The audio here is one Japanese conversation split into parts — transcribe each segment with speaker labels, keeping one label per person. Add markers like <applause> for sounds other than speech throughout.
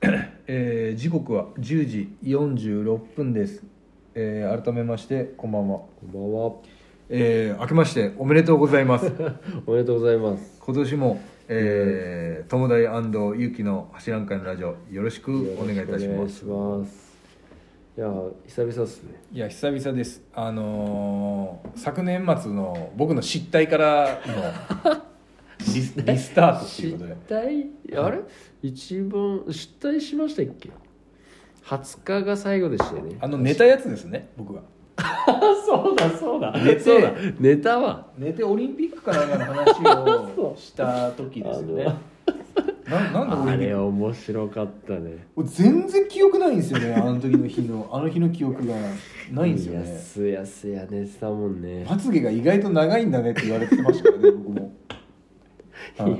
Speaker 1: えー時刻は10時46分です、えー改めましてこんばんは、
Speaker 2: こんばんは。
Speaker 1: えー明けましておめでとうございます <laughs>
Speaker 2: おめでとうございます。
Speaker 1: 今年もえー、友大ゆきの博覧会のラジオよろしくお願いいたし
Speaker 2: よろ
Speaker 1: ま
Speaker 2: く
Speaker 1: す
Speaker 2: お願いします。いやー、久々ですね。
Speaker 1: いや久々ですあのー昨年末の僕の失態から <laughs> のリスリスタートっていうことで
Speaker 2: 態あれ一番失態しましたっけ20日が最後でしたよね
Speaker 1: あの寝たやつですね僕が
Speaker 2: あそうだそうだ
Speaker 1: 寝て
Speaker 2: そうだ寝たわ
Speaker 1: 寝てオリンピックかなんかの話をした時ですよねななんでオリ
Speaker 2: あ
Speaker 1: ンピッ
Speaker 2: れ
Speaker 1: ク
Speaker 2: 面白かったね
Speaker 1: 俺全然記憶ないんですよ
Speaker 2: <laughs>
Speaker 1: ねあの時の日のあの日の記憶がないんですよ
Speaker 2: いや
Speaker 1: ね
Speaker 2: すやすや寝てたもんね
Speaker 1: まつげが意外と長いんだねって言われてました
Speaker 2: <laughs>
Speaker 1: からね僕も
Speaker 2: い
Speaker 1: はい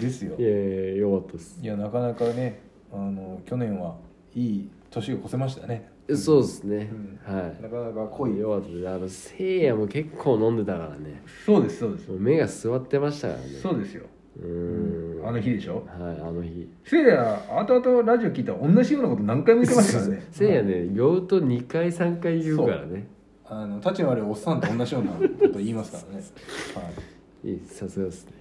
Speaker 1: ですよ
Speaker 2: やいやいやよかったっす
Speaker 1: いやなかなかねあの去年はいい年を越せましたね
Speaker 2: そうですね、
Speaker 1: うん
Speaker 2: はい
Speaker 1: なかなか濃い
Speaker 2: よかったですあのせいやも結構飲んでたからね
Speaker 1: そうですそうです
Speaker 2: もう目が座ってましたからね
Speaker 1: そうですよ
Speaker 2: うーん
Speaker 1: あの日でしょ
Speaker 2: はいあの日
Speaker 1: せいや後々ラジオ聞いたら同じようなこと何回も言ってますからね
Speaker 2: せいやね酔うと2回3回言うからね
Speaker 1: あの立ちの悪いおっさんと同じようなこと言いますから
Speaker 2: <laughs>
Speaker 1: ね、はい、
Speaker 2: いいさすがですね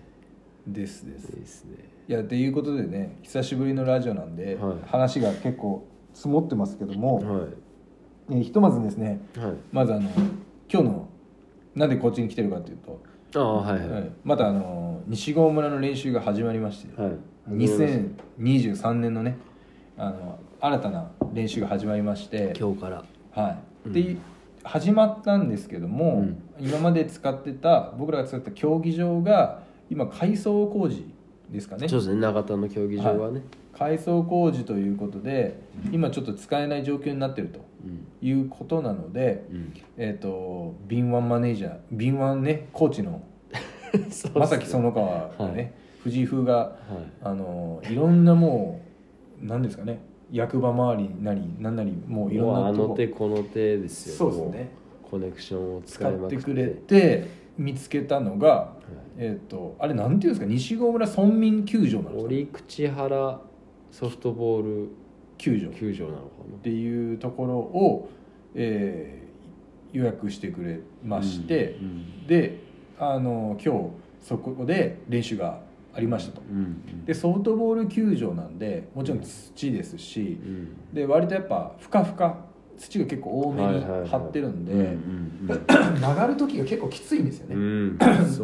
Speaker 1: ですです
Speaker 2: いいですね
Speaker 1: いやっていうことでね久しぶりのラジオなんで、
Speaker 2: はい
Speaker 1: 話が結構積もってますけども、
Speaker 2: は
Speaker 1: えーひとまずですね
Speaker 2: いはい
Speaker 1: まずあの今日のなんでこっちに来てるかというと、
Speaker 2: ああはいはい
Speaker 1: はいまたあの西郷村の練習が始まりまして、
Speaker 2: はい
Speaker 1: 2023年のねあの新たな練習が始まりまして、
Speaker 2: 今日から
Speaker 1: はい、
Speaker 2: うん
Speaker 1: で始まったんですけども、
Speaker 2: うん
Speaker 1: 今まで使ってた僕らが使ってた競技場が今改装工事ですかね
Speaker 2: そうですね長田の競技場はね
Speaker 1: 改装工事ということで今ちょっと使えない状況になってると
Speaker 2: うん
Speaker 1: いうことなので、 <laughs>
Speaker 2: うん
Speaker 1: えー、と敏腕マネージャー敏腕ねコーチの
Speaker 2: そうっすね
Speaker 1: 正木園川がね、
Speaker 2: はい
Speaker 1: 藤井風が
Speaker 2: はい
Speaker 1: あのいろんなもう何ですかね役場周りなり何なりもういろん
Speaker 2: もう
Speaker 1: な
Speaker 2: あ
Speaker 1: と
Speaker 2: の
Speaker 1: こ
Speaker 2: 手この手ですよ
Speaker 1: そうですね
Speaker 2: もうコネクションを使
Speaker 1: 使
Speaker 2: いま
Speaker 1: っ
Speaker 2: く
Speaker 1: て
Speaker 2: って
Speaker 1: くれて見つけたのが、
Speaker 2: はい
Speaker 1: えー、とあれなんていうんですか西郷村村民球場なのかな
Speaker 2: 折口原ソフトボール
Speaker 1: 球場っ
Speaker 2: 球場なのか
Speaker 1: ていうところを、えー予約してくれ
Speaker 2: な
Speaker 1: まして
Speaker 2: う、ん
Speaker 1: であの今日そこで練習がありましたと
Speaker 2: うんうん
Speaker 1: でソフトボール球場なんでもちろん土ですし
Speaker 2: うん
Speaker 1: で割とやっぱふかふか土が結構多め
Speaker 2: はい
Speaker 1: に
Speaker 2: はいはい
Speaker 1: 張ってるんで、
Speaker 2: う
Speaker 1: <clears throat>
Speaker 2: んうんうん
Speaker 1: 曲がる時が結構きついんですよね、 <clears throat>
Speaker 2: うん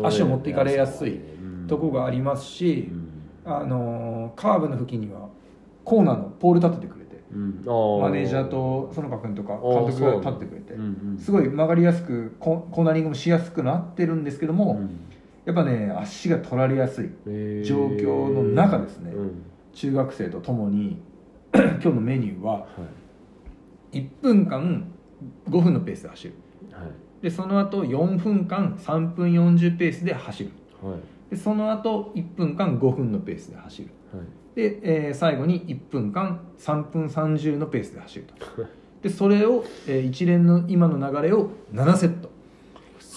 Speaker 1: 足を持っていかれやすいとこがありますし、
Speaker 2: マ
Speaker 1: あのーカーブの付近にはコーナーのポール立ててくれてマネージャーと園川君とか監督が立ってくれて、すごい曲がりやすくココーナリングもしやすくなってるんですけども、やっぱね足が取られやすい状況の中ですね中学生とともに <clears throat> 今日のメニューは1分間5分のペースで走るでその後4分間3分40ペースで走るでその後1分間5分のペースで走るで、えー最後に1分間3分30のペースで走 <laughs> るとでそれを、えー一連の今の流れを7セット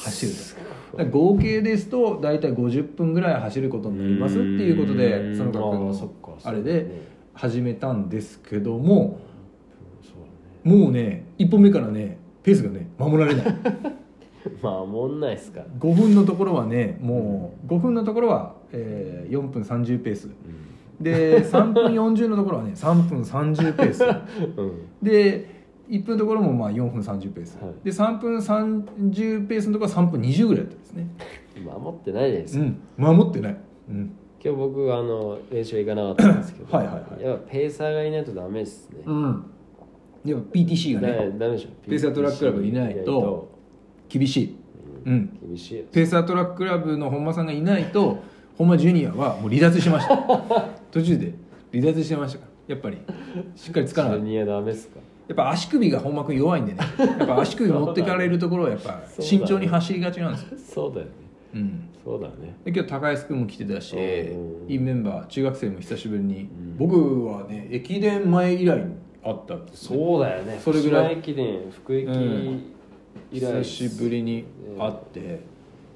Speaker 1: 走るとだから合計ですと大体50分ぐらい走ることになりますっていうことでその学校のあれで始めたんですけどももうね1本目からねペースがね守ら <laughs> れない
Speaker 2: まあもんないっすから
Speaker 1: 5分のところはねもう5分のところは、えー4分30ペースで3分40のところはね3分30ペース
Speaker 2: うん
Speaker 1: で1分のところもまあ4分30ペース、
Speaker 2: はい
Speaker 1: で3分30ペースのところは3分20ぐらいだったんですね、
Speaker 2: 守ってないじゃないです
Speaker 1: う
Speaker 2: か
Speaker 1: ん、守ってない、うん
Speaker 2: 今日僕あの練習行かなかったんですけど
Speaker 1: はいはいはい
Speaker 2: やっぱペーサーがいないとダメですね
Speaker 1: うん、でも PTC が
Speaker 2: ダメ
Speaker 1: ね
Speaker 2: ダメでしょ
Speaker 1: ペーサートラッククラブいないと厳しい、う
Speaker 2: う
Speaker 1: んん、
Speaker 2: 厳しいよ
Speaker 1: ペーサートラッククラブの本間さんがいないと本間ジュニアはもう離脱して <laughs> ました途中で離脱してましたからやっぱりしっかりつかなか
Speaker 2: ジ
Speaker 1: っ
Speaker 2: ュ
Speaker 1: た
Speaker 2: ニアダメっすか
Speaker 1: やっぱ足首が本間君弱いんでねやっぱ足首持ってかれるところ <laughs> はやっぱ慎重に走りがちなんですよ、
Speaker 2: そうだよね
Speaker 1: うん
Speaker 2: そうだね
Speaker 1: で今日高安君も来てたし
Speaker 2: うん
Speaker 1: いいメンバー中学生も久しぶりに、
Speaker 2: ん
Speaker 1: 僕はね駅伝前以来会ったんですね
Speaker 2: そうだよね
Speaker 1: それぐらい
Speaker 2: 福島駅伝福
Speaker 1: うん
Speaker 2: 駅以来
Speaker 1: 久しぶりに会って、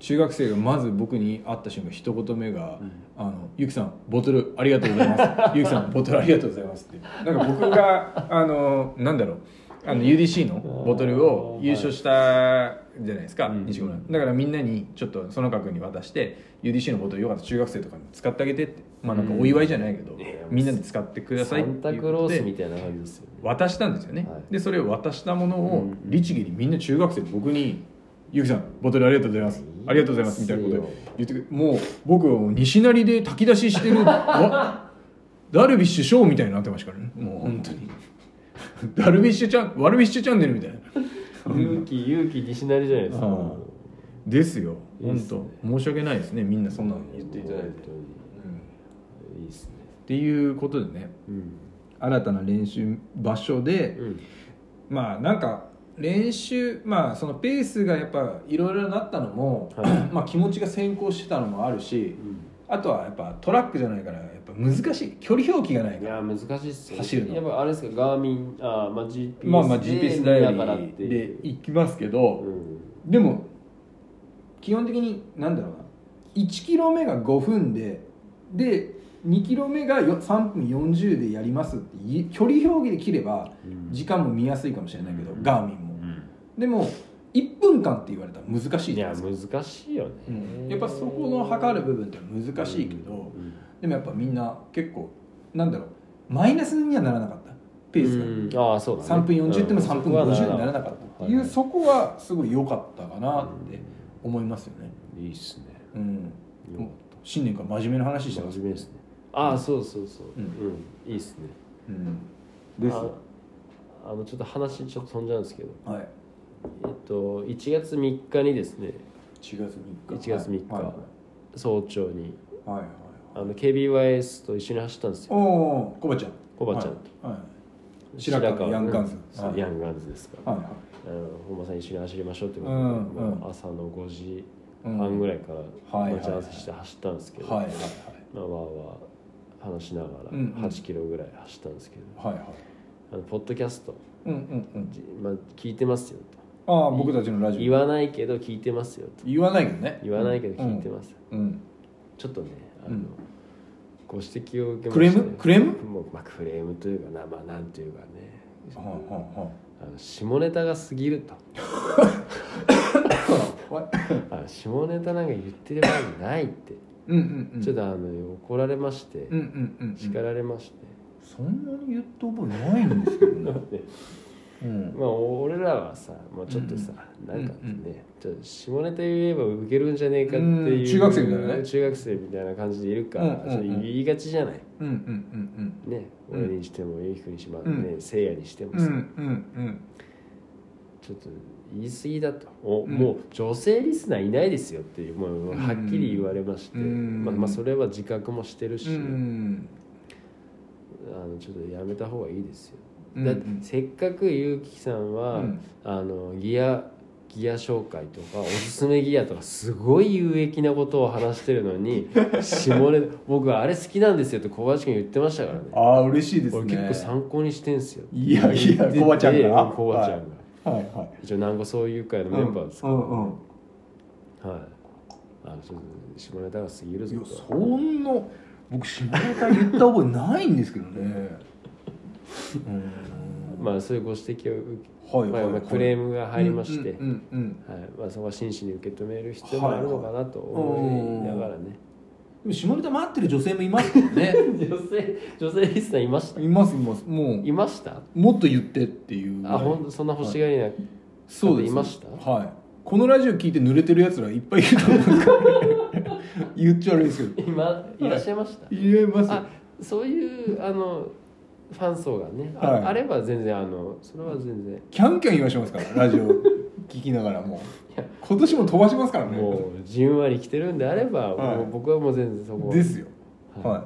Speaker 1: 中学生がまず僕に会った瞬間一言目が「あのゆきさんボトルありがとうござい
Speaker 2: <laughs>
Speaker 1: ます」「ゆきさんボトルありがとうございます」ってなんか僕があのなんだろうあの UDC のボトルを優勝したじゃないですか、
Speaker 2: うん
Speaker 1: 日頃だからみんなにちょっと園川君に渡して「UDC のボトルよかったら中学生とかに使ってあげて」ってまあなんかお祝いじゃないけど、
Speaker 2: うんいやいや
Speaker 1: みんなで使ってくださ
Speaker 2: サ
Speaker 1: いって
Speaker 2: ンタ
Speaker 1: いう
Speaker 2: ク
Speaker 1: こ
Speaker 2: ロ
Speaker 1: と
Speaker 2: ー
Speaker 1: で
Speaker 2: スみたいな感じですよね
Speaker 1: 渡したんですよね、
Speaker 2: はい
Speaker 1: でそれを渡したもの
Speaker 2: う
Speaker 1: を
Speaker 2: ん
Speaker 1: 律儀にみんな中学生僕に「ゆきさんボトルありがとうございます
Speaker 2: いいですよ
Speaker 1: ありがとうございます」みたいなことで言ってくれもう僕はもう西成で炊き出しして
Speaker 2: <laughs>
Speaker 1: るわダルビッシュショーみたいになってましたからねもう本当に <laughs> ダルビッシュちゃんワルビッシュチャンネルみたいな
Speaker 2: 勇気勇気西成じゃないですか
Speaker 1: ああですよ
Speaker 2: いい
Speaker 1: 本
Speaker 2: っす
Speaker 1: 当
Speaker 2: ね
Speaker 1: 申し訳ないですねみんなそんなの言っていただいて、
Speaker 2: 本当にいいですね
Speaker 1: っていうことでね
Speaker 2: うん
Speaker 1: 新たな練習場所で、まあなんか練習まあそのペースがやっぱいろいろなったのも、
Speaker 2: は
Speaker 1: <clears throat> まあ気持ちが先行してたのもあるしあとはやっぱトラックじゃないからやっぱ難しい距離表記がない
Speaker 2: い
Speaker 1: から
Speaker 2: や難しいっすよ
Speaker 1: 走るの
Speaker 2: やっぱあれですかガーミンああまあ GPS
Speaker 1: まあまあ GPS 頼
Speaker 2: だからって
Speaker 1: り
Speaker 2: い
Speaker 1: で
Speaker 2: う
Speaker 1: 行きますけど、
Speaker 2: うん
Speaker 1: でも基本的になんだろうな1キロ目が5分でで2キロ目がよ3分40でやりますってい距離表記で切れば時間も見やすいかもしれないけど、
Speaker 2: うん
Speaker 1: ガーミンも。でも1分間って言われたら難しい
Speaker 2: い
Speaker 1: じゃな
Speaker 2: や
Speaker 1: いですか
Speaker 2: 難しいよ
Speaker 1: う
Speaker 2: ね
Speaker 1: んやっぱそこの測る部分って難しいけど、
Speaker 2: うん
Speaker 1: でもやっぱみんな結構なんだろうマイナスにはならなかったペースが、
Speaker 2: うんああそうだね
Speaker 1: 3分40でも3分50にならなかったっていう、
Speaker 2: うん
Speaker 1: そこはすごい良かったかなって思いますよね、
Speaker 2: いいっすね
Speaker 1: うん、
Speaker 2: よかっ
Speaker 1: 新年から真面目な話して
Speaker 2: た
Speaker 1: ます、
Speaker 2: 真面目ですねああそうそうそう
Speaker 1: うん
Speaker 2: うんいいっすね
Speaker 1: うん、です
Speaker 2: ああのちょっと話ちょっと飛んじゃうんですけど
Speaker 1: はい
Speaker 2: えっと1月3日にですね
Speaker 1: 1月3日
Speaker 2: 1月3日
Speaker 1: はいはい
Speaker 2: 早朝に
Speaker 1: はいはい
Speaker 2: あの KBYS と一緒に走ったんですよ
Speaker 1: おおコバちゃん
Speaker 2: コバちゃんと、
Speaker 1: はいはい白川ヤンガンズ
Speaker 2: うん
Speaker 1: はい
Speaker 2: ヤンガンズですから、
Speaker 1: はいはい
Speaker 2: あの本間さん一緒に走りましょうってことで、
Speaker 1: うんうん
Speaker 2: まあ、朝の5時
Speaker 1: うん
Speaker 2: 半ぐらいか
Speaker 1: は
Speaker 2: ら
Speaker 1: い
Speaker 2: 待ち合わせして走ったんですけど、
Speaker 1: はいはい
Speaker 2: まあわーわー話しながら
Speaker 1: うんうん
Speaker 2: 8キロぐらい走ったんですけど、
Speaker 1: はいはいはい
Speaker 2: あのポッドキャスト、
Speaker 1: うんうんうん
Speaker 2: じまあ、聞いてますよと
Speaker 1: ああ僕たちのラジオ
Speaker 2: 言わないけど聞いてますよと
Speaker 1: 言わないけどね
Speaker 2: 言わないけど聞いてます、
Speaker 1: うん、うん
Speaker 2: ちょっとねあの、
Speaker 1: うん
Speaker 2: ご指摘を受けま
Speaker 1: クレ
Speaker 2: して
Speaker 1: ームクレーム
Speaker 2: もう、まあ、クレームというかなまあなんていうかね
Speaker 1: はあは
Speaker 2: あの下ネタが過ぎると
Speaker 1: あはあ
Speaker 2: あ下ネタなんか言ってる場合ないって、
Speaker 1: うんうんうん
Speaker 2: ちょっとあの怒られまして、
Speaker 1: うんうんうんうん
Speaker 2: 叱られまして、
Speaker 1: そんなに言った覚えないんですけど
Speaker 2: な
Speaker 1: ね
Speaker 2: ので
Speaker 1: うん
Speaker 2: まあ俺らはさ、まあ、ちょっとさ、なんかね、ちょっと下ネタ言えばウケるんじゃねえかっていう、
Speaker 1: うん中学生みたいなね
Speaker 2: 中学生みたいな感じでいるから、
Speaker 1: うんうんうん
Speaker 2: ちょっと言いがちじゃない
Speaker 1: うんうん
Speaker 2: ね
Speaker 1: うん
Speaker 2: 俺にしてもゆうきくんにしても、
Speaker 1: うん
Speaker 2: ねせいやにしても
Speaker 1: うんうんうん
Speaker 2: さ、
Speaker 1: うん
Speaker 2: ちょっと言い過ぎだとお、
Speaker 1: うん
Speaker 2: もう女性リスナーいないですよっていうもうはっきり言われまして、
Speaker 1: うん
Speaker 2: まあ、まあそれは自覚もしてるし、
Speaker 1: うん
Speaker 2: あのちょっとやめた方がいいですよ、
Speaker 1: うん
Speaker 2: だってせっかくゆうきさんは、
Speaker 1: うん
Speaker 2: あのギアギア紹介とかおすすめギアとかすごい有益なことを話してるのに下ネタ <laughs> 僕はあれ好きなんですよって小林君言ってましたからね
Speaker 1: ああ嬉しいです
Speaker 2: 俺
Speaker 1: ね
Speaker 2: 結構参考にしてんすよ
Speaker 1: いやいや
Speaker 2: で
Speaker 1: コバちゃんが
Speaker 2: でコバちゃんが、
Speaker 1: はいはい
Speaker 2: 一応南郷そういう会のメンバーですか
Speaker 1: う
Speaker 2: ら、
Speaker 1: んうんうん
Speaker 2: はいあのちょっと下ネタが過ぎる
Speaker 1: い
Speaker 2: ぞ
Speaker 1: や
Speaker 2: と
Speaker 1: そんな僕下ネタ言った覚えないんですけど <laughs> ねうん
Speaker 2: まあそういうご指摘を受
Speaker 1: は
Speaker 2: け、
Speaker 1: い
Speaker 2: ま
Speaker 1: はい、
Speaker 2: あま
Speaker 1: は
Speaker 2: あ
Speaker 1: い、
Speaker 2: クレームが入りまして、
Speaker 1: うんうんうん
Speaker 2: はいまあ、そこは真摯に受け止める必要もあるのかなと思いながらね、
Speaker 1: でも下ネタ待ってる女性もいますけどね
Speaker 2: 女性女性リスナーいまし
Speaker 1: <laughs>
Speaker 2: た
Speaker 1: いますいますもう
Speaker 2: いました
Speaker 1: もっと言ってっていう
Speaker 2: あ本当そんな欲しがりな、
Speaker 1: そうです
Speaker 2: いました
Speaker 1: はいこのラジオ聞いて濡れてるやつらいっぱいいると思うんです <laughs> からね言っちゃ悪いですけど
Speaker 2: 今いらっしゃいました、
Speaker 1: 言えます
Speaker 2: あそういうあのファン層がねあ,、
Speaker 1: はい
Speaker 2: あれば全然あのそれは全然
Speaker 1: キャンキャン言わしますからラジオ聞きながらも
Speaker 2: いや
Speaker 1: 今年も飛ばしますからね
Speaker 2: もうじんわり来てるんであれば、
Speaker 1: はい
Speaker 2: もう僕はもう全然そこ
Speaker 1: ですよ
Speaker 2: はい
Speaker 1: は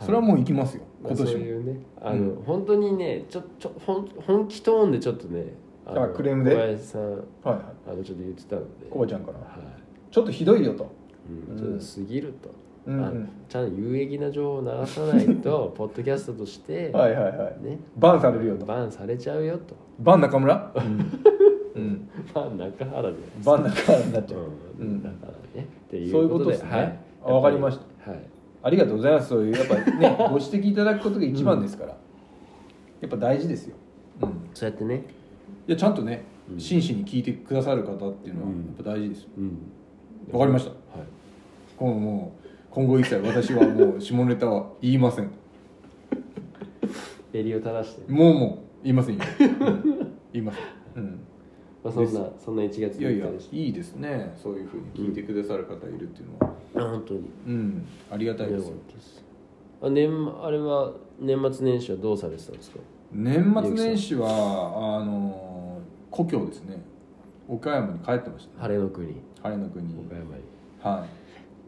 Speaker 1: いそれはもう行きますよ
Speaker 2: まあ
Speaker 1: 今年
Speaker 2: そう
Speaker 1: も
Speaker 2: いうねあの、
Speaker 1: う
Speaker 2: 本当にねちょちょほん本気トーンでちょっとねあの
Speaker 1: あクレームで
Speaker 2: 小林さん
Speaker 1: はいは
Speaker 2: あのちょっと言ってたので
Speaker 1: いコバちゃんから
Speaker 2: はい
Speaker 1: ちょっとひどいよと
Speaker 2: う、
Speaker 1: うんん
Speaker 2: ちょっと過ぎると、
Speaker 1: うん
Speaker 2: あ
Speaker 1: う
Speaker 2: の
Speaker 1: ん
Speaker 2: ちゃんと有益な情報を流さない
Speaker 1: <laughs>
Speaker 2: とポッドキャストとして、
Speaker 1: はいはいはい
Speaker 2: ね
Speaker 1: バンされるよと
Speaker 2: <laughs> バンされちゃうよと
Speaker 1: バン中村うん、
Speaker 2: まあ中原で
Speaker 1: 真ん中になっちゃう、う
Speaker 2: う
Speaker 1: ん
Speaker 2: んだからねっていう
Speaker 1: そういうこと
Speaker 2: で
Speaker 1: ですね
Speaker 2: はい
Speaker 1: あわかりました
Speaker 2: はい
Speaker 1: ありがとうございますそういうやっぱ
Speaker 2: <laughs>
Speaker 1: ねご指摘いただくことが一番ですから、やっぱ大事ですよ、うん、
Speaker 2: そうやってね
Speaker 1: いやちゃんとね、
Speaker 2: うん
Speaker 1: 真摯に聞いてくださる方っていうのは
Speaker 2: う
Speaker 1: や
Speaker 2: ん
Speaker 1: っぱ大事ですよ
Speaker 2: うん
Speaker 1: わかりました
Speaker 2: はい
Speaker 1: 今後もう今後一切私はもう下ネタは言いません
Speaker 2: 襟を垂らして
Speaker 1: もうもう言いま
Speaker 2: <laughs>
Speaker 1: せんよ、うん言いません、うん
Speaker 2: まあそんなそんな1月
Speaker 1: いやいや
Speaker 2: 3日でした
Speaker 1: いいですねそういうふうに聞いてくださる方いるっていうのは
Speaker 2: あ本当に
Speaker 1: うんありがたいです
Speaker 2: よ
Speaker 1: よ
Speaker 2: かったですあ年あれは年末年始はどうされてたんですか
Speaker 1: 年末年始はあのー故郷ですね岡山に帰ってました、
Speaker 2: 晴れの国
Speaker 1: 晴れの国
Speaker 2: 岡山に
Speaker 1: は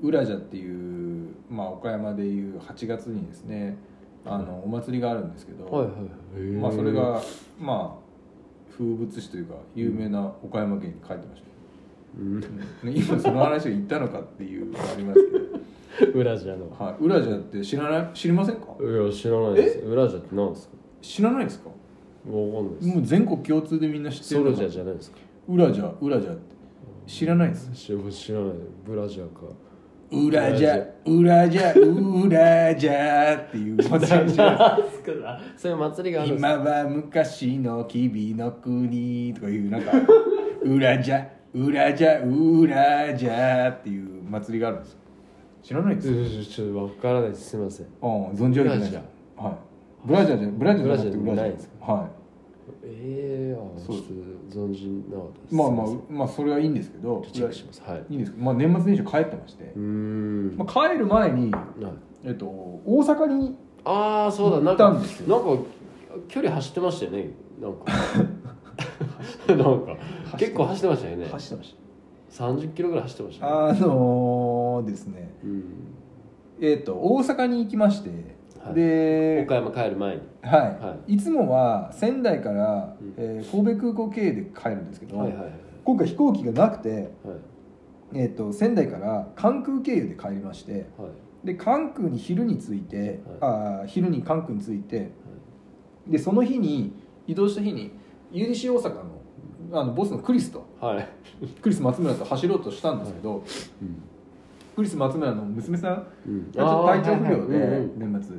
Speaker 1: い浦じゃっていう、まあ、岡山でいう8月にですねあのお祭りがあるんですけど、
Speaker 2: はいはいはい
Speaker 1: まあ、それがまあ風物詩というか有名な岡山県に帰ってました
Speaker 2: うん
Speaker 1: ね今その話を言ったのかっていうのがありますけど、
Speaker 2: 裏じゃの
Speaker 1: はい、裏じゃって知らない知りませんか
Speaker 2: いや知らないです裏じゃって何ですか
Speaker 1: 知らないですか
Speaker 2: わかんないです
Speaker 1: もう全国共通でみんな知って
Speaker 2: ソ
Speaker 1: る
Speaker 2: ル
Speaker 1: の
Speaker 2: ジ
Speaker 1: か
Speaker 2: ャーじゃないですか
Speaker 1: 裏じゃ裏じゃって知らないです
Speaker 2: 知知らないブラジャー <laughs> か
Speaker 1: 裏じゃ裏じゃ裏じゃっていう <laughs> 祭りじゃ
Speaker 2: そういう祭りがあるんです
Speaker 1: 今は昔の君の国とかいうなんか <laughs> 裏じゃ裏じゃ裏じゃっていう祭りがあるんですよ知らないです
Speaker 2: ちょちょちょわからないですすいません
Speaker 1: ああ存じ上げてないですはいブラジャーじゃブラジャーじゃなくて
Speaker 2: ブラジャーじゃ
Speaker 1: 裏じゃ
Speaker 2: ないんです
Speaker 1: はい
Speaker 2: ええあち
Speaker 1: そ
Speaker 2: ょ
Speaker 1: う
Speaker 2: っと存じなかったです
Speaker 1: まあまあ
Speaker 2: すいせん
Speaker 1: まあそれはいいんですけど
Speaker 2: チェックしますはい
Speaker 1: いいんですけど、まあ、年末年始帰ってまして
Speaker 2: うー、ん、
Speaker 1: まあ、帰る前に、
Speaker 2: はい
Speaker 1: えっと、大阪に
Speaker 2: ああそうだ
Speaker 1: 行
Speaker 2: な
Speaker 1: っ
Speaker 2: んか
Speaker 1: た
Speaker 2: なんんか
Speaker 1: です
Speaker 2: 距離走ってましたよねなん
Speaker 1: <laughs>
Speaker 2: かなんか結構走ってましたよね
Speaker 1: 走ってまし
Speaker 2: 30キロぐらい走ってましたね
Speaker 1: たあのーですね
Speaker 2: うん
Speaker 1: えっと大阪に行きまして、
Speaker 2: はい
Speaker 1: で
Speaker 2: 岡山帰る前に
Speaker 1: はい、、
Speaker 2: はい
Speaker 1: つもは仙台から、
Speaker 2: うん
Speaker 1: えー神戸空港経由で帰るんですけど、
Speaker 2: はいはいはい
Speaker 1: 今回飛行機がなくて、
Speaker 2: はい
Speaker 1: えっと仙台から関空経由で帰りまして
Speaker 2: はい
Speaker 1: で関空に昼に着いて、あー昼に関空に着いてでその日に移動した日に UDC 大阪のあのボスのクリスと
Speaker 2: はいはい、
Speaker 1: クリス松村と走ろうとしたんですけど、
Speaker 2: うん
Speaker 1: クリス松村の娘さんが
Speaker 2: うん
Speaker 1: ちょっと体調不良
Speaker 2: あーはいはいうん
Speaker 1: で
Speaker 2: うん
Speaker 1: 年末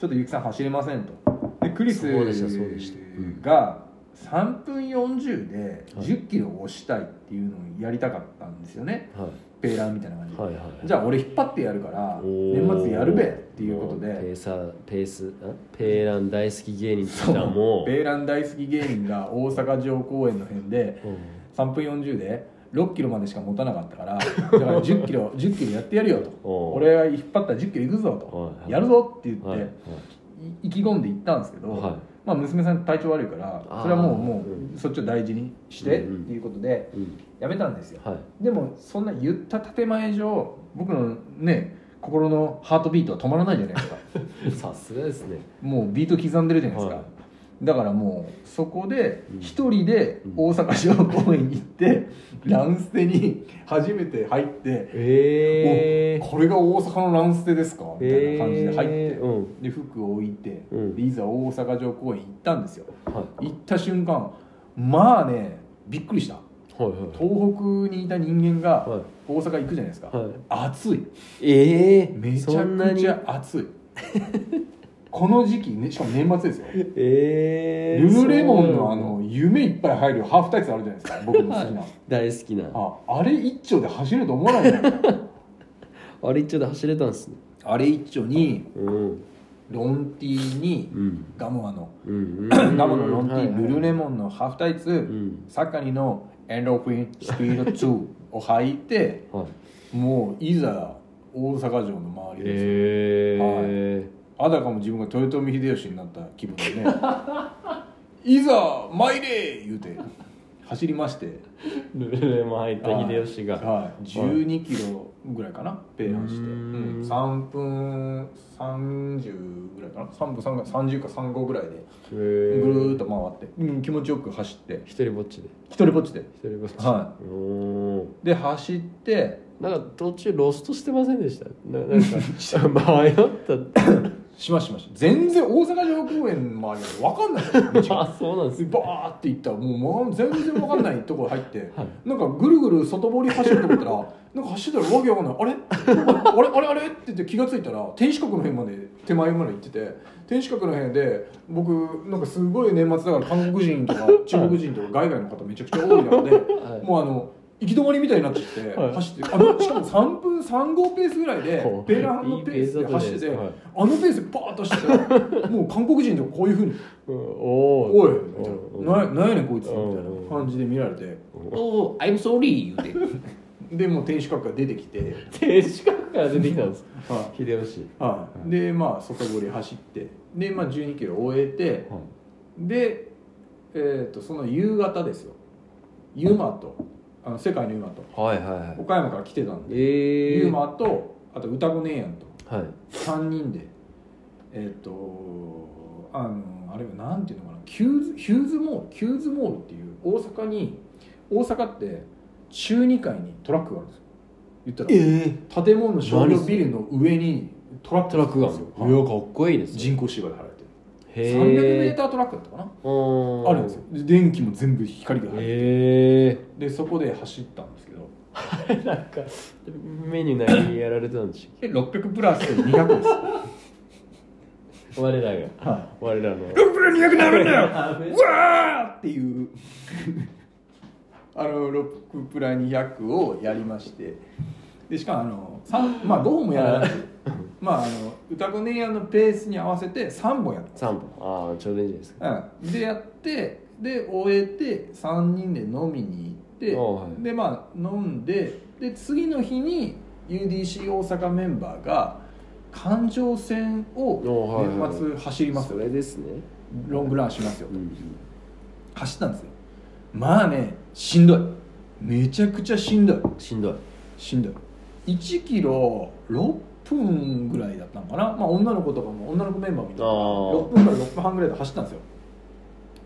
Speaker 1: ちょっとゆきさん走れませんとでクリス
Speaker 2: そうでしたそうでしたうん
Speaker 1: が3分40で
Speaker 2: はい
Speaker 1: 10キロ押したいっていうのをやりたかったんですよね
Speaker 2: はい
Speaker 1: ペーラーみたいな感じで、
Speaker 2: はいはい
Speaker 1: じゃあ俺引っ張ってやるから
Speaker 2: おー
Speaker 1: 年末やるべっていうこと
Speaker 2: もペ
Speaker 1: で
Speaker 2: ーサーペースあペーラン大好き芸人って
Speaker 1: そ
Speaker 2: いううの
Speaker 1: <laughs>
Speaker 2: はもう
Speaker 1: ベーラン大好き芸人が大阪城公園の辺で
Speaker 2: うん
Speaker 1: 3分40で6キロまでしか持たなかったからだから10キロ10キロやってやるよと
Speaker 2: <laughs> おう
Speaker 1: 俺は引っ張ったら10キロいくぞと
Speaker 2: はい
Speaker 1: やるぞって言って、
Speaker 2: はいは
Speaker 1: い
Speaker 2: い
Speaker 1: 意気込んで行ったんですけど、
Speaker 2: はい
Speaker 1: まあ、娘さん体調悪いから
Speaker 2: あー
Speaker 1: それはもうも
Speaker 2: う
Speaker 1: うそっちを大事にしてっ
Speaker 2: うんうん
Speaker 1: ていうことで
Speaker 2: うん
Speaker 1: やめたんですよ
Speaker 2: はい
Speaker 1: でもそんな言った建前上僕のね心のハートビートは止まらないじゃないで
Speaker 2: <laughs>
Speaker 1: すか <laughs>
Speaker 2: さすがですね
Speaker 1: もうビート刻んでるじゃないですか、
Speaker 2: はい
Speaker 1: だからもうそこで
Speaker 2: うん
Speaker 1: 一人で大阪城公園に行って、ランステに初めて入って
Speaker 2: ええ
Speaker 1: おこれが大阪のランステですかみたいな感じで入って、
Speaker 2: えーうん
Speaker 1: で服を置いて、
Speaker 2: うん
Speaker 1: でいざ大阪城公園行ったんですよ
Speaker 2: はい
Speaker 1: 行った瞬間まあねびっくりした
Speaker 2: はいはい
Speaker 1: 東北にいた人間が
Speaker 2: はい
Speaker 1: 大阪行くじゃないですか、
Speaker 2: はい
Speaker 1: 暑い
Speaker 2: ええ
Speaker 1: めち
Speaker 2: そ
Speaker 1: ゃ
Speaker 2: んな
Speaker 1: く
Speaker 2: に
Speaker 1: ちゃ暑い <laughs> この時期ねしかも年末ですよ
Speaker 2: ええ
Speaker 1: ルルレモンのあの夢いっぱい入るハーフタイツあるじゃないですか僕の好きな
Speaker 2: 大好きなあ
Speaker 1: ああれ一丁で走ると思わないじゃ
Speaker 2: <laughs>
Speaker 1: ない
Speaker 2: れ一丁で走れたんですね
Speaker 1: あれ一丁に
Speaker 2: うん
Speaker 1: ロンティーに
Speaker 2: うん
Speaker 1: ガムアの
Speaker 2: うんうん
Speaker 1: ガムのロンティー、ルルレ
Speaker 2: ン
Speaker 1: モンのハーフタイツ、
Speaker 2: うん
Speaker 1: サッカニのエンドフィンスピード2を履いて
Speaker 2: はい
Speaker 1: もういざ大阪城の周りです、
Speaker 2: ええ
Speaker 1: あたかも自分が豊臣秀吉になった気分でねいざ参れ言うて走りまして
Speaker 2: ルルレモン入った秀吉が
Speaker 1: はい、12キロぐらいかなペーランして、
Speaker 2: うーん
Speaker 1: うん3分30ぐらいかな3分3か30か35ぐらいで
Speaker 2: ぐ
Speaker 1: ぐるーっ
Speaker 2: る
Speaker 1: と回って、うん、気持ちよく走って
Speaker 2: 一人ぼっちで
Speaker 1: 一人ぼっちで
Speaker 2: 一人ぼっち
Speaker 1: は
Speaker 2: おー
Speaker 1: で走って <laughs>
Speaker 2: なんか途中ロストしてませんでしたななんか迷った
Speaker 1: しましたしました全然大阪城公園もあるわ分かんないですよ道が
Speaker 2: あそうなんです
Speaker 1: で
Speaker 2: ね
Speaker 1: バーって行ったらもうもう全然分かんないところ入って、
Speaker 2: <laughs> はい
Speaker 1: なんかぐるぐる外堀走ると思ったら <laughs> なんか走ってたらわけわかんないあれ <laughs> あれあれあれって言って気が付いたら天守閣の辺まで手前まで行ってて天守閣の辺で僕なんかすごい年末だから韓国人
Speaker 2: <laughs>
Speaker 1: とか中国人とか海外の方めちゃくちゃ多い中で、
Speaker 2: はい
Speaker 1: もうあの行き止まりみたいになっちゃって、
Speaker 2: はい
Speaker 1: 走ってあのしかも3分35ペースぐらいで
Speaker 2: ほう
Speaker 1: ベランのペースで走ってて
Speaker 2: いいペースだったじゃないですかはい
Speaker 1: あのペースでバーッと走ってたらもう韓国人とかこういうふうに
Speaker 2: う
Speaker 1: 「
Speaker 2: んお
Speaker 1: おい!」
Speaker 2: ー
Speaker 1: みたい
Speaker 2: うん
Speaker 1: な「ななんやねんこいつ」みたい
Speaker 2: うん
Speaker 1: な感じで見られて「おお I'm sorry」言うてでもう天守閣が出てきて、
Speaker 2: 天守閣から出てきたんです
Speaker 1: は
Speaker 2: 秀吉
Speaker 1: いはい、でまあ外堀走ってで、まあ、1 2キロ終えてで、えー、とその夕方ですよユマとあの世界のユマと
Speaker 2: はいはいはい
Speaker 1: 岡山から来てたんで、
Speaker 2: ええ
Speaker 1: ユマとあと歌子姉やんと
Speaker 2: はい
Speaker 1: 3人でえっ、とあのあれはなんていうのかなキューズヒューズモールキューズモールっていう大阪に大阪って中2階にトラックがあるんですよ言ったら
Speaker 2: え
Speaker 1: 建物の商業ビルの上にトラッ
Speaker 2: ト
Speaker 1: クが
Speaker 2: ラ
Speaker 1: あ
Speaker 2: ッ
Speaker 1: るん
Speaker 2: ク
Speaker 1: で
Speaker 2: ガン
Speaker 1: すよ
Speaker 2: いやかっこいいですね
Speaker 1: 人工芝で張られてる
Speaker 2: へえ
Speaker 1: 300m トラックだったかなあるんですよで電気も全部光が入ってる
Speaker 2: へえ
Speaker 1: でそこで走ったんですけど
Speaker 2: <laughs> なんかメニュー何やられてたんでし
Speaker 1: で600プラス200です
Speaker 2: ょ我らが
Speaker 1: は
Speaker 2: 我らの
Speaker 1: い6プラス200なるんだ
Speaker 2: <laughs>
Speaker 1: よ
Speaker 2: ダメ
Speaker 1: うわーっていう <laughs> あのロックプラ200をやりましてでしかもあの三まあ5本もや
Speaker 2: <laughs>
Speaker 1: らないまああの歌子姉やんのペースに合わせて3本やっ
Speaker 2: 3本ああちょうどいいんじゃないですか
Speaker 1: た、うん、でやってで終えて3人で飲みに
Speaker 2: ああ
Speaker 1: 行
Speaker 2: は
Speaker 1: っ
Speaker 2: い
Speaker 1: てでまあ飲んでで次の日に UDC 大阪メンバーが環状線
Speaker 2: おは
Speaker 1: を
Speaker 2: いはいはい
Speaker 1: 年末走ります
Speaker 2: そ
Speaker 1: よ
Speaker 2: れですね
Speaker 1: ロングランしますよ
Speaker 2: うん
Speaker 1: 走ったんですよまあねしんどいめちゃくちゃしんどい
Speaker 2: しんどい
Speaker 1: しんどい1キロ6分ぐらいだったのかなまあ女の子とかも女の子メンバーみたいな
Speaker 2: あ
Speaker 1: 6
Speaker 2: ー
Speaker 1: 分から6分半ぐらいで走ったんですよ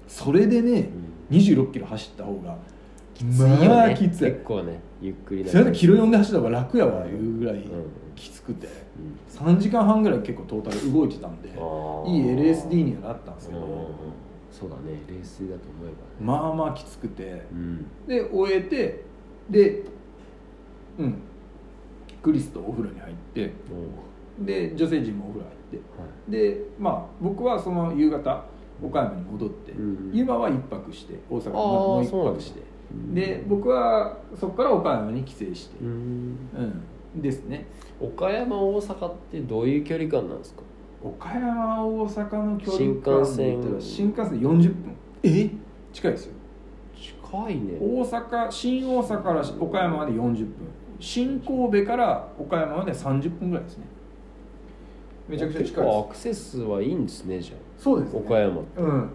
Speaker 1: それでね2 6キロ走った方が
Speaker 2: ついよね
Speaker 1: まあきつい
Speaker 2: 結構ねゆっくりな
Speaker 1: それだとキロ4で走った方が楽やわいうぐらい
Speaker 2: うん
Speaker 1: きつくて
Speaker 2: うん
Speaker 1: 3時間半ぐらい結構トータル動いてたんでいい
Speaker 2: あー
Speaker 1: LSD にはなったんです
Speaker 2: う
Speaker 1: け
Speaker 2: んうんうん
Speaker 1: ど
Speaker 2: そうだね冷水だと思えばね
Speaker 1: まあまあきつくて
Speaker 2: うん
Speaker 1: で終えてでうんクリスとお風呂に入って
Speaker 2: おう
Speaker 1: で女性陣もお風呂入っ
Speaker 2: はい
Speaker 1: てでまあ僕はその夕方岡山に戻って、
Speaker 2: うんうん
Speaker 1: 今は一泊して大阪に
Speaker 2: あー
Speaker 1: もう一
Speaker 2: そうなんだ
Speaker 1: 泊してで僕はそこから岡山に帰省して
Speaker 2: う、ん
Speaker 1: うんですね
Speaker 2: 岡山大阪ってどういう距離感なんですか
Speaker 1: 岡山大阪の距離
Speaker 2: 新幹線
Speaker 1: で言ったら新幹線40分
Speaker 2: え
Speaker 1: 近いですよ
Speaker 2: 近いね
Speaker 1: 大阪新大阪から岡山まで40分新神戸から岡山まで30分ぐらいですねめちゃくちゃ近い
Speaker 2: 結構
Speaker 1: で
Speaker 2: アクセスはいいんですねじゃ
Speaker 1: すそうで
Speaker 2: あ
Speaker 1: すね
Speaker 2: 岡山
Speaker 1: うん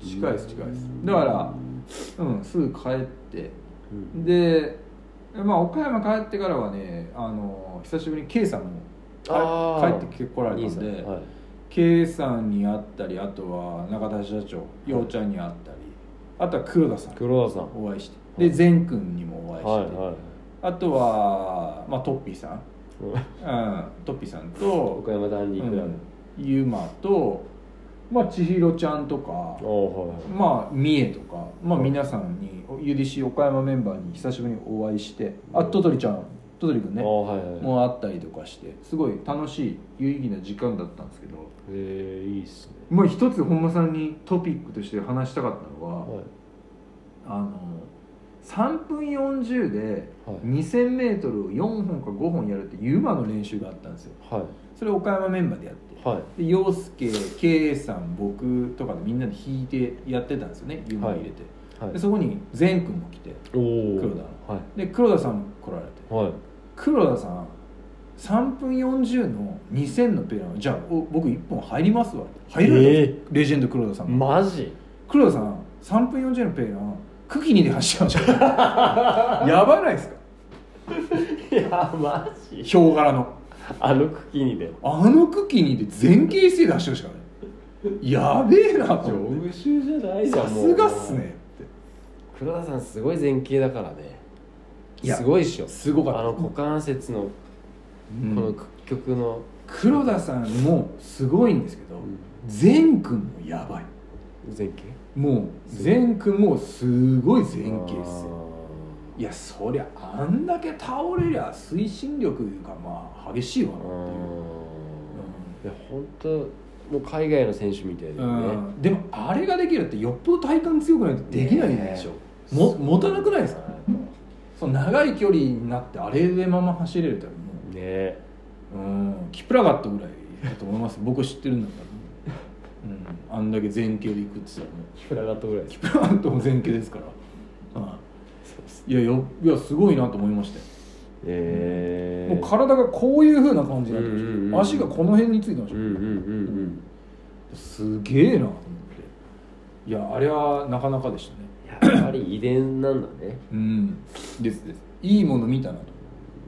Speaker 1: 近いです近いですだからうんすぐ帰って
Speaker 2: うん
Speaker 1: でまあ岡山帰ってからはねあの久しぶりに K さんも
Speaker 2: あ
Speaker 1: 帰
Speaker 2: ー
Speaker 1: 帰ってこられたんで、
Speaker 2: はい
Speaker 1: K さんに会ったりあとは中田社長陽ちゃんに会ったりあとは黒田さん
Speaker 2: 黒田さん
Speaker 1: お会いして
Speaker 2: は
Speaker 1: で
Speaker 2: い
Speaker 1: 善くんにもお会いして、
Speaker 2: はいはい
Speaker 1: あとは、まあ、トッピーさん、
Speaker 2: うん
Speaker 1: うん、トッピーさんと、
Speaker 2: 岡山ダン
Speaker 1: う
Speaker 2: ディークラブ
Speaker 1: ん、ユマと、まあ、千尋ちゃんとか、
Speaker 2: おーはいはい
Speaker 1: まあ、三重とか、まあ、皆さんに UDC 岡山メンバーに久しぶりにお会いしてあととりちゃんととりくん
Speaker 2: あ
Speaker 1: ね
Speaker 2: ーはいはい
Speaker 1: もう会ったりとかしてすごい楽しい有意義な時間だったんですけど
Speaker 2: えーいいっすね
Speaker 1: もう一つ本間さんにトピックとして話したかったのは、
Speaker 2: はい
Speaker 1: あの3分40で
Speaker 2: はい
Speaker 1: 2000m を4本か5本やるってユーマの練習があったんですよ
Speaker 2: はい
Speaker 1: それ岡山メンバーでやって
Speaker 2: はい
Speaker 1: で陽介 K さん僕とかでみんなで弾いてやってたんですよねユーマ入れて、
Speaker 2: はい
Speaker 1: でそこに善くんも来て
Speaker 2: おお
Speaker 1: 黒田
Speaker 2: はい
Speaker 1: で黒田さんも来られて
Speaker 2: はい
Speaker 1: 黒田さん3分40の2000のペラじゃあお僕1本入りますわ入る、
Speaker 2: えー
Speaker 1: レジェンド黒田さんが
Speaker 2: マジ <laughs>
Speaker 1: 黒田さん3分40のペイランクキニで走ってま <laughs> したやばないですか
Speaker 2: いやマジ
Speaker 1: ヒョウ柄の
Speaker 2: あの茎にで
Speaker 1: あのクキニで全形姿勢で走ってましたからねやべえなと思って
Speaker 2: 秀じゃない
Speaker 1: さすがっすねっ
Speaker 2: 黒田さんすごい前傾だからね
Speaker 1: いや
Speaker 2: すごいっしょ
Speaker 1: てすごかった
Speaker 2: あの股関節の
Speaker 1: うん
Speaker 2: この屈曲の
Speaker 1: 黒田さんもすごいんですけど、善くんもやばい
Speaker 2: 前傾
Speaker 1: もう善くんもすごい前傾っすよいやそりゃあんだけ倒れりゃ推進力がまあ激しいわなっていう
Speaker 2: いや本当もう海外の選手みたいだ
Speaker 1: う
Speaker 2: よね、
Speaker 1: ん、でもあれができるってよっぽど体幹強くないとできないでしょ、
Speaker 2: ね
Speaker 1: も持たなくないですかねその長い距離になってあれでまま走れるっても
Speaker 2: ね
Speaker 1: う、うん、キプラガットぐらいだと思い
Speaker 2: <laughs>
Speaker 1: ます僕知ってるんだから、うん、あんだけ前傾でいくって言ったらもう
Speaker 2: キプラガットぐらいです
Speaker 1: プラガットも前傾ですから、はい、いやよいやすごいなと思いましたよ
Speaker 2: え
Speaker 1: もう体がこういうふうな感じになってました、
Speaker 2: うんうんうん
Speaker 1: 足がこの辺についてまし
Speaker 2: う
Speaker 1: た、
Speaker 2: んうんうん
Speaker 1: すげえなと思っていやあれはなかなかでしたね
Speaker 2: うんやっぱり遺伝なんだね
Speaker 1: うんですですいいもの見たなと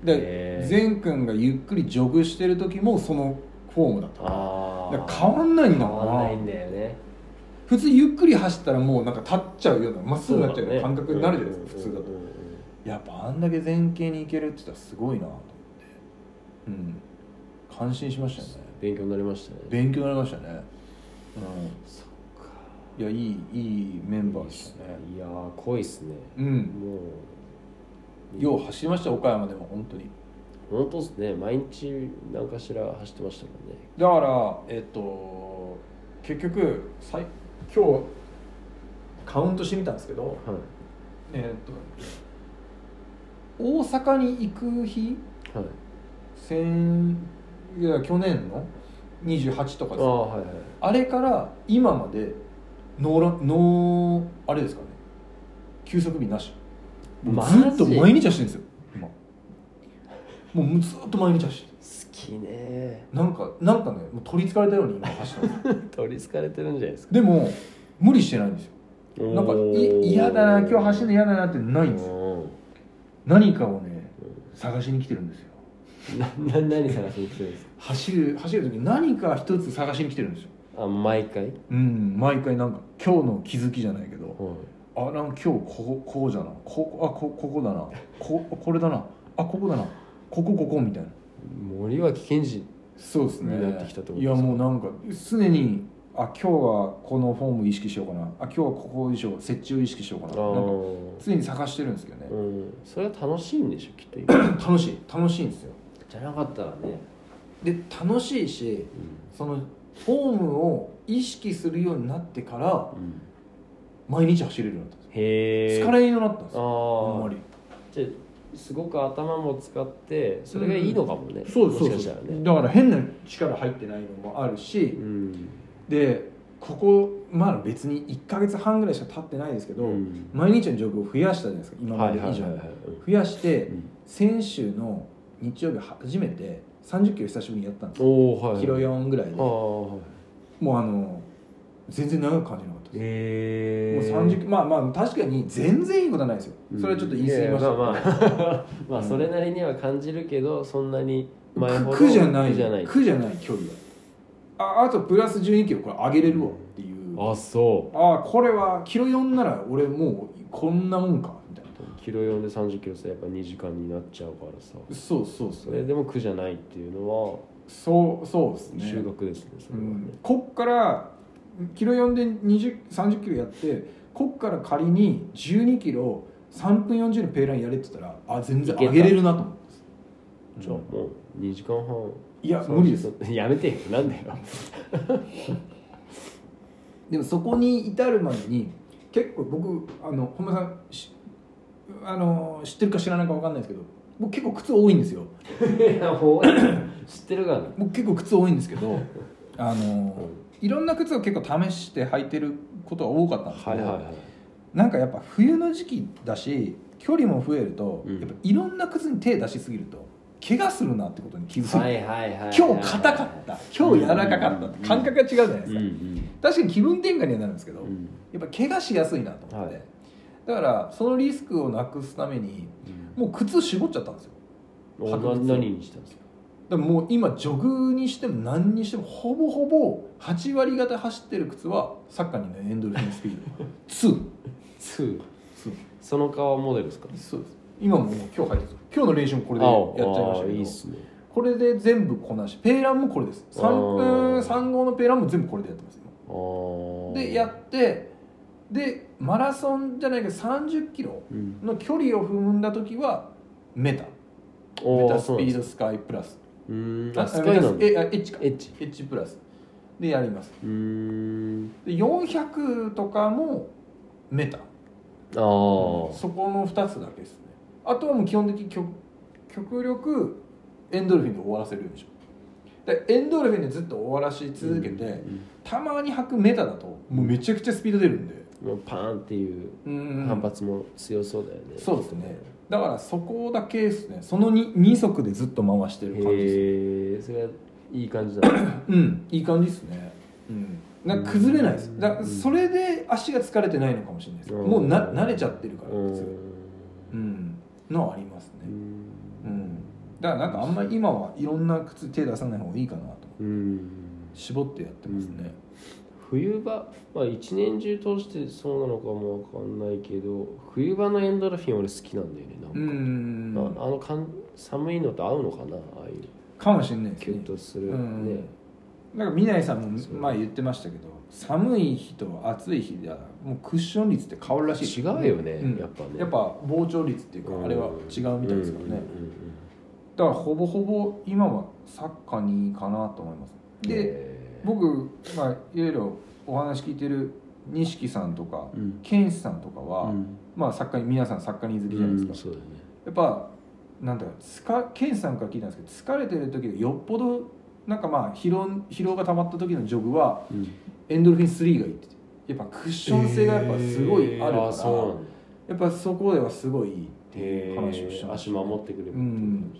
Speaker 1: で
Speaker 2: へー
Speaker 1: 善くんがゆっくりジョグしてる時もそのフォームだった
Speaker 2: あ
Speaker 1: だ
Speaker 2: あ
Speaker 1: から変わんないんだ
Speaker 2: 変
Speaker 1: もん
Speaker 2: わんないんだよね
Speaker 1: 普通ゆっくり走ったらもうなんか立っちゃうようなまっすぐになっちゃうような感覚になるじゃないですか、普通だとやっぱあんだけ前傾に行けるって言ったらすごいなと思ってうん感心しましたね
Speaker 2: 勉強になりましたね
Speaker 1: 勉強になりましたね
Speaker 2: そっか
Speaker 1: うんいやいいいいメンバーでしたね
Speaker 2: いやー濃いっすね
Speaker 1: うん
Speaker 2: もう
Speaker 1: よう走りました岡山でも本当に
Speaker 2: 本当っすね毎日何かしら走ってましたもんね
Speaker 1: だからえっと結局さい今日カウントしてみたんですけど、
Speaker 2: は
Speaker 1: えっと大阪に行く日
Speaker 2: いはい
Speaker 1: 先いや去年の28とか
Speaker 2: あ
Speaker 1: です
Speaker 2: あ
Speaker 1: あ
Speaker 2: はいはい
Speaker 1: れから今までノーラノーあれですかね休息日なしもうずっと
Speaker 2: マジ
Speaker 1: 毎日走ってるんですよ今もうずっと毎日走ってる
Speaker 2: 好きね
Speaker 1: なんかなんかねもう取りつかれたように今走ったんですよ
Speaker 2: 取りつかれてるんじゃないですか
Speaker 1: でも無理してないんですよなんかい嫌だな今日走るの
Speaker 2: や
Speaker 1: 嫌だなってないんですよ何かをね探しに来てるんですよ
Speaker 2: なな何探しに来てるんですか
Speaker 1: 走る走る時に何か一つ探しに来てるんですよ
Speaker 2: あ毎回
Speaker 1: うん毎回なんか今日の気づきじゃないけどあなんか今日こここうじゃなこあこここだなここれだなあここだなここここみたいな
Speaker 2: 森脇健児
Speaker 1: そうですね
Speaker 2: になってきたってこと
Speaker 1: い
Speaker 2: で
Speaker 1: や
Speaker 2: すか
Speaker 1: もうなんか常にあ今日はこのフォーム意識しようかなあ今日はここを意識しよう設置を意識しようか
Speaker 2: あ
Speaker 1: ななんか
Speaker 2: ー
Speaker 1: 常に探してるんですけどね
Speaker 2: うんそれは楽しいんでしょきっと今
Speaker 1: 楽しい楽しいんですよ
Speaker 2: じゃなかったらね、
Speaker 1: で楽しいしそのフォームを意識するようになってから
Speaker 2: うん
Speaker 1: 毎日走れるようになったんで
Speaker 2: へ
Speaker 1: す
Speaker 2: え
Speaker 1: よ疲れになったんです
Speaker 2: あ
Speaker 1: よあんま
Speaker 2: あ
Speaker 1: り
Speaker 2: じゃあすごく頭も使ってそれがいいのかもね、もしかしたらね
Speaker 1: だから変な力入ってないのもあるし
Speaker 2: うん
Speaker 1: でここまあ別に1か月半ぐらいしか経ってないですけど、
Speaker 2: うん
Speaker 1: 毎日のジョグを増やしたじゃないですか今ま
Speaker 2: はいは
Speaker 1: で
Speaker 2: い
Speaker 1: 以上
Speaker 2: はい
Speaker 1: に、
Speaker 2: はい
Speaker 1: 増やして
Speaker 2: うん
Speaker 1: 先週の日曜日初めて3 0キロ久しぶりにやったんですよ
Speaker 2: おおはいはい
Speaker 1: キロ4ぐらいで
Speaker 2: あ
Speaker 1: も
Speaker 2: あはいう
Speaker 1: あの全然長く感じなかったですもう
Speaker 2: へえ
Speaker 1: 30まあまあ確かに全然いいことはないですよそれはちょっと言い過ぎました、
Speaker 2: うんいやいやまあまあまあそれなりには感じるけどそんなに前ほど
Speaker 1: 苦じゃない
Speaker 2: 苦じゃない
Speaker 1: 苦じゃない距離はああとプラス1 2キロこれ上げれるわっていうあ
Speaker 2: あそ
Speaker 1: あこれはキロ4なら俺もうこんなもんかみたいな
Speaker 2: うキロ4で3 0キロさやっぱ2時間になっちゃうからさ
Speaker 1: そうそうそ
Speaker 2: そうれでも苦じゃないっていうのは
Speaker 1: そうそうですね
Speaker 2: 収穫ですねそうれはね
Speaker 1: ん、こっからキロ4で2 0 3 0キロやってこっから仮に1 2キロ3分40のペーラインやれって言ったらあ全然上げれるなと思うんです
Speaker 2: じゃあもう2時間半
Speaker 1: いや無理です
Speaker 2: すやめてよなんだよ
Speaker 1: <laughs> でもそこに至るまでに結構僕あの本間さんしあの知ってるか知らないか分かんないですけど僕結構靴多いんですよ
Speaker 2: いやもう知ってるからね
Speaker 1: 僕結構靴多いんですけ
Speaker 2: <laughs>
Speaker 1: どあのいろんな靴を結構試して履いてることは多かったんですけ
Speaker 2: はい
Speaker 1: ど、
Speaker 2: はいはい
Speaker 1: なんかやっぱ冬の時期だし距離も増えると、
Speaker 2: うん
Speaker 1: やっぱいろんな靴に手出しすぎると怪我するなってことに気づく、
Speaker 2: はいはいはい
Speaker 1: 今日硬かった今日柔らかかったって感覚が違うじゃないで
Speaker 2: う
Speaker 1: す
Speaker 2: ん
Speaker 1: か、
Speaker 2: うん
Speaker 1: 確かに気分転換にはなるんですけど、
Speaker 2: うん
Speaker 1: やっぱ怪我しやすいなと思って、
Speaker 2: はい
Speaker 1: だからそのリスクをなくすためにもう靴絞っちゃったんですよ
Speaker 2: おな何にしたんですか
Speaker 1: だからもう今ジョグにしても何にしてもほぼほぼ8割方走ってる靴はサッカーにねエンドルフィンスピー
Speaker 2: <laughs>
Speaker 1: ド 2, 2
Speaker 2: 2その顔モデルですか
Speaker 1: そうです今ももう今日入ってる今日の練習もこれでやっちゃいましたけど
Speaker 2: ああいいっすね
Speaker 1: これで全部こなしペーランもこれです3分
Speaker 2: あー
Speaker 1: 3号のペーランも全部これでやってますよでやってでマラソンじゃないけど3 0キロ
Speaker 2: うん
Speaker 1: の距離を踏んだ時はメタ
Speaker 2: お
Speaker 1: メ
Speaker 2: ー
Speaker 1: タスピー
Speaker 2: そ
Speaker 1: ド
Speaker 2: う
Speaker 1: スカイプラス
Speaker 2: なんだうーん
Speaker 1: あ
Speaker 2: あス
Speaker 1: メ
Speaker 2: カイ
Speaker 1: タ
Speaker 2: な
Speaker 1: ス
Speaker 2: んだ
Speaker 1: えあエッジか
Speaker 2: エッジ
Speaker 1: エッジプラスでやります
Speaker 2: うーん
Speaker 1: で400とかもメタ
Speaker 2: ああ
Speaker 1: そこの2つだけですねあとはもう基本的に極極力エンドルフィンで終わらせるようにしようでエンドルフィンでずっと終わらし続けて、たまに吐くメタだともうめちゃくちゃスピード出るんで
Speaker 2: もうパーンっていう
Speaker 1: うん
Speaker 2: 反発も強そうだよね、
Speaker 1: そうですねだからそこだけですねその 2, 二足でずっと回してる感じです
Speaker 2: へえそれはいい感じだな
Speaker 1: うんいい感じですねうんなんか崩れないですだからそれで足が疲れてないのかもしれないです
Speaker 2: うん
Speaker 1: もうな慣れちゃってるから
Speaker 2: う
Speaker 1: 靴がうんのはありますねうんだからなんかあんまり今はいろんな靴手出さない方がいいかなと
Speaker 2: うん
Speaker 1: 絞ってやってますね、
Speaker 2: 冬場まあ一年中通してそうなのかもわかんないけど冬場のエンドルフィン俺好きなんだよねなんか、
Speaker 1: うん
Speaker 2: まあ、あのかん寒いのと合うのかなああいう
Speaker 1: かもしれないです
Speaker 2: キュ
Speaker 1: ね
Speaker 2: ッとする、
Speaker 1: うん
Speaker 2: ね
Speaker 1: なんか南井さんも
Speaker 2: そう
Speaker 1: 前言ってましたけど寒い日と暑い日ではもうクッション率って変わるらしいです
Speaker 2: 違うよね、
Speaker 1: うん
Speaker 2: やっぱね
Speaker 1: やっぱ膨張率っていうか
Speaker 2: うん
Speaker 1: あれは違うみたいですからね、
Speaker 2: うんうんうん
Speaker 1: だからほぼほぼ今はサッカーにいいかなと思います
Speaker 2: うん
Speaker 1: で
Speaker 2: へー
Speaker 1: 僕、まあ、いろいろお話聞いてる錦さんとか
Speaker 2: うん
Speaker 1: 健志さんとかは、
Speaker 2: うん
Speaker 1: まあ作家に皆さん作家に譲りじゃないですか、
Speaker 2: そうだよね
Speaker 1: やっぱなんだろうつか健さんから聞いたんですけど疲れてる時でよっぽどなんかまあ疲労疲労が溜まった時のジョグは
Speaker 2: うん
Speaker 1: エンドルフィン3がいいってやっぱクッション性がやっぱすごいあるから、
Speaker 2: えーあそうなんだ
Speaker 1: やっぱそこではすごいいいっていう話をして
Speaker 2: えー
Speaker 1: まし
Speaker 2: 足
Speaker 1: た、
Speaker 2: 守ってくれるってこと
Speaker 1: うん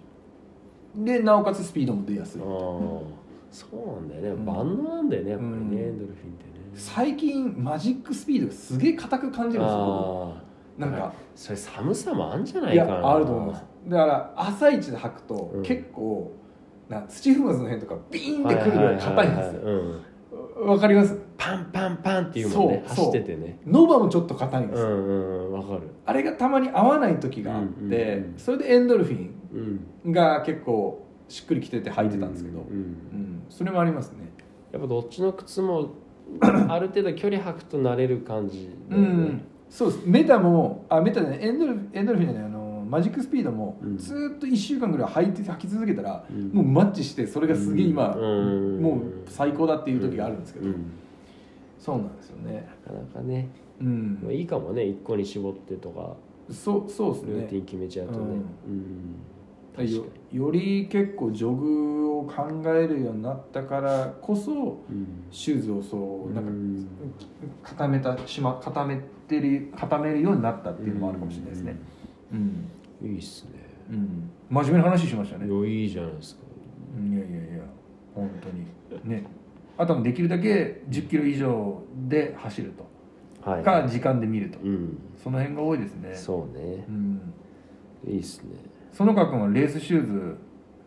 Speaker 1: でなおかつスピードも出やすい
Speaker 2: あーそうなんだよね、
Speaker 1: うん
Speaker 2: 万能なんだよねやっぱりね、
Speaker 1: うん
Speaker 2: エンドルフィンってね
Speaker 1: 最近マジックスピードがすげえ硬く感じるんですよ
Speaker 2: あ
Speaker 1: 僕なんか
Speaker 2: ーそれ寒さもあんじゃないいか
Speaker 1: や
Speaker 2: な
Speaker 1: あると思いますだから朝一で履くと
Speaker 2: うん
Speaker 1: 結構、な土踏まずの辺とかビーンってくるぐらい硬いんですよ
Speaker 2: よ、うん、
Speaker 1: わかります
Speaker 2: パンパンパンっていうもんね
Speaker 1: そうそう
Speaker 2: 走っててね
Speaker 1: ノバもちょっと硬いんで
Speaker 2: う
Speaker 1: すよ、
Speaker 2: んうんうんわかる
Speaker 1: あれがたまに合わない時があって、
Speaker 2: うんうんうん
Speaker 1: それでエンドルフィ
Speaker 2: うん
Speaker 1: ンが結構しっくりきてて履いてたんですけど、
Speaker 2: う
Speaker 1: うん
Speaker 2: ん
Speaker 1: それもありますね
Speaker 2: やっぱどっちの
Speaker 1: <coughs>
Speaker 2: 靴もある程度距離履くと慣れる感じだ
Speaker 1: う
Speaker 2: よね、
Speaker 1: んそうですメタもあメタねエンドルエンドルフィンじゃないあのマジックスピードも
Speaker 2: うん
Speaker 1: ずーっと1週間ぐらい履いて履き続けたら、
Speaker 2: うん
Speaker 1: もうマッチしてそれがすげえ今、
Speaker 2: うん
Speaker 1: もう最高だっていう時があるんですけど、
Speaker 2: うん
Speaker 1: そうなんですよね
Speaker 2: なかなかね、
Speaker 1: う
Speaker 2: まあ、
Speaker 1: ん
Speaker 2: いいかもね一個に絞ってとか
Speaker 1: そうそうです
Speaker 2: ルー
Speaker 1: ね
Speaker 2: ティン決めちゃうとねうん、
Speaker 1: よ
Speaker 2: 確かに
Speaker 1: より結構ジョグを考えるようになったからこそ
Speaker 2: うん
Speaker 1: シューズをそうな
Speaker 2: うん
Speaker 1: か
Speaker 2: ん
Speaker 1: 固めたしま固めてる固めるようになったっていうのもあるかもしれないですねうん、
Speaker 2: うんいいっすね
Speaker 1: うん、真面目な話しましたね
Speaker 2: いやいいじゃないですか
Speaker 1: いやいやいや本当にねあとはできるだけ1 0キロ以上で走る
Speaker 2: は
Speaker 1: と
Speaker 2: い
Speaker 1: か時間で見ると
Speaker 2: うん
Speaker 1: その辺が多いですね
Speaker 2: そうね
Speaker 1: うん
Speaker 2: いいっすね
Speaker 1: 園川君はレースシューズ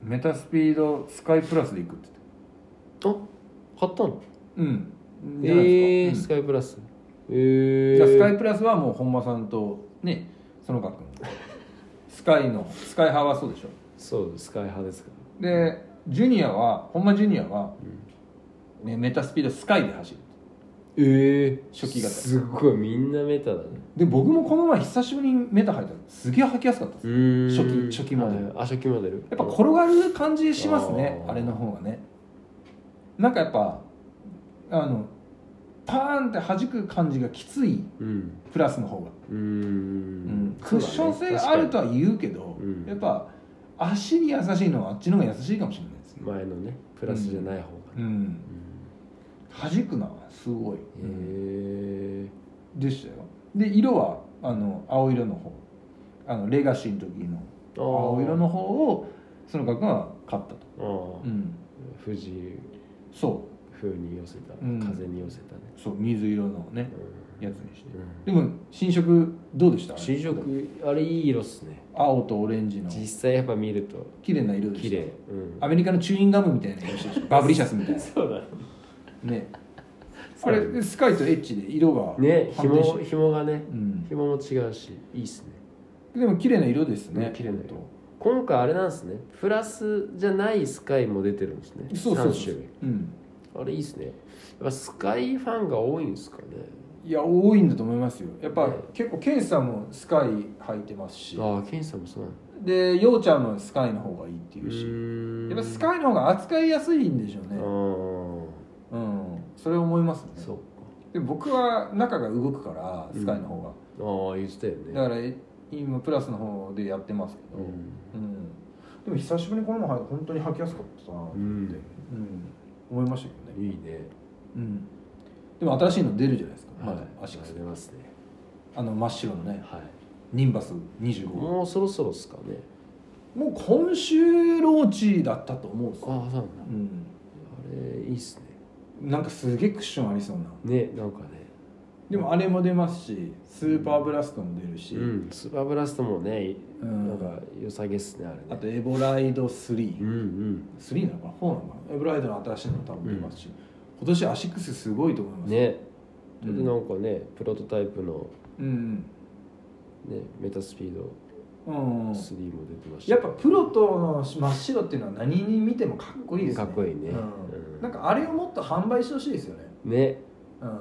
Speaker 1: メタスピードスカイプラスで行くって言って
Speaker 2: あ買ったの
Speaker 1: うん
Speaker 2: え
Speaker 1: じゃない
Speaker 2: えー
Speaker 1: です
Speaker 2: ス
Speaker 1: か、
Speaker 2: カイプラスえ
Speaker 1: うん
Speaker 2: え
Speaker 1: じゃあスカイプラスはもう本間さんとね園川君スカイのスカイ派はそうでしょ
Speaker 2: そうスカイ派ですか
Speaker 1: でジュニアは本間ジュニアは、ね、メタスピードスカイで走る
Speaker 2: ええ
Speaker 1: 初期型
Speaker 2: すっごいみんなメタだね
Speaker 1: で僕もこの前久しぶりにメタ履いたのすげえ履きやすかったです、
Speaker 2: うん
Speaker 1: 初期初期モデル
Speaker 2: あ初期モデル
Speaker 1: やっぱ転がる感じしますね
Speaker 2: あ
Speaker 1: あ
Speaker 2: ー
Speaker 1: れの方がねなんかやっぱあのパーンって弾く感じがきつい
Speaker 2: うん
Speaker 1: プラスの方が、
Speaker 2: う
Speaker 1: うん
Speaker 2: ん
Speaker 1: クッション性があると
Speaker 2: は
Speaker 1: は言うけど
Speaker 2: うん
Speaker 1: やっぱ足に優しいのはあっちの方が優しいかもしれないですね、
Speaker 2: 前のねプラスじゃない方が
Speaker 1: うん弾くなすごい、
Speaker 2: うんへえ
Speaker 1: でしたよで色はあの青色の方あのレガシーの時の青色の方をその額が買ったと、
Speaker 2: ああ
Speaker 1: うん、
Speaker 2: 富士
Speaker 1: そ
Speaker 2: 風に寄せた
Speaker 1: うん
Speaker 2: 風に寄せたね
Speaker 1: うそう水色のね
Speaker 2: うん
Speaker 1: やつにして
Speaker 2: うん
Speaker 1: でも新色どうでした
Speaker 2: 新色あれいい色っすね
Speaker 1: 青とオレンジの
Speaker 2: 実際やっぱ見ると
Speaker 1: 綺麗な色でした
Speaker 2: 綺麗うん
Speaker 1: アメリカのチューインガムみたいな色してるバブリシャスみたいな
Speaker 2: そうだね
Speaker 1: ねあれでスカイとエッジで色が
Speaker 2: ね
Speaker 1: 反転し
Speaker 2: 紐紐がね
Speaker 1: うん、
Speaker 2: 紐も違うしいいっすね
Speaker 1: でも綺麗な色ですね
Speaker 2: 綺麗な色
Speaker 1: ほんと
Speaker 2: 今回あれなんですねプラスじゃないスカイも出てるんですね
Speaker 1: そうそう
Speaker 2: 3
Speaker 1: そ
Speaker 2: 種
Speaker 1: う
Speaker 2: 類、
Speaker 1: うん、
Speaker 2: あれいいですねやっぱスカイファンが多いんですかね
Speaker 1: いや多いんだと思いますよやっぱ、
Speaker 2: ね
Speaker 1: 結構ケンさんもスカイ履いてますし
Speaker 2: ああケンさんもそうなんだ
Speaker 1: でようちゃんもスカイの方がいいっていうし、やっぱス
Speaker 2: イ
Speaker 1: カイの方が扱いやすいんでしょう
Speaker 2: ああ
Speaker 1: ねうんそれ思いますね
Speaker 2: そう
Speaker 1: でも僕は中が動くからスカイの方が、
Speaker 2: かああ言ってたよね
Speaker 1: だから今プラスの方でやってますけど、
Speaker 2: うん
Speaker 1: うんでも久しぶりにこの前本当に履きやすかったなと思って、
Speaker 2: うん
Speaker 1: うん思いましたけどね、
Speaker 2: いいね
Speaker 1: うん、でも新しいの出るじゃないですか、まだ
Speaker 2: はい
Speaker 1: アシックス
Speaker 2: 出ますね
Speaker 1: あの真っ白のね
Speaker 2: はい
Speaker 1: ニンバス25も
Speaker 2: もうそろそろっすかね
Speaker 1: う今週ローチだったと思うんですよ、
Speaker 2: ああそうなんだ
Speaker 1: うん、
Speaker 2: あれいいっすね
Speaker 1: なんかすげえクッションありそうな
Speaker 2: ねなんかね
Speaker 1: でもあれも出ますしスーパーブラストも出るし、
Speaker 2: うんスーパーブラストもね
Speaker 1: うん
Speaker 2: なんか良さげっすねあれね
Speaker 1: あとエボライド3、
Speaker 2: うんうん
Speaker 1: 3なのかな4なのかなエブライドの新しいの多分出ますし、今年アシックスすごいと思います、
Speaker 2: ね
Speaker 1: う
Speaker 2: そ
Speaker 1: ん
Speaker 2: れでなんかねプロトタイプの
Speaker 1: うん
Speaker 2: ねメタスピード
Speaker 1: うん、うん、
Speaker 2: 3も出てました
Speaker 1: やっぱプロとの真っ白っていうのは何に見てもかっこいいですね
Speaker 2: かっこいいね
Speaker 1: うん
Speaker 2: うん
Speaker 1: なんかあれをもっと販売してほしいですよね、
Speaker 2: ね
Speaker 1: うん、
Speaker 2: うん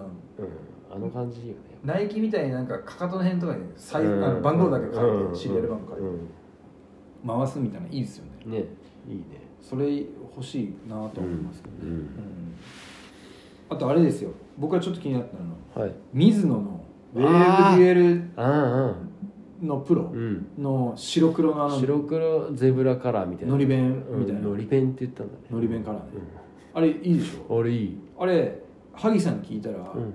Speaker 2: あの感じいいよね
Speaker 1: ナイキみたいになんかかかとの辺とかに財布、あの番号だけ書いて、シリアル番号書いて、回すみたいなのいいですよね
Speaker 2: ねいいね
Speaker 1: それ欲しいなと思いますけどね、
Speaker 2: うんうん
Speaker 1: あとあれですよ僕がちょっと気になったのは
Speaker 2: はい
Speaker 1: ミズノのウェーブデュエ
Speaker 2: あ
Speaker 1: ルのプロ
Speaker 2: あうん
Speaker 1: の白黒のあの
Speaker 2: 白黒ゼブラカラーみたいな
Speaker 1: のり弁みたいな、
Speaker 2: のり弁って言ったんだね
Speaker 1: のり弁カラーね、あれいいでしょ
Speaker 2: あれいい
Speaker 1: あれ萩さんに聞いたら、
Speaker 2: うん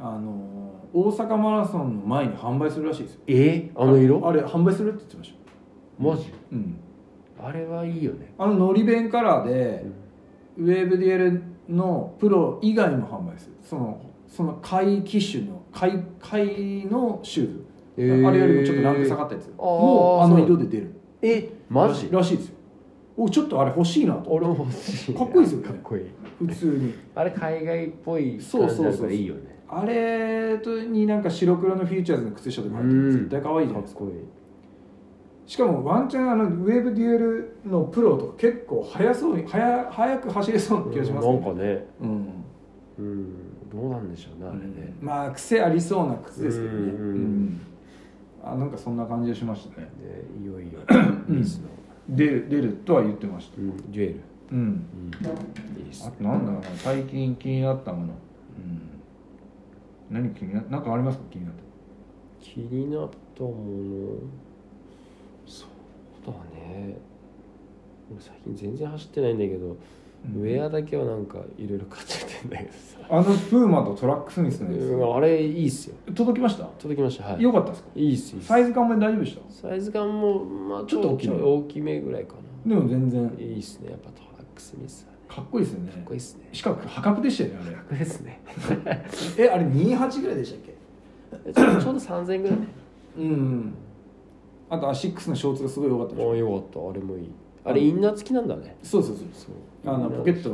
Speaker 1: あのー大阪マラソンの前に販売するらしいですよ
Speaker 2: えあの色
Speaker 1: あれ販売するって言ってましたよ
Speaker 2: マジ
Speaker 1: うん
Speaker 2: あれはいいよね
Speaker 1: あののり弁カラーで、ウェーブデュエルのプロ以外も販売するそのその買い機種の買い買いのシューズ、
Speaker 2: えー
Speaker 1: あれよりもちょっとランク下がったやつ
Speaker 2: ー
Speaker 1: もうあの色で出る
Speaker 2: えマジ
Speaker 1: らしいですよおちょっとあれ欲しいなと
Speaker 2: 俺も欲しい
Speaker 1: かっこいいですよね
Speaker 2: かっこいい
Speaker 1: 普通に
Speaker 2: あれ海外っぽい
Speaker 1: そう
Speaker 2: 感
Speaker 1: そう
Speaker 2: じ
Speaker 1: そう
Speaker 2: だからいいよね
Speaker 1: あれとになんか白黒のフューチャーズの靴下とか入って
Speaker 2: うん
Speaker 1: る絶対可愛いじゃ
Speaker 2: か
Speaker 1: ない
Speaker 2: っ
Speaker 1: ですか
Speaker 2: こいい
Speaker 1: しかもワンチャンあのウェーブデュエルのプロとか結構速そうに速速く走れそうな気がします
Speaker 2: う
Speaker 1: けど
Speaker 2: んなんかね
Speaker 1: うん
Speaker 2: うんどうなんでしょうねあれね
Speaker 1: まあ癖ありそうな靴ですけどね、
Speaker 2: うん
Speaker 1: あなんかそんな感じがしましたね
Speaker 2: ねいよいよ水の
Speaker 1: 出る出るとは言ってました
Speaker 2: うんデュエル
Speaker 1: うん
Speaker 2: いいっす
Speaker 1: あとなんだろうな最近気になったもの、うん、何気にななんかありますか気になった
Speaker 2: 気になったものそうだね俺最近全然走ってないんだけど、
Speaker 1: うん
Speaker 2: ウェアだけはなんかいろいろ買っちゃってんだけどさ、
Speaker 1: あのプーマとトラックスミスのや
Speaker 2: うんあれいいっすよ
Speaker 1: つ届きました、
Speaker 2: 届きましたはい
Speaker 1: よかったですか
Speaker 2: いいっすいいっす
Speaker 1: サイズ感も大丈夫でした
Speaker 2: サイズ感も、まあ、
Speaker 1: ちょっと大きめ
Speaker 2: い大きめぐらいか
Speaker 1: でも全然
Speaker 2: ないいっすねやっぱトラックスミスはね
Speaker 1: かっこいいですよね
Speaker 2: かっこいいっすね
Speaker 1: しかも破格でしたよね
Speaker 2: かっこいいっすね
Speaker 1: あれえあれ28ぐらいでしたっけ
Speaker 2: ちょちょうど3000円ぐらいね
Speaker 1: うん、うん、あとアシックスのショーツがすごい良かったでし
Speaker 2: あ
Speaker 1: ょ
Speaker 2: あよかったあれもいいあれインナー付きなんだね
Speaker 1: そうそうそう
Speaker 2: そう
Speaker 1: あのポケット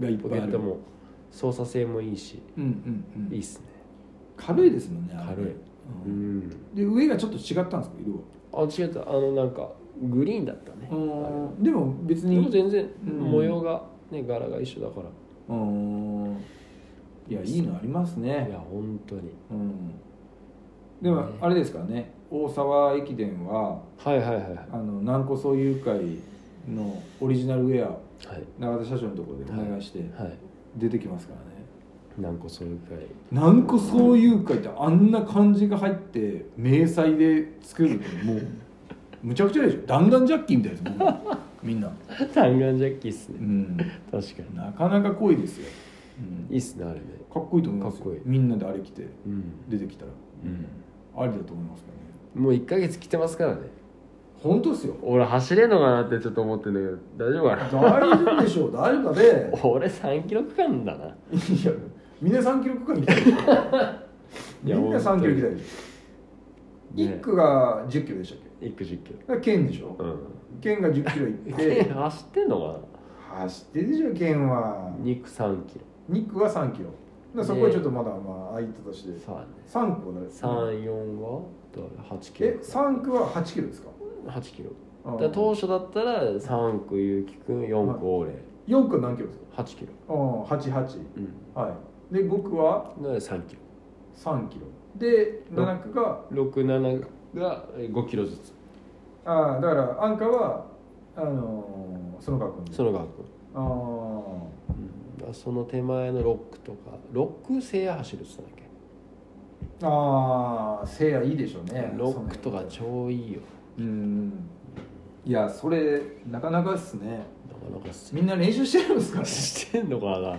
Speaker 1: がいっ
Speaker 2: ポ
Speaker 1: ぱい
Speaker 2: ケ
Speaker 1: あ
Speaker 2: ッ
Speaker 1: る、
Speaker 2: ト
Speaker 1: うん、
Speaker 2: も操作性もいいし
Speaker 1: うんうん
Speaker 2: いいっすね
Speaker 1: 軽いですもんねあれ
Speaker 2: 軽いう
Speaker 1: う
Speaker 2: ん
Speaker 1: ん、で上がちょっと違ったんですか色は
Speaker 2: あ違ったあのなんかグリーンだったねあ
Speaker 1: でも別
Speaker 2: れでも
Speaker 1: に
Speaker 2: 全然
Speaker 1: うん
Speaker 2: 模様がね柄が一緒だか
Speaker 1: うんいやいいのあります
Speaker 2: らい
Speaker 1: ね
Speaker 2: や本当に
Speaker 1: うんでも
Speaker 2: ね
Speaker 1: あれですからね大沢駅伝は
Speaker 2: はいはいはいはい
Speaker 1: あの南湖総友会のオリジナルウェア
Speaker 2: はい
Speaker 1: 永田社長のところでお願いして
Speaker 2: はい
Speaker 1: 出てきますからね、
Speaker 2: 何個そういうくらい
Speaker 1: 南湖総友会ってあんな漢字が入って明細で作るってもうむちゃくちゃでしょ弾丸ジャッキーみたいですもんみんな、
Speaker 2: 弾丸ジャッキっす
Speaker 1: う
Speaker 2: ね
Speaker 1: ん、
Speaker 2: 確か
Speaker 1: なかなか濃いですよ、うん
Speaker 2: にいいっすねあれね
Speaker 1: かっこいいと思いますよ
Speaker 2: かっこいい
Speaker 1: みんなであれ着て
Speaker 2: うん
Speaker 1: 出てきたら、ありだと思いますからね
Speaker 2: もう1ヶ月来てますからね
Speaker 1: 本当ですよ
Speaker 2: 俺走れんのかなってちょっと思ってんだけど大丈夫か
Speaker 1: 大
Speaker 2: な
Speaker 1: 丈夫でしょう大丈夫だね
Speaker 2: 俺3キロ区間だない
Speaker 1: やみんな3キロ区間に来たでしょ <laughs> みんな3キロ来たでしょ、
Speaker 2: ね
Speaker 1: 1区が1 0キロでしたっけ
Speaker 2: 1区10キ
Speaker 1: だから県でしょ
Speaker 2: ロ
Speaker 1: 県が1 0キロ行っ
Speaker 2: で
Speaker 1: <laughs> て
Speaker 2: 走ってんのか
Speaker 1: 走ってるでしょ県は
Speaker 2: な2区3キロ
Speaker 1: 2区は3キロだからそこはちょっとまだまあ空いたとして
Speaker 2: そうだね
Speaker 1: 3区は誰
Speaker 2: 三四はだから八キロ
Speaker 1: え三3区は8キロですか
Speaker 2: 八キロだから当初だったら3区ゆうきくん4区オーレ
Speaker 1: 4区何キロですか
Speaker 2: 8キロ
Speaker 1: うん88
Speaker 2: うん
Speaker 1: はいで5区は
Speaker 2: なので3キ
Speaker 1: 3キロで7区が
Speaker 2: ロ67が5キロずつ
Speaker 1: ああだからアンカーはあのー、園川君
Speaker 2: その学
Speaker 1: ああ
Speaker 2: 区、うん、その手前の6区とか6制覇走るっつったんだっけ
Speaker 1: ああせいやいいでしょうね
Speaker 2: 6区とか超いいよ
Speaker 1: うんいやそれなかなかっすね
Speaker 2: なかなかす
Speaker 1: みんな練習してるんですからね
Speaker 2: してんのかな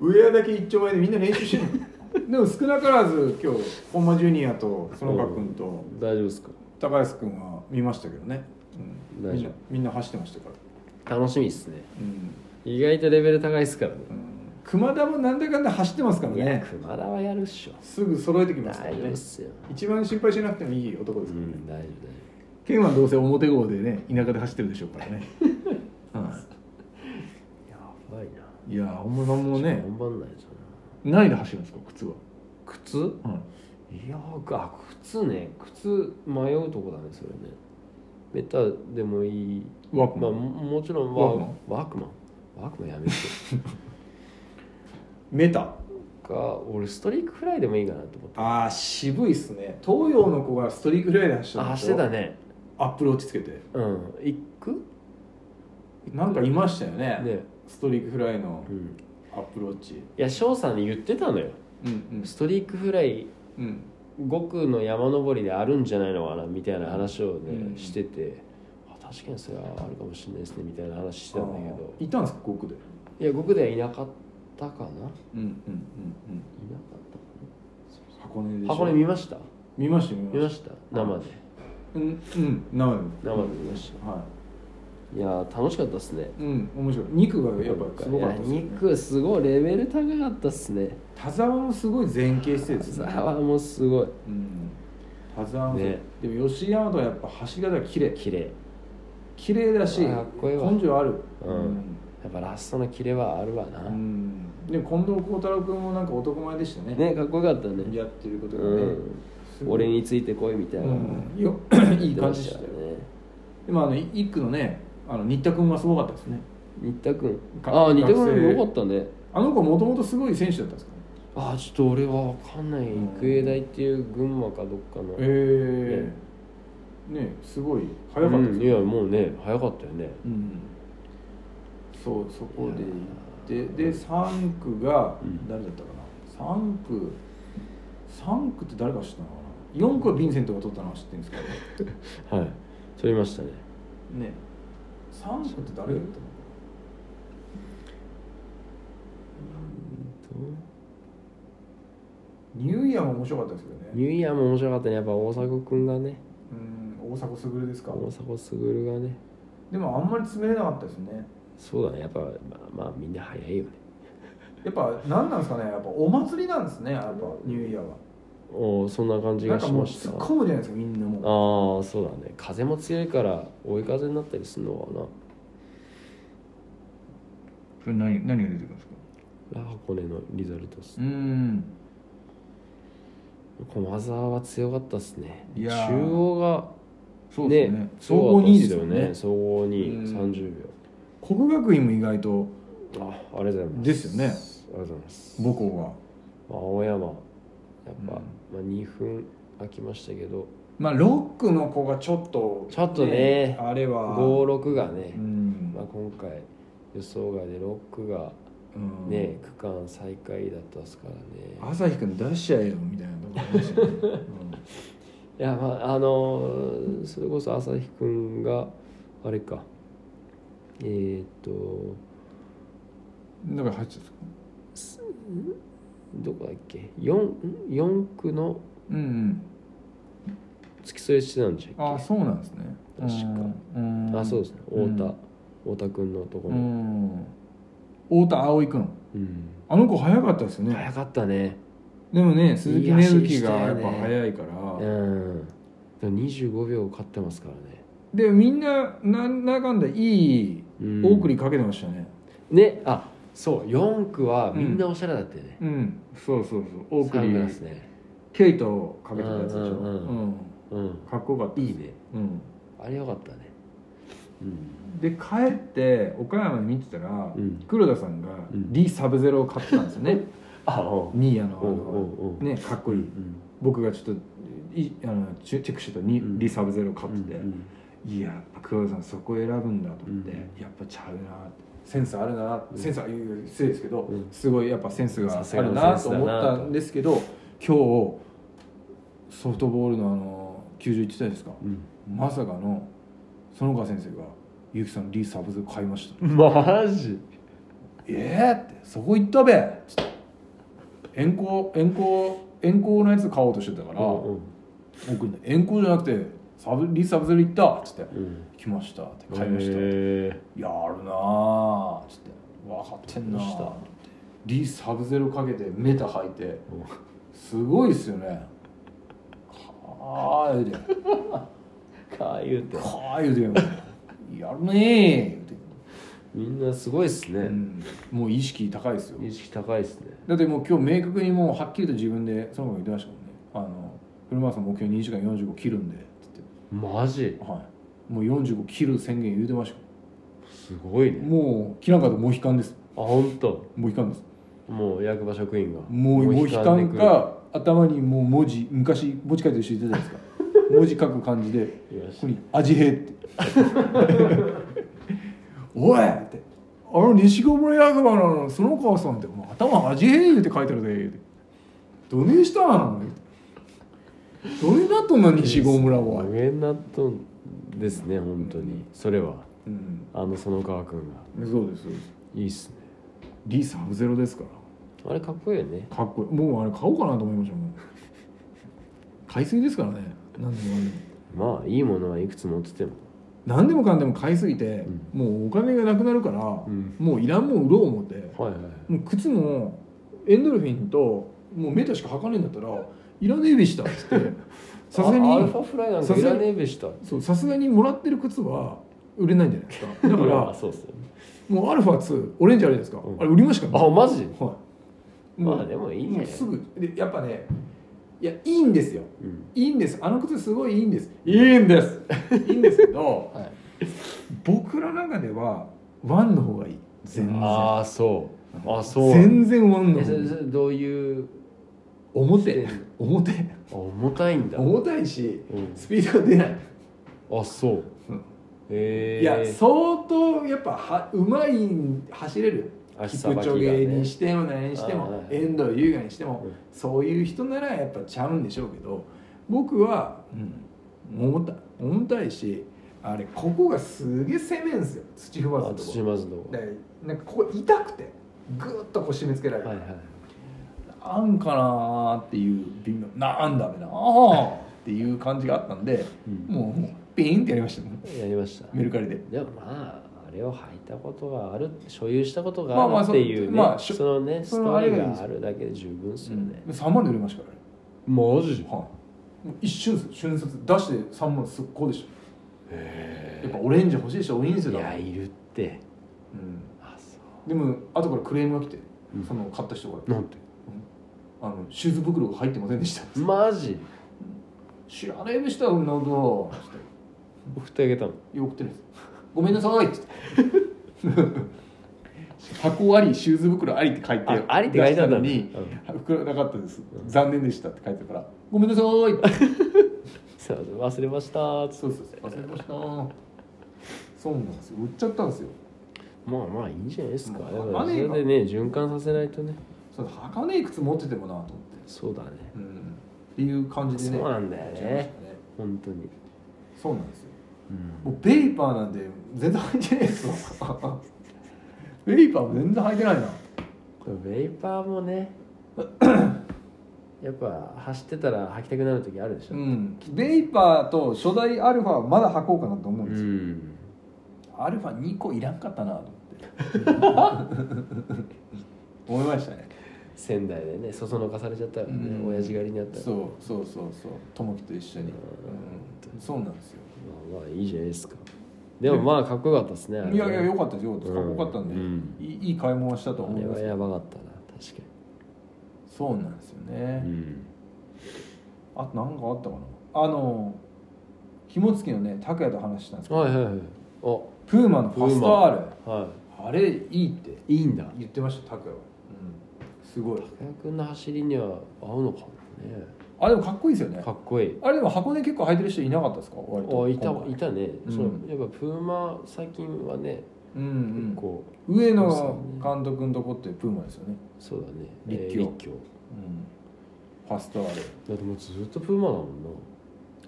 Speaker 1: 上だけ一丁前でみんな練習してる
Speaker 2: <laughs>
Speaker 1: でも少なからず今日本間ジュニアと園川君と
Speaker 2: 大丈夫ですか
Speaker 1: 高安君は見ましたけどね、うん、
Speaker 2: 大
Speaker 1: みん
Speaker 2: 丈
Speaker 1: な
Speaker 2: 夫
Speaker 1: みんな走ってましたから、
Speaker 2: 楽しみですね
Speaker 1: うん
Speaker 2: 意外とレベル高いですからね
Speaker 1: うん熊田もなんだかんだ走ってますから
Speaker 2: いや
Speaker 1: ね
Speaker 2: 熊田はやるっしょ
Speaker 1: すぐ揃えてきますから
Speaker 2: 大丈夫
Speaker 1: ね
Speaker 2: っすよ
Speaker 1: 一番心配しなくてもいい男
Speaker 2: う
Speaker 1: ですからね、
Speaker 2: ん大丈夫大丈
Speaker 1: ケンはどうせ表号でね田舎で走ってるでしょうから
Speaker 2: <laughs>
Speaker 1: ね、は、
Speaker 2: 夫やばいない
Speaker 1: いや本間さんもね
Speaker 2: 頑張んないじゃ
Speaker 1: 何で走るんですか靴は、
Speaker 2: な靴いやーあ靴ね靴迷うとこだねそれねベタでもいい
Speaker 1: うん、ワーク
Speaker 2: ま
Speaker 1: マ
Speaker 2: あ
Speaker 1: ン、
Speaker 2: ももちろん
Speaker 1: ワークマ
Speaker 2: ワワークマンワークマンやめて <laughs>
Speaker 1: メタ
Speaker 2: か俺ストリークフライでもいいかなと思って
Speaker 1: ああ渋いっすね東洋の子がストリークライで走
Speaker 2: あ
Speaker 1: った
Speaker 2: 走ってたね
Speaker 1: アップル落ちつけて
Speaker 2: うん行く
Speaker 1: なんかいましたよね
Speaker 2: ね
Speaker 1: ストリークフライの
Speaker 2: うん
Speaker 1: アップル落ち
Speaker 2: いや翔さんに言ってたのよ
Speaker 1: うんうん
Speaker 2: ストリークフライ
Speaker 1: うん
Speaker 2: 5区の山登りであるんじゃないのかなみたいな話をね、
Speaker 1: うん
Speaker 2: しててあ確かにそれはあるかもしれないですねみたいな話してたんだけど
Speaker 1: いたんですか5区で
Speaker 2: いや5区ではいなかったかないなかっ
Speaker 1: うんうんうんうん
Speaker 2: た
Speaker 1: 箱根で
Speaker 2: かな箱根見ました
Speaker 1: 見ました見
Speaker 2: 見ま
Speaker 1: まし
Speaker 2: した生で
Speaker 1: たうんうん生で
Speaker 2: 生で見まし
Speaker 1: は
Speaker 2: たいやー楽しかったっすね
Speaker 1: いうん面白い肉がやっぱすごかったですよね
Speaker 2: 肉すごいレベル高かったっすね
Speaker 1: 田沢もすごい前傾姿勢ですね
Speaker 2: ザワもすごい
Speaker 1: うん田沢もそう
Speaker 2: ね
Speaker 1: でも吉井大和はやっぱ走り方が綺麗
Speaker 2: 綺麗や
Speaker 1: 綺麗だし
Speaker 2: かっこいいわ
Speaker 1: 根性ある
Speaker 2: うんっぱラストのキレはあるわな、
Speaker 1: うんでも近藤幸太郎君もなんか男前でしたね
Speaker 2: ねかっこよかったね
Speaker 1: やってること
Speaker 2: う
Speaker 1: がね、
Speaker 2: ん
Speaker 1: すごい
Speaker 2: 俺についてこいみたいな、
Speaker 1: うん、よ
Speaker 2: <coughs>
Speaker 1: いい感じでしたよ
Speaker 2: ね
Speaker 1: でもあのい一区のねあの新田君はすごかったですね
Speaker 2: 新田君
Speaker 1: か
Speaker 2: ああ新田
Speaker 1: 学
Speaker 2: 君
Speaker 1: 生
Speaker 2: よかったね
Speaker 1: あの子もともとすごい選手だったんですかね
Speaker 2: ああちょっと俺は分かんない
Speaker 1: うん
Speaker 2: 育英大っていう群馬かどっかの
Speaker 1: ええねすごい早かったです
Speaker 2: うん
Speaker 1: ね
Speaker 2: いやもうね早かったよね
Speaker 1: うんそうそこで行ってで3区が
Speaker 2: うん
Speaker 1: 誰だったかな、3区3区って誰が走ったのかな4区はヴィンセントが取ったのは知ってるんですけど
Speaker 2: はい取りましたね
Speaker 1: ね3区って誰が取ったのニューイヤーも面白かったですけどね
Speaker 2: ニューイヤーも面白かったねやっぱ大迫君がね
Speaker 1: うん大迫傑ですか
Speaker 2: 大迫傑がね
Speaker 1: でもあんまり詰めれなかったですね
Speaker 2: そうだねやっぱまあ、まあ、みんな早いよね
Speaker 1: やっぱ何なんですかねやっぱお祭りなんですねやっぱニューイヤーは
Speaker 2: おおそんな感じ
Speaker 1: なん
Speaker 2: が
Speaker 1: か
Speaker 2: し
Speaker 1: もう
Speaker 2: まし
Speaker 1: 突
Speaker 2: た
Speaker 1: っ
Speaker 2: あ
Speaker 1: 込むじゃないですかみんなもう
Speaker 2: あーそうだね風も強いから追い風になったりするのかなこ
Speaker 1: それ何何が出てくるんですか
Speaker 2: れは箱根のリザルトっす
Speaker 1: うーん
Speaker 2: 駒沢は強かったですね
Speaker 1: い
Speaker 2: 中
Speaker 1: やー
Speaker 2: 央が
Speaker 1: そうで
Speaker 2: ね
Speaker 1: すね総
Speaker 2: 強か
Speaker 1: 合
Speaker 2: った
Speaker 1: 2
Speaker 2: っ
Speaker 1: 位ですよね
Speaker 2: 総
Speaker 1: う
Speaker 2: 合2
Speaker 1: ん
Speaker 2: 位30秒
Speaker 1: 国学院も意外と
Speaker 2: あありがとうございます
Speaker 1: ですよね
Speaker 2: ありがとうございます、
Speaker 1: 母校が
Speaker 2: まあ、青山やっぱ、
Speaker 1: うん
Speaker 2: まあ、2分空きましたけど
Speaker 1: まあロックの子がちょっと
Speaker 2: ちょっとね
Speaker 1: あれは
Speaker 2: 56がね
Speaker 1: う、ん
Speaker 2: まあ、今回予想外で6が
Speaker 1: うん
Speaker 2: ね、区間最下位だったですからね
Speaker 1: 朝日くん出しちゃえよみたいなとこありましたよね
Speaker 2: いやまああのーそれこそ朝日くんがあれかえーっと
Speaker 1: うんだから入っちゃったんですか
Speaker 2: どこだっけ4四区の
Speaker 1: うんうん
Speaker 2: 付き添いしてたんじゃ
Speaker 1: あ
Speaker 2: っけ
Speaker 1: そうなんですね
Speaker 2: 確か
Speaker 1: うん
Speaker 2: あそうですすね
Speaker 1: う
Speaker 2: 太
Speaker 1: ん
Speaker 2: 田、太田君のとこ
Speaker 1: う
Speaker 2: ろ、
Speaker 1: ん太田葵くん
Speaker 2: うん
Speaker 1: あの子早かったですよね
Speaker 2: 早かったね
Speaker 1: でもね鈴木
Speaker 2: いい
Speaker 1: 芽
Speaker 2: 走り
Speaker 1: 吹
Speaker 2: した
Speaker 1: が
Speaker 2: よね
Speaker 1: やっぱ早いから
Speaker 2: うんでも25秒勝ってますからね、
Speaker 1: でみんななんだかんだいい
Speaker 2: うん、
Speaker 1: 大栗かけてましたね
Speaker 2: ねあそう4区はみんなおしゃれだったよね、
Speaker 1: うん、そうそうそう大
Speaker 2: サングラ
Speaker 1: 栗
Speaker 2: スね
Speaker 1: ケイトをかけてたやつでしょ
Speaker 2: うんうんう
Speaker 1: う
Speaker 2: ん
Speaker 1: んかっこよかった
Speaker 2: いいね
Speaker 1: うん
Speaker 2: あれよかったね
Speaker 1: で帰って岡山で見てたら、
Speaker 2: うん
Speaker 1: 黒田さんが
Speaker 2: うん
Speaker 1: D サブゼロを買ってたんですよ
Speaker 2: <laughs>
Speaker 1: ね、
Speaker 2: あおう
Speaker 1: ニーヤのあ
Speaker 2: おうおうお
Speaker 1: の
Speaker 2: う
Speaker 1: ねかっこいい、
Speaker 2: うん
Speaker 1: 僕がちょっといあのチェチェックしてたに、
Speaker 2: うん
Speaker 1: リサブゼロ買ってて、
Speaker 2: うん
Speaker 1: いややっぱ黒田さんそこ選ぶんだと思って、
Speaker 2: うん
Speaker 1: やっぱちゃうなってセンスあるなって
Speaker 2: うん
Speaker 1: センスある失礼ですけど、
Speaker 2: うん
Speaker 1: すごいやっぱセンスが
Speaker 2: さす
Speaker 1: あ
Speaker 2: がの
Speaker 1: るな
Speaker 2: セ
Speaker 1: と
Speaker 2: ンスだな
Speaker 1: 思ったんですけど今日ソフトボールのあの91点ですか、
Speaker 2: うん
Speaker 1: まさかの園川先生が結城さんのリサブゼロ買いました
Speaker 2: マジ
Speaker 1: えーってそこ行ったべつって遠行遠行遠行のやつ買おうとしてたから、
Speaker 2: うんうん
Speaker 1: 僕ね遠行じゃなくてサブリサブゼロ行ったっつって
Speaker 2: うん
Speaker 1: 来ましたって買いました、
Speaker 2: へえ
Speaker 1: やるなあっつって分かってんな
Speaker 2: どうした
Speaker 1: あリサブゼロかけてメタ履いてすごいっすよねか <laughs> ーいでか
Speaker 2: か言うて
Speaker 1: ーいでやるねーって、
Speaker 2: みんなすごいっす
Speaker 1: う
Speaker 2: ね
Speaker 1: ん、もう意識高いっすよ
Speaker 2: 意識高いっすね
Speaker 1: だってもう今日明確にもうはっきりと自分でそのまま言ってましたもんねあのフルマラソン目標2時間45切るんでつって
Speaker 2: マジ
Speaker 1: はいもう45切る宣言言うてました
Speaker 2: すごいね
Speaker 1: もう切らんかったらモヒカンです
Speaker 2: あ本当。
Speaker 1: モヒカンです
Speaker 2: もう役場職員が
Speaker 1: もうモヒカ
Speaker 2: で
Speaker 1: ン
Speaker 2: 来る
Speaker 1: か頭にもう文字昔文字書いてる人いたじゃないですか文字書く感じでこ
Speaker 2: いました
Speaker 1: こに「味変」っておいってあの西小村役場のその川さんってもう頭味変って書いてるで言うてどねしたんどねなっとんの西郷村は、
Speaker 2: 無限なとんですね本当にそれは
Speaker 1: うん、
Speaker 2: あの園川君が
Speaker 1: そうですそうです
Speaker 2: いいっすね
Speaker 1: リーサブゼロですから
Speaker 2: あれかっこいいよね
Speaker 1: かっこいいもうあれ買おうかなと思いましたもん買いすぎですからね何でも
Speaker 2: まあいいものはいくつ持ってても
Speaker 1: 何でもかんでも買いすぎて、もうお金がなくなるから、
Speaker 2: ん
Speaker 1: もういらんもん売ろう思って
Speaker 2: はいはい
Speaker 1: もう靴もエンドルフィンともうメタしか履かねえんだったらいらねえべしたっつ
Speaker 2: <laughs>
Speaker 1: ってさすが
Speaker 2: あアル
Speaker 1: に
Speaker 2: ファフライなんかいらねえべした
Speaker 1: そうさすがにもらってる靴は売れないん
Speaker 2: <laughs>
Speaker 1: じゃないですかだか
Speaker 2: まあ
Speaker 1: ら
Speaker 2: そうっすよね
Speaker 1: もうアルファ2オレンジあるじゃないですか、
Speaker 2: うん
Speaker 1: あれ売りましたから
Speaker 2: あマジ
Speaker 1: はいもう
Speaker 2: まあでもいいんじゃ
Speaker 1: もう
Speaker 2: ない
Speaker 1: すぐでやっぱねいやいいんですよ
Speaker 2: うん
Speaker 1: いいんですあの靴すごいいいんですいいんですいいんですけど、僕らの中ではワンの方がいい全然
Speaker 2: ああそうあそう
Speaker 1: 全然ワンの
Speaker 2: え
Speaker 1: 方
Speaker 2: そ
Speaker 1: がい
Speaker 2: れ
Speaker 1: い
Speaker 2: それどういう
Speaker 1: 表表
Speaker 2: あ重たいんだ、
Speaker 1: 重たいし
Speaker 2: うん
Speaker 1: スピードが出ない、
Speaker 2: あそう
Speaker 1: うん
Speaker 2: へえ
Speaker 1: いや相当やっぱはうまい走れる
Speaker 2: 足
Speaker 1: キ
Speaker 2: さば
Speaker 1: プ
Speaker 2: き
Speaker 1: チ
Speaker 2: が
Speaker 1: ョゲに
Speaker 2: ね
Speaker 1: しても何にして
Speaker 2: あ
Speaker 1: も
Speaker 2: ー
Speaker 1: 遠藤優雅にしても、
Speaker 2: うん
Speaker 1: そういう人ならやっぱちゃうんでしょうけど僕は、うん、重たい重たいしあれここがすげえ攻めんすよ土踏まず
Speaker 2: あ
Speaker 1: のと
Speaker 2: 土
Speaker 1: こ
Speaker 2: まずのとこ
Speaker 1: でなんかここ痛くてグーッとこう締め付けられる、
Speaker 2: はいはい
Speaker 1: あんかなーっていう微妙なんだべなーっていう感じがあったんで、
Speaker 2: うん
Speaker 1: もうもうピーンってやりましたもん
Speaker 2: やりました
Speaker 1: メルカリで
Speaker 2: でもまああれを履いたことがある所有したこと
Speaker 1: まあま
Speaker 2: が
Speaker 1: あ
Speaker 2: あるっ
Speaker 1: そ
Speaker 2: ていうね、
Speaker 1: まあし
Speaker 2: そ
Speaker 1: ょ
Speaker 2: のね
Speaker 1: そ
Speaker 2: ス
Speaker 1: の
Speaker 2: トーリ
Speaker 1: あれがいいん
Speaker 2: ー
Speaker 1: です
Speaker 2: があるだけで十分っすよね、
Speaker 1: 3万で売れましたからね
Speaker 2: マジ
Speaker 1: はい、もう一瞬です瞬殺出して3万速攻でし
Speaker 2: へ
Speaker 1: たやっぱオレンジ欲しい人多いんです
Speaker 2: えい
Speaker 1: よ
Speaker 2: や
Speaker 1: だ
Speaker 2: いるって
Speaker 1: うん、
Speaker 2: あそ
Speaker 1: でも後からクレームが来て、
Speaker 2: うん
Speaker 1: その買った人が
Speaker 2: うなんて
Speaker 1: あのシューズ袋が入ってませんでした <laughs>
Speaker 2: マジ
Speaker 1: 知らねえでしたそんなことつっ
Speaker 2: 送ってあげたの
Speaker 1: てよくてです <laughs> ごめんなさいっつって <laughs> 箱ありシューズ袋ありって書いて
Speaker 2: あありって書いてあったん
Speaker 1: 出
Speaker 2: だ
Speaker 1: し袋なかったです残念でしたって書いてたからごめんなさい
Speaker 2: そう忘れました
Speaker 1: そうそうそう忘れましたそうなんですよ売っちゃったんですよ
Speaker 2: まあまあいいんじゃないですか
Speaker 1: まあ
Speaker 2: だから
Speaker 1: まあ
Speaker 2: そ
Speaker 1: ね
Speaker 2: れでね循環させないとね
Speaker 1: それ儚い靴持っててもなと思って、
Speaker 2: そうだね
Speaker 1: うん、っていう感じでね
Speaker 2: そうなんだよね
Speaker 1: 買っちゃいました
Speaker 2: 本当に、
Speaker 1: そうなんですよ
Speaker 2: うん、
Speaker 1: もうベイパーなんで全然履いてないですわベイパーも全然履いてないな
Speaker 2: これベイパー
Speaker 1: <coughs>
Speaker 2: もねやっぱ走ってたら履きたくなる時あるでしょ、
Speaker 1: うんベイパーと初代アルファはまだ履こうかなと思うんですよ、
Speaker 2: ん
Speaker 1: アルファ2個いらんかったなと <laughs> 思って思いましたね
Speaker 2: 仙台でねそそのかされちゃったらね、
Speaker 1: うん
Speaker 2: 親父狩りにあったら
Speaker 1: そうそうそうそう友樹と一緒に、うん、そうなんですよ
Speaker 2: まあまあいいじゃないですかでもまあかっこよかったですねあれね
Speaker 1: いやいや良かったですよかったですかっこよかったんで、
Speaker 2: うん
Speaker 1: いいいい買い物をしたと
Speaker 2: あ
Speaker 1: 思い
Speaker 2: れ
Speaker 1: ま
Speaker 2: は
Speaker 1: す
Speaker 2: やばかったな確か
Speaker 1: そうなんですよね、
Speaker 2: に、うん、
Speaker 1: あと何かあったかなあの紐付きのね拓哉と話したんですけど、
Speaker 2: はいはいはいあ
Speaker 1: プーマのパスタある
Speaker 2: は
Speaker 1: あれいいって
Speaker 2: いいいんだ
Speaker 1: 言ってました拓也は、うん、すごい
Speaker 2: 高谷君の走りには合うのかもね
Speaker 1: あでもかっこいいですよね
Speaker 2: かっこいい
Speaker 1: あれでも箱根結構履いてる人いなかったですか割と
Speaker 2: あいた
Speaker 1: 今回
Speaker 2: いたね、
Speaker 1: うん
Speaker 2: そうやっぱプーマ最近はね
Speaker 1: うん
Speaker 2: 結
Speaker 1: うん
Speaker 2: 構
Speaker 1: 上野監督のとこってプーマですよね、
Speaker 2: そうだね
Speaker 1: 立
Speaker 2: え
Speaker 1: 教
Speaker 2: ー立教
Speaker 1: うん、パスタあれ
Speaker 2: だってもうずっとプーマだもんな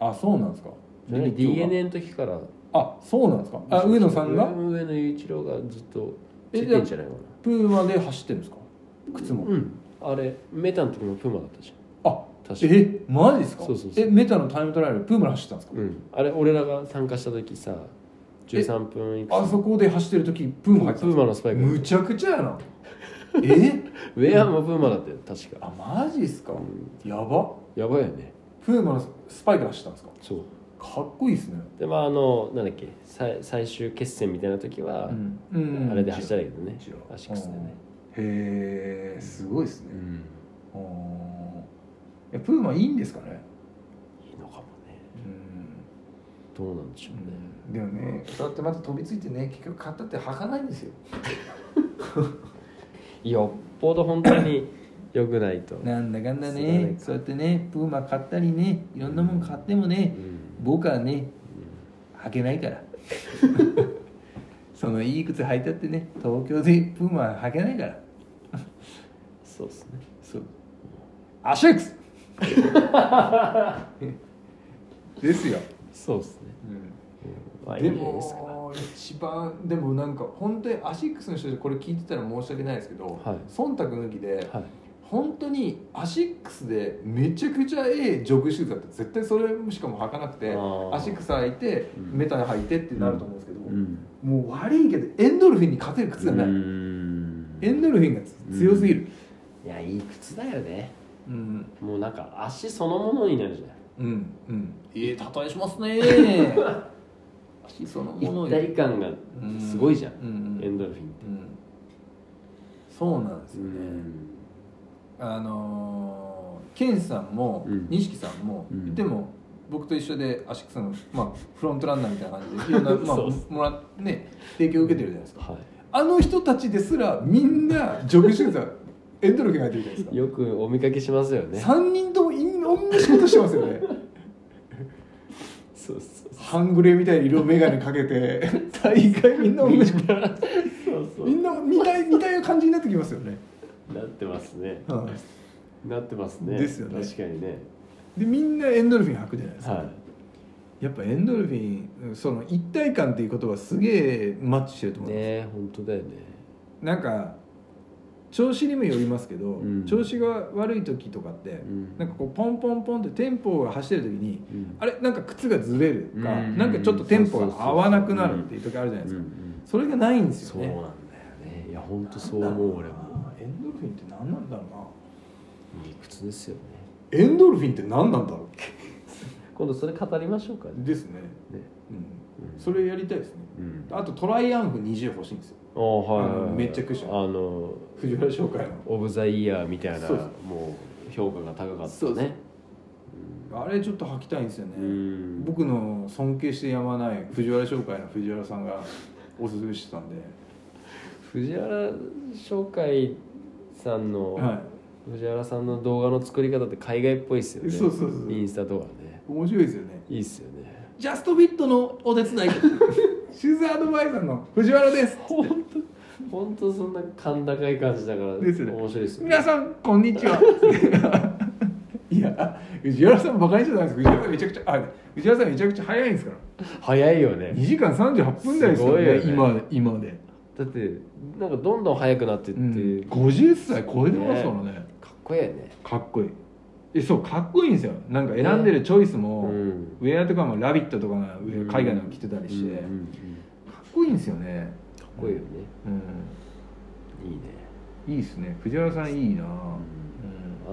Speaker 1: あそうなんですか
Speaker 2: じゃあね
Speaker 1: 立教が
Speaker 2: DNA の時から
Speaker 1: あそうなんですかあ上野さんが
Speaker 2: 上野雄一郎がずっと
Speaker 1: え
Speaker 2: 知ってんじゃないかな
Speaker 1: プーマで走ってるんですか靴も、
Speaker 2: うんあれメタの時もプーマだったじ
Speaker 1: あ
Speaker 2: ゃん確か
Speaker 1: えマジですか
Speaker 2: そうそうそう
Speaker 1: えメタのタイムトライアルプーマで走ってたんですか、
Speaker 2: うんあれ俺らが参加した時さ13分いくつ
Speaker 1: あそこで走ってる時プーマ入ってた
Speaker 2: プーマのスパイク
Speaker 1: むちゃくちゃや
Speaker 2: <laughs>
Speaker 1: なえ
Speaker 2: ウェアもプーマだったよ確か
Speaker 1: あマジっすかやば
Speaker 2: やばいよね
Speaker 1: プーマのスパイクで走ったんですか
Speaker 2: そう
Speaker 1: かっこいいですね
Speaker 2: でまああのなんだっけ最最終決戦みたいな時は、
Speaker 1: ん、うん
Speaker 2: あれで走ったけどね
Speaker 1: 一応
Speaker 2: アシックスでね
Speaker 1: へえすごいです
Speaker 2: う
Speaker 1: ね、
Speaker 2: ん
Speaker 1: うん、いやプーマいいんですかね
Speaker 2: いいのかもね
Speaker 1: うん
Speaker 2: どうなんでしょう
Speaker 1: で
Speaker 2: ね、
Speaker 1: もねそうやってまた飛びついてね結局買ったって履かないんですよ
Speaker 2: よっぽど本当に良くないと、
Speaker 1: なんだかんだ
Speaker 2: そうだ
Speaker 1: ね
Speaker 2: ね
Speaker 1: そうやってねプーマ買ったりねいろんなもん買っても
Speaker 2: う
Speaker 1: ね
Speaker 2: ん、
Speaker 1: 僕はね履けないから <laughs> そのいい靴履いたってね東京でプーマは履けないから
Speaker 2: そうですね
Speaker 1: そうアシッ <laughs> クスですよ、
Speaker 2: そうですね、うんまあいい
Speaker 1: で
Speaker 2: んじゃないですか
Speaker 1: も一番でもなんか本当にアシックスの人でこれ聞いてたら申し訳ないですけど、
Speaker 2: はい
Speaker 1: 忖度抜きで
Speaker 2: はい
Speaker 1: 本当にアシックスでめちゃくちゃええジョグシューズだって絶対それしかも履かなくて
Speaker 2: あー
Speaker 1: アシックス履いて、
Speaker 2: うん
Speaker 1: メタに履いてってなると思うんですけど、
Speaker 2: うん
Speaker 1: もう悪いけどエンドルフィンに勝てる靴がない、
Speaker 2: うん
Speaker 1: エンドルフィンが強すぎる
Speaker 2: いやいい靴だよね
Speaker 1: うん
Speaker 2: もうなんか足そのものになるじゃない
Speaker 1: うんうんいい例えしますね <laughs> 足その
Speaker 2: 一体感がすごいじゃん、
Speaker 1: うんうん
Speaker 2: エンドルフィンって、
Speaker 1: うんそうなんです
Speaker 2: う
Speaker 1: よね、
Speaker 2: ん、
Speaker 1: あのーケンさんも
Speaker 2: うん
Speaker 1: 錦、さんも、
Speaker 2: うん
Speaker 1: でも僕と一緒でアシックスの、まあ、フロントランナーみたいな感じでい
Speaker 2: <laughs>
Speaker 1: ろんな、まあ
Speaker 2: そうっす、
Speaker 1: もらってね提供受けてるじゃないですか
Speaker 2: は
Speaker 1: あの人たちですらみんなジョグシューズはエンドルフィンが入ってるじゃないで
Speaker 2: いよくお見かけしますよね
Speaker 1: すか、3人ともいん同じ仕事してます
Speaker 2: <laughs>
Speaker 1: よね
Speaker 2: そうそうそう
Speaker 1: 半グレーみたいな色眼鏡かけ
Speaker 2: <laughs>
Speaker 1: て大概みんな同じ
Speaker 2: そうそ
Speaker 1: みんな似た似た感じになってきますよね、
Speaker 2: うなってますね
Speaker 1: は
Speaker 2: なってますね
Speaker 1: ですよね
Speaker 2: 確かにね
Speaker 1: いでみんなエンドルフィン履くじゃないですか、
Speaker 2: は
Speaker 1: やっぱエンドルフィンその一体感っていうことはすげえマッチしてると
Speaker 2: い
Speaker 1: 思う、
Speaker 2: ねえ本当だよね
Speaker 1: なんか調子にもよりますけど、
Speaker 2: ん
Speaker 1: 調子が悪い時とかって、
Speaker 2: ん
Speaker 1: なんかこうポンポンポンってテンポが走ってる時に
Speaker 2: うん
Speaker 1: あれなんか靴がずれるか、
Speaker 2: うん
Speaker 1: なんかちょっとテンポが合わなくなるっていう時あるじゃないですか、それがないんです
Speaker 2: そう
Speaker 1: よ
Speaker 2: なん
Speaker 1: ね
Speaker 2: だよねいや本当そう思う俺も
Speaker 1: エンドルフィンって何なんだろうない
Speaker 2: い靴ですよね
Speaker 1: エンドルフィンって何なんだろ
Speaker 2: 今度それ語りましょうかね
Speaker 1: うですね、
Speaker 2: ね
Speaker 1: うん
Speaker 2: うん
Speaker 1: それやりたいですね
Speaker 2: うん
Speaker 1: あとトライアンフ20欲しいんですよ
Speaker 2: あはいはい
Speaker 1: あ
Speaker 2: は
Speaker 1: の
Speaker 2: い
Speaker 1: めっちゃクッション
Speaker 2: あの
Speaker 1: 藤原紹介の
Speaker 2: オブ・ザ・イヤーみたいな
Speaker 1: そうそう
Speaker 2: もう評価が高かっ
Speaker 1: そうそう
Speaker 2: たね
Speaker 1: あれちょっと履きたいんですよね、
Speaker 2: うん
Speaker 1: 僕の尊敬してやまない藤原商会の藤原さんがおすすめしてたんで、
Speaker 2: 藤原商会さんの、
Speaker 1: は
Speaker 2: 藤原さんの動画の作り方って海外っぽいっすよね
Speaker 1: そうそうそう
Speaker 2: インスタとかね
Speaker 1: い、面白いですよね
Speaker 2: いいっすよね
Speaker 1: ジャストフィットのお手伝い <laughs> シューズアドバイザーの藤原です
Speaker 2: 本当本当そんな甲高い感じだから
Speaker 1: ですよね
Speaker 2: 面白いですよね
Speaker 1: 皆さんこんにちは <laughs> いや藤原さんバカにしちゃダメです藤原さんめちゃくちゃあ藤原さんめちゃくちゃ早いんですから
Speaker 2: 早いよ
Speaker 1: 2
Speaker 2: ね
Speaker 1: 時間38分台ですよね
Speaker 2: すごいよ
Speaker 1: 今今で、
Speaker 2: だってなんかどんどん速くなってって、
Speaker 1: うん、50歳超えてますからね
Speaker 2: かっこいいよね
Speaker 1: かっこいいえそうかっこいいんですよなんか選んでるチョイスも、
Speaker 2: うん
Speaker 1: ウェアとかも「ラビット!」とかが上
Speaker 2: うん
Speaker 1: 海外の着てたりして、
Speaker 2: うんう
Speaker 1: か
Speaker 2: ん
Speaker 1: っこいいんですよね
Speaker 2: うんかっこいいよね、
Speaker 1: うん
Speaker 2: いいね、
Speaker 1: いいですね藤原さんいいな
Speaker 2: あ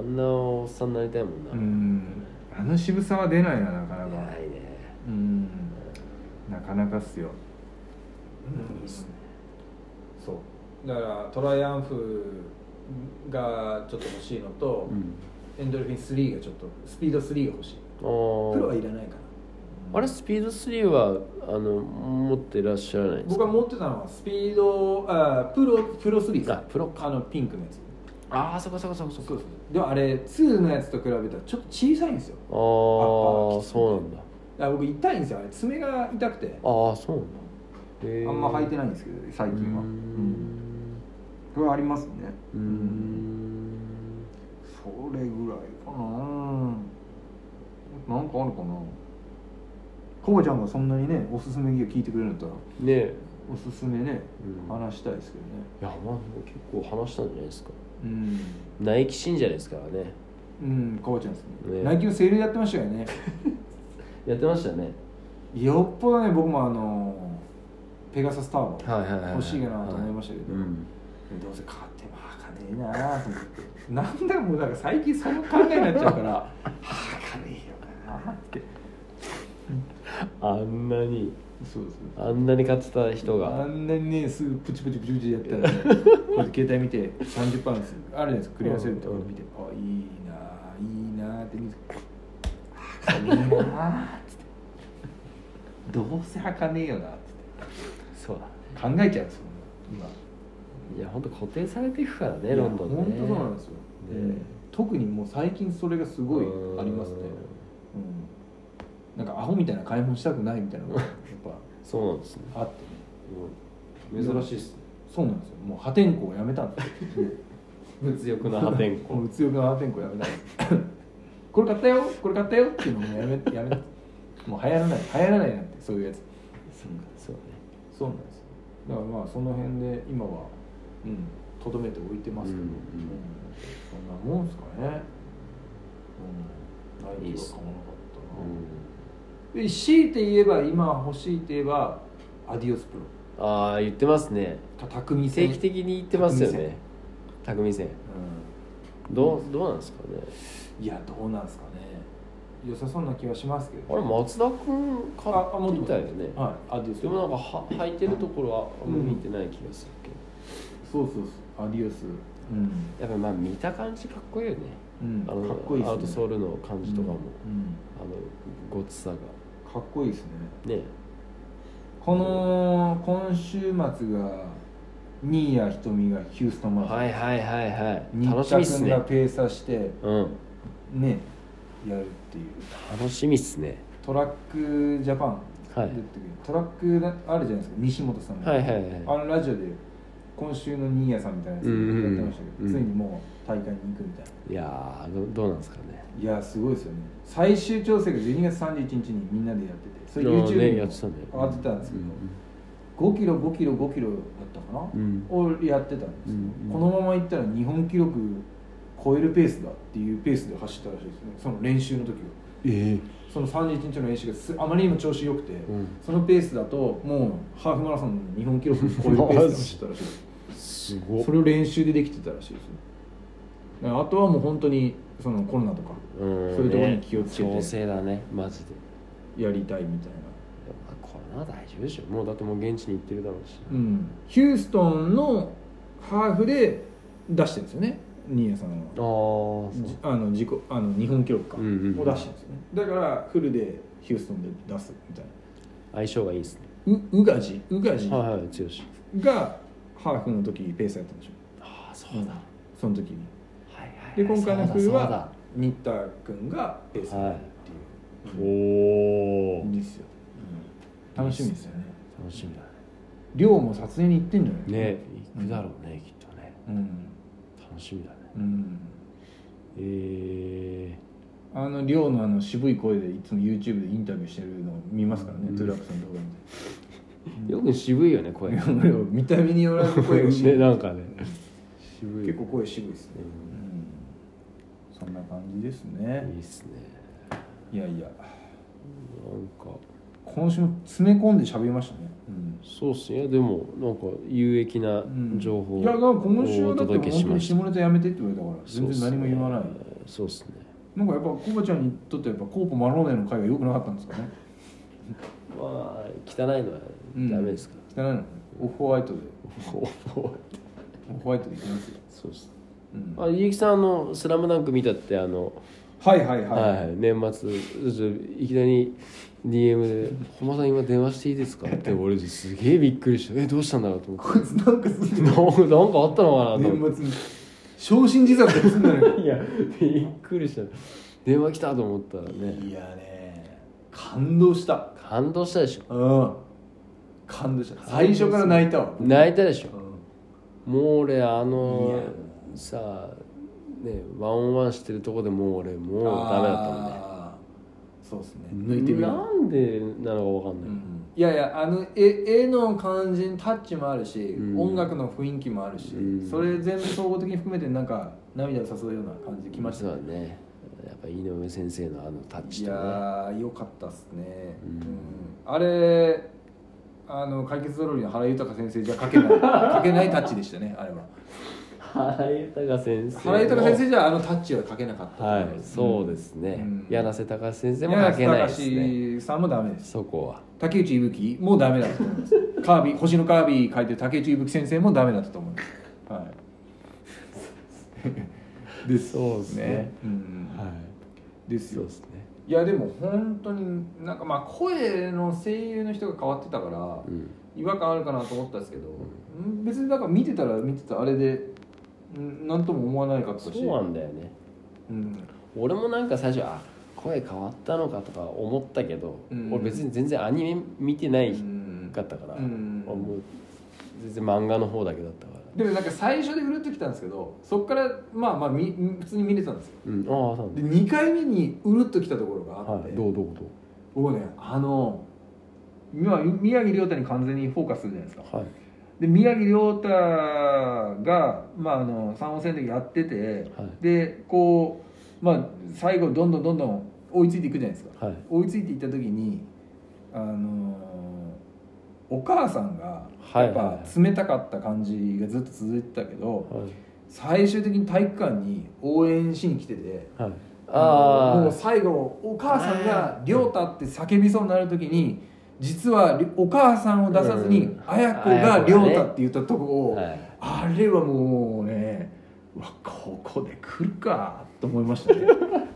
Speaker 2: んなおっさんになりたいもんな、
Speaker 1: うん、うんあの渋さは出ないななかなか
Speaker 2: 偉いね
Speaker 1: うんなかなかっすよ、
Speaker 2: いいっすね
Speaker 1: そうだからトライアンフがちょっと欲しいのと、
Speaker 2: うん
Speaker 1: エンドルフィン3がちょっとスピード3が欲しい
Speaker 2: ああ
Speaker 1: はいらないかな、
Speaker 2: あれスピード3はあの持ってらっしゃらないんです
Speaker 1: 僕は
Speaker 2: か
Speaker 1: 持ってたのはスピードあプロプロ3です
Speaker 2: あプロか
Speaker 1: あのピンクのやつ
Speaker 2: ああそこそこそこそこ
Speaker 1: そうですねでもあれ2のやつと比べたらちょっと小さいんですよ
Speaker 2: ああそうなんだ
Speaker 1: だから僕痛いんですよあれ爪が痛くて
Speaker 2: ああそうなんだへー
Speaker 1: あんま履いてないんですけど最
Speaker 2: うー
Speaker 1: 近はうん
Speaker 2: ん
Speaker 1: それはありますね
Speaker 2: うーん
Speaker 1: それぐらいかななんかあるかなこぼちゃんがそんなにねおすすめギア聞いてくれるんだったら
Speaker 2: ねえ、
Speaker 1: おすすめね
Speaker 2: うん、い
Speaker 1: 話したいですけどね
Speaker 2: やまあ結構話したんじゃないですか
Speaker 1: うん
Speaker 2: ナイキ信者ですからね
Speaker 1: うん、こぼちゃんですね
Speaker 2: ね
Speaker 1: ナイキのセールやってましたよ
Speaker 2: <laughs>
Speaker 1: ね
Speaker 2: やってましたね
Speaker 1: よっぽどね僕もあのペガサスターボ
Speaker 2: はいはいはい
Speaker 1: 欲しいかなと思いましたけど、
Speaker 2: うん
Speaker 1: どうせ買ってもはかねえなあと思ってなんだかもうなんか最近その考えになっちゃうからはかねえよなあって
Speaker 2: あんなに
Speaker 1: そうですね
Speaker 2: あんなに買ってた人
Speaker 1: あ
Speaker 2: が
Speaker 1: んなにねすぐプチプチプチプチや <laughs> ったらねこれ携帯見て30パーですあるじゃないですかクリアセールとか見て、あいいなあいいなあって見てあかねえなあっつってどうせはかねえよなっ
Speaker 2: そうだ
Speaker 1: つって考えちゃうんですよ今
Speaker 2: いや本当固定されていくからね
Speaker 1: いや
Speaker 2: ロンドンね
Speaker 1: 本当そうなんですよ、で
Speaker 2: ね
Speaker 1: 特にもう最近それがすごいありますねうん、なんかアホみたいな買い物したくないみたいな
Speaker 2: <laughs>
Speaker 1: のがやっ
Speaker 2: そうなんですね
Speaker 1: ぱあってね
Speaker 2: うん珍しいっすね
Speaker 1: そうなんですよもう破天荒をやめたんですよ
Speaker 2: <laughs> 物欲の破天
Speaker 1: もう
Speaker 2: 荒
Speaker 1: 物欲の破天荒やめたんです <laughs> これ買ったよこれ買ったよっていうのもやめやめもう流行らない流行らないなんてそういうやつ
Speaker 2: そうね
Speaker 1: そうなんですよだからまあその辺で今はうんとどめておいてますけど、
Speaker 2: うんうん
Speaker 1: そんなもんですかねうん大
Speaker 2: いい
Speaker 1: 輝は
Speaker 2: っす
Speaker 1: 買わなかったな
Speaker 2: うん
Speaker 1: で強いて言えば今欲しいて言えばアディオスプロ
Speaker 2: ああ言ってますね
Speaker 1: た匠
Speaker 2: 定
Speaker 1: 戦
Speaker 2: 期的に言ってますよね匠線どうどうなんですかね
Speaker 1: うんいやどうなんですかね良さそうな気はしますけ
Speaker 2: あ
Speaker 1: ど
Speaker 2: れ松田君
Speaker 1: ああ
Speaker 2: 買
Speaker 1: 持
Speaker 2: って
Speaker 1: って
Speaker 2: た
Speaker 1: ま
Speaker 2: よ
Speaker 1: す
Speaker 2: ね
Speaker 1: はいアディオスプ
Speaker 2: で
Speaker 1: ロ
Speaker 2: もなんかは履いてるところはあんま見てない気がするけど、
Speaker 1: そうそうそうアディオスうん、
Speaker 2: やっぱりまあ見た感じかっこいいよね
Speaker 1: うん、
Speaker 2: あの
Speaker 1: かっこいいっすね
Speaker 2: アウトソールの感じとかも、
Speaker 1: うん
Speaker 2: あのごつさが
Speaker 1: うんかっこいいですね
Speaker 2: ね
Speaker 1: この今週末が新谷仁美がヒューストンマラソン、
Speaker 2: はいはいはいはい
Speaker 1: 新
Speaker 2: 楽しみっすね
Speaker 1: がペーサーして
Speaker 2: うん
Speaker 1: ねやるっていう
Speaker 2: 楽しみっすね
Speaker 1: トラックジャパン
Speaker 2: はい
Speaker 1: 出てくるトラックだあるじゃないですか西本さんの、
Speaker 2: はいはいはい
Speaker 1: あのラジオで今週の新谷さんみたいなやつやってましたけ
Speaker 2: う
Speaker 1: ど
Speaker 2: んうんうん
Speaker 1: ついにもう大会に行くみたいない
Speaker 2: やーどどうなんですかね
Speaker 1: いやすごいですよね最終調整が12月31日にみんなでやっててそれ
Speaker 2: いや
Speaker 1: YouTube
Speaker 2: ね
Speaker 1: にも
Speaker 2: やってたね
Speaker 1: 上がってたんですけど、5キロ5キロ5キロだったかな
Speaker 2: う、ん
Speaker 1: をやってたんですよ、
Speaker 2: うんうん
Speaker 1: このままいったら日本記録超えるペースだっていうペースで走ったらしいですねその練習の時は
Speaker 2: ええ
Speaker 1: その31日の練習がすあまりにも調子良くて、
Speaker 2: うん
Speaker 1: そのペースだともうハーフマラソンの日本記録を超えるペースで走ったらしいです
Speaker 2: すごっ
Speaker 1: それを練習でできてたらしいですねだからあとはもう本当にそのコロナとか
Speaker 2: うん
Speaker 1: そういうとこに気をつけて
Speaker 2: ね調整だねマジで
Speaker 1: やりたいみたいな
Speaker 2: でもまあコロナ大丈夫でしょもうだってもう現地に行ってるだろうし
Speaker 1: うんヒューストンのハーフで出してるんですよね新谷さんは
Speaker 2: ああそう
Speaker 1: じあの自己あの日本記録か、
Speaker 2: うんうんうん
Speaker 1: を出してるんですよねだからフルでヒューストンで出すみたいな
Speaker 2: 相性がいいですね
Speaker 1: う宇賀地宇賀地
Speaker 2: はいはい剛
Speaker 1: がハーフの時ペースやったんでしょ
Speaker 2: ああそううだ、
Speaker 1: んその時に
Speaker 2: はいはいはい
Speaker 1: で今回の冬
Speaker 2: そうだ
Speaker 1: は新田君がペースになるって
Speaker 2: そうだお
Speaker 1: いう、
Speaker 2: お
Speaker 1: いいですよ、楽しみですよね
Speaker 2: 楽しみだ
Speaker 1: 亮も撮影に行ってんじゃない
Speaker 2: ねね行くだろうね、きっとね
Speaker 1: うん、
Speaker 2: 楽しみだね
Speaker 1: うん、
Speaker 2: え
Speaker 1: あの亮のあの渋い声でいつも YouTube でインタビューしてるのを見ますからね、
Speaker 2: うん
Speaker 1: トゥラップさんのとこ <laughs>
Speaker 2: ー、よく渋いよね声
Speaker 1: ろで、亮見た目によらず声が渋
Speaker 2: ね
Speaker 1: い
Speaker 2: なんかね渋い
Speaker 1: 結構声渋いですね、う、
Speaker 2: うん
Speaker 1: そんな感じです
Speaker 2: んい
Speaker 1: ね
Speaker 2: いっすね
Speaker 1: いやいや
Speaker 2: なんか
Speaker 1: 今週も詰め込んで喋りましたね、うん
Speaker 2: そうっすねいやでもなんか有益な情報を
Speaker 1: いやなんか今週は
Speaker 2: お
Speaker 1: だって
Speaker 2: 届
Speaker 1: 本
Speaker 2: けし
Speaker 1: 当
Speaker 2: ま
Speaker 1: に
Speaker 2: した
Speaker 1: 下ネタやめてって言われたから全然何も言わない、
Speaker 2: そうっすね
Speaker 1: なんかやっぱコバちゃんにとってやっぱコーポマローネの会が良くなかったんですかね
Speaker 2: まあ汚いのはダメですか
Speaker 1: <laughs> 汚いのかねオフホワイトで
Speaker 2: ら、 <laughs>
Speaker 1: オフホワイトでいきますよ、
Speaker 2: そうっすね
Speaker 1: うん
Speaker 2: あ、結城さんあの「スラムダンク見たってあの
Speaker 1: はいはいはい、
Speaker 2: はい、年末ちょっといきなり DM で「本間さん今電話していいですか?」って俺すげえびっくりして「 <laughs> えどうしたんだろう?」と思っ
Speaker 1: こいつなんかす
Speaker 2: て「
Speaker 1: ん
Speaker 2: な
Speaker 1: の
Speaker 2: んかなんかあったのかな?」と思っ
Speaker 1: 年
Speaker 2: て
Speaker 1: 末に昇進自殺ですんの <laughs> よ
Speaker 2: いやびっくりした <laughs> 電話来たと思ったらね
Speaker 1: いやね感動した
Speaker 2: 感動したでしょ
Speaker 1: うん感動した最初から泣いたわ
Speaker 2: 泣いたでしょ
Speaker 1: う
Speaker 2: もう俺あ
Speaker 1: いや
Speaker 2: のさあねワンオンワンしてるとこでもう俺もうんダメだったもんね
Speaker 1: あーそうですね抜いてみる
Speaker 2: なんでなのかわか
Speaker 1: う
Speaker 2: んない、
Speaker 1: んいやいやあの絵絵の感じにタッチもあるし、
Speaker 2: うん
Speaker 1: 音楽の雰囲気もあるし、
Speaker 2: うん
Speaker 1: それ全部総合的に含めてなんか涙を誘うような感じできました
Speaker 2: 実はねやっぱ井上先生のあのタッ
Speaker 1: い
Speaker 2: チと
Speaker 1: や
Speaker 2: ね
Speaker 1: ーよかったっすね、
Speaker 2: う
Speaker 1: う
Speaker 2: ん
Speaker 1: んあれあの解決ぞろりの原豊先生じゃ書け
Speaker 2: <laughs>
Speaker 1: ない書けないタッチでしたねあれは
Speaker 2: 原豊先生も
Speaker 1: 原豊先生じゃあのタッチは書けなかったと思
Speaker 2: はいい
Speaker 1: ます
Speaker 2: そうですね、
Speaker 1: うん
Speaker 2: 柳瀬隆先生
Speaker 1: で
Speaker 2: も
Speaker 1: も
Speaker 2: 書
Speaker 1: 書
Speaker 2: け
Speaker 1: け
Speaker 2: な
Speaker 1: ないい
Speaker 2: で
Speaker 1: ですす、
Speaker 2: ね
Speaker 1: ね、さんもダメです
Speaker 2: そこは
Speaker 1: 竹内伊吹もダメだったと思いますカービィ星のカービィ書いてる竹内伊吹先生もダメだったと思いますはいです
Speaker 2: そうですね
Speaker 1: うんうん
Speaker 2: はい
Speaker 1: です
Speaker 2: そう
Speaker 1: よ
Speaker 2: ですね
Speaker 1: いやでも本当になんかまあ声の声優の人が変わってたから、
Speaker 2: うん
Speaker 1: 違和感あるかなと思ったんですけど、うん別になんか見てたら見てたあれで何とも思わないかったし
Speaker 2: そうなんだよね
Speaker 1: うん
Speaker 2: 俺もなんか最初あ声変わったのかとか思ったけど、
Speaker 1: うん
Speaker 2: 俺別に全然アニメ見てないかったから、
Speaker 1: うん
Speaker 2: あもう全然漫画の方だけだったから、
Speaker 1: でもなんか最初でうるっときたんですけどそっからまあまあみ普通に見れたんですよ
Speaker 2: うん、ああそうなん
Speaker 1: で
Speaker 2: だ
Speaker 1: 2回目にうるっときたところがあっ
Speaker 2: は
Speaker 1: て、
Speaker 2: い、どうどうどう
Speaker 1: 僕ねあの今宮城亮太に完全にフォーカスするじゃないですか
Speaker 2: はい
Speaker 1: で宮城亮太が、まあ、あの三王戦の時やってて
Speaker 2: はい
Speaker 1: でこう、まあ、最後どんどんどんどん追いついていくじゃないですか
Speaker 2: はい
Speaker 1: 追いついていった時にあのーお母さんが
Speaker 2: はい
Speaker 1: やっぱ冷たかった感じがずっと続いてたけど、
Speaker 2: はい
Speaker 1: 最終的に体育館に応援しに来てて
Speaker 2: はい
Speaker 1: あの
Speaker 2: あ
Speaker 1: もう最後お母さんが「亮太」って叫びそうになる時に実はりお母さんを出さずに
Speaker 2: うん
Speaker 1: 綾子が「亮太」って言ったとこ
Speaker 2: あ
Speaker 1: を、
Speaker 2: はい
Speaker 1: あれはもうねうわここで来るかと思いま
Speaker 2: <laughs>
Speaker 1: したね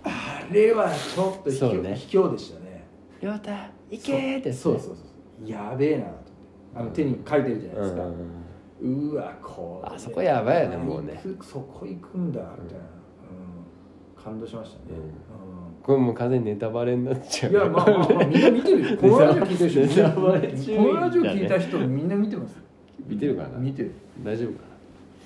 Speaker 1: あれはちょっと卑
Speaker 2: そう
Speaker 1: 怯,、
Speaker 2: ね
Speaker 1: 卑怯でしたね
Speaker 2: 亮太行けーって
Speaker 1: そうそうそうそうやべえなと思ってあの手に書いてるじゃないですか、
Speaker 2: うんうんうん
Speaker 1: うわこれ
Speaker 2: あそこやばいよねもうね
Speaker 1: 行くそこ行くんだみたいな、うん感動しましたね、
Speaker 2: これもう完全にネタバレになっち
Speaker 1: う
Speaker 2: ゃ
Speaker 1: んいや
Speaker 2: う
Speaker 1: まあまあ、まあ、みんな見て
Speaker 2: <laughs>
Speaker 1: るよこのラジオ聞いてる
Speaker 2: ネタ
Speaker 1: 人
Speaker 2: バレ注意
Speaker 1: このラジオ聞いた人みんな見てますよ
Speaker 2: 見てるかな
Speaker 1: 見てる
Speaker 2: 大丈夫か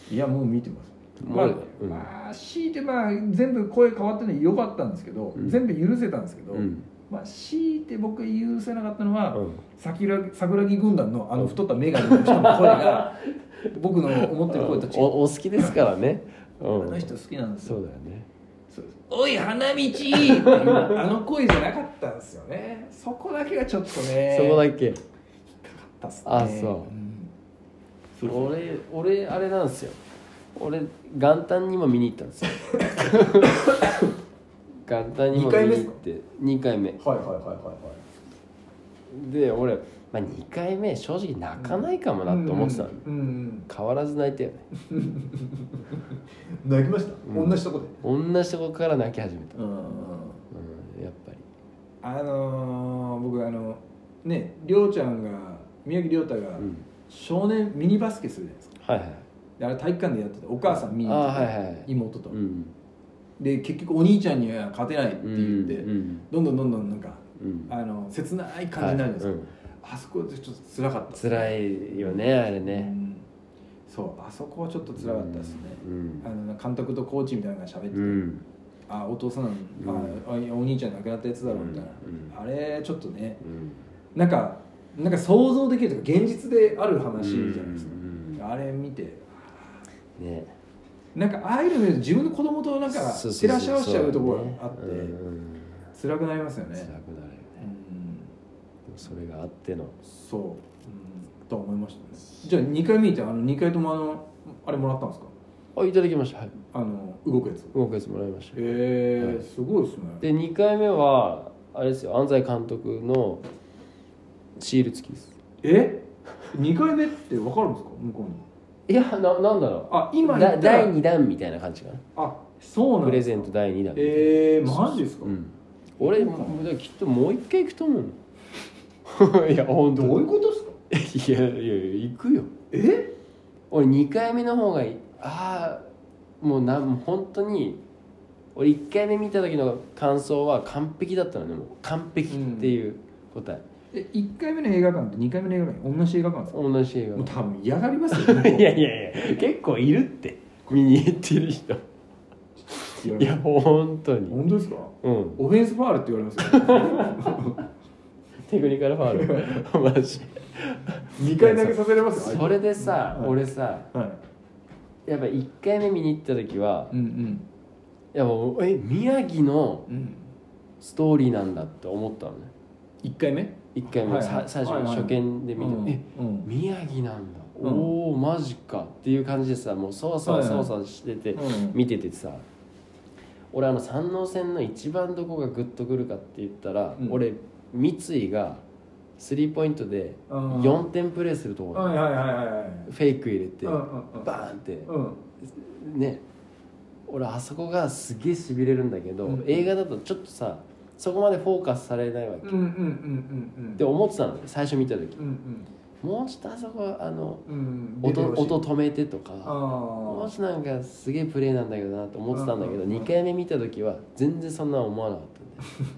Speaker 1: いやもう見てます
Speaker 2: もう
Speaker 1: まあ、
Speaker 2: うん
Speaker 1: まあ強いてまあ全部声変わったの良かったんですけど、
Speaker 2: うん
Speaker 1: 全部許せたんですけど、
Speaker 2: なうん
Speaker 1: まあ強いて僕許せなかったのは、
Speaker 2: うん
Speaker 1: 桜木桜木軍団のあの太った眼鏡の人の声
Speaker 2: <laughs>
Speaker 1: が僕の思ってる声と違う
Speaker 2: おお好きですからねう
Speaker 1: あの人
Speaker 2: ん
Speaker 1: 好きなんですよ
Speaker 2: そうだよね
Speaker 1: そうですおい花道っていうあの声じゃなかったんですよねそこだけがちょっとね
Speaker 2: そこ
Speaker 1: け
Speaker 2: だけ
Speaker 1: かったっすね
Speaker 2: あそ
Speaker 1: ん
Speaker 2: 俺俺あれなんですよ俺元旦にも見に行ったんですよ
Speaker 1: <laughs>
Speaker 2: 元旦にも見に行って2回目
Speaker 1: はいはいはいはい
Speaker 2: で俺、まあ、2回目正直泣かないかもな
Speaker 1: はい
Speaker 2: って思ってたの、
Speaker 1: うんうん
Speaker 2: 変わらず泣いたよね
Speaker 1: うん泣きました、
Speaker 2: うん
Speaker 1: 同じとこで
Speaker 2: 同じとこから泣き始めた、
Speaker 1: うん
Speaker 2: うん、やっぱり
Speaker 1: あのー、僕あのねりょうちゃんが宮城亮太が
Speaker 2: うん
Speaker 1: 少年ミニバスケするじゃないですか
Speaker 2: はいはい
Speaker 1: であれ体育館でやっててお母さん見に行ってて、
Speaker 2: あーはいはい
Speaker 1: 妹と、
Speaker 2: うん
Speaker 1: で結局お兄ちゃんには勝てないって
Speaker 2: う
Speaker 1: 言
Speaker 2: ん
Speaker 1: って、
Speaker 2: うん
Speaker 1: どんどんどんどんなんか
Speaker 2: うん
Speaker 1: あの切ない感じになるんですよ、
Speaker 2: はいうん
Speaker 1: あそこでちょっと辛かったです
Speaker 2: 辛いよねあれ
Speaker 1: う
Speaker 2: ね
Speaker 1: んそうあそこはちょっと辛かったですね、
Speaker 2: うん
Speaker 1: あの監督とコーチみたいなのが喋ってて、
Speaker 2: うん
Speaker 1: あお父さん、ああお兄ちゃん亡くなったやつだろみたいな、あれちょっとね
Speaker 2: うん
Speaker 1: なんかなんか想像できるというか現実である話じゃないですか
Speaker 2: う、ん
Speaker 1: あれ見て
Speaker 2: ね
Speaker 1: なんかああいうの見ると自分の子供となんか
Speaker 2: そうそうそう
Speaker 1: 照らし合わせちゃうところがあって
Speaker 2: そうだねうん
Speaker 1: 辛くなりますよ
Speaker 2: 辛く
Speaker 1: ね、
Speaker 2: なるよね
Speaker 1: うん、
Speaker 2: でもそれがあっての
Speaker 1: そう、うん、と思いましたねじゃあ2回見てあの2回ともあのあれもらったんですか
Speaker 2: あいただきましたはい
Speaker 1: あの動くやつ
Speaker 2: 動かしてもらいました
Speaker 1: へえーすごいですね
Speaker 2: で2回目はあれですよ安西監督のシール付きです
Speaker 1: え二2回目って分かるんですか向こうに
Speaker 2: いやななんだろう
Speaker 1: あ今言
Speaker 2: だ
Speaker 1: ったら
Speaker 2: 第2弾みたいな感じかな
Speaker 1: あそうなん
Speaker 2: プレゼント第2弾
Speaker 3: えー、マジですか、
Speaker 2: うん、俺
Speaker 3: そうか
Speaker 2: もきっともう一回行くと思う <laughs> いや本当
Speaker 3: どういうことですか
Speaker 2: いやいやいや行くよ
Speaker 3: え
Speaker 2: 俺2回目の方がいいああもうなんもう本当に俺1回目見た時の感想は完璧だったのねもう完璧っていう答え、
Speaker 1: え1回目の映画館と2回目の映画館同じ映画館ですか
Speaker 2: 同じ映
Speaker 3: もう多分嫌がりますよ
Speaker 2: 画いやいやいや結構いるって見に行ってる人 <laughs>
Speaker 3: い
Speaker 2: いや本当に
Speaker 3: 本当ですか
Speaker 2: うん
Speaker 3: オフェンスファールって言われま
Speaker 2: <laughs>
Speaker 3: すよ
Speaker 2: テクニカルファウルマジ
Speaker 3: 二回投げさせれますよ
Speaker 2: それでさ、
Speaker 3: はい
Speaker 2: 俺さ
Speaker 3: はい
Speaker 2: やっぱ1回目見に行った時は
Speaker 1: うんうん
Speaker 2: いやもうえ宮城の
Speaker 3: うん
Speaker 2: ストーリーなんだって思ったのね
Speaker 3: 1回目
Speaker 2: 1回目、
Speaker 1: はい
Speaker 2: さ最初、
Speaker 3: はいはい
Speaker 2: 初見で見た、
Speaker 1: うん
Speaker 2: え
Speaker 1: うん
Speaker 2: 宮城なんだ、
Speaker 1: うん
Speaker 2: おおマジかっていう感じでさもうそわそわ
Speaker 1: はい
Speaker 2: そ
Speaker 1: はい
Speaker 2: わそわしてて、
Speaker 1: うん
Speaker 2: 見ててさ俺あの山王戦の一番どこがグッとくるかって言ったら、
Speaker 1: うん
Speaker 2: 俺三井がスリーポイントで
Speaker 1: うん
Speaker 2: 4点プレーするところ、
Speaker 1: はいはいはいはいはい
Speaker 2: フェイク入れて、
Speaker 1: うんうんうん
Speaker 2: バーンって、
Speaker 1: うん
Speaker 2: ね俺あそこがすげえしびれるんだけど、
Speaker 1: うん
Speaker 2: 映画だとちょっとさそこまでフォーカスされないわ
Speaker 1: う
Speaker 2: け、
Speaker 1: ん
Speaker 2: っ
Speaker 1: うんうんうんうん
Speaker 2: て思ってたのね最初見た時
Speaker 1: うん
Speaker 2: もうちょっとあそこあの
Speaker 1: うんうん
Speaker 2: 音
Speaker 1: と
Speaker 2: 音止めてとか
Speaker 1: あ
Speaker 2: もう
Speaker 1: ー
Speaker 2: ちょっとなんかすげえプレーなんだけどなと思ってたんだけど
Speaker 1: うんうんうん
Speaker 2: 2回目見た時は全然そんな思わなかったね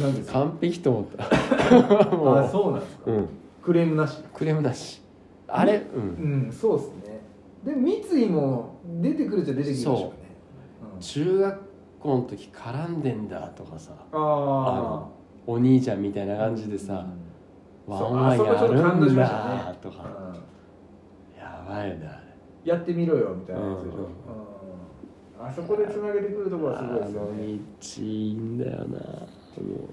Speaker 1: なんですか
Speaker 2: 完璧と思ったも
Speaker 3: あそうなんですか
Speaker 2: う、うん、
Speaker 1: クレームなし
Speaker 2: クレームなしあれう
Speaker 1: うんんそうですねで三井も出てくるっちゃ出てきましたよね
Speaker 2: 中学校の時絡んでんだとかさ
Speaker 1: うんあ
Speaker 2: あのお兄ちゃんみたいな
Speaker 1: あ
Speaker 2: 感じでさ、
Speaker 3: うん
Speaker 2: ワンワンや
Speaker 3: そうあそこちょっと感動
Speaker 2: る
Speaker 3: し
Speaker 2: ん
Speaker 3: ました
Speaker 2: だ
Speaker 3: ね
Speaker 2: とかやばいよねあれ
Speaker 1: やってみろよみたいなやつでしょ
Speaker 2: うん
Speaker 1: うんあそこでつなげてくるところはすごい
Speaker 2: あ
Speaker 1: ですよ
Speaker 2: の道
Speaker 1: ね
Speaker 2: いいんだよなも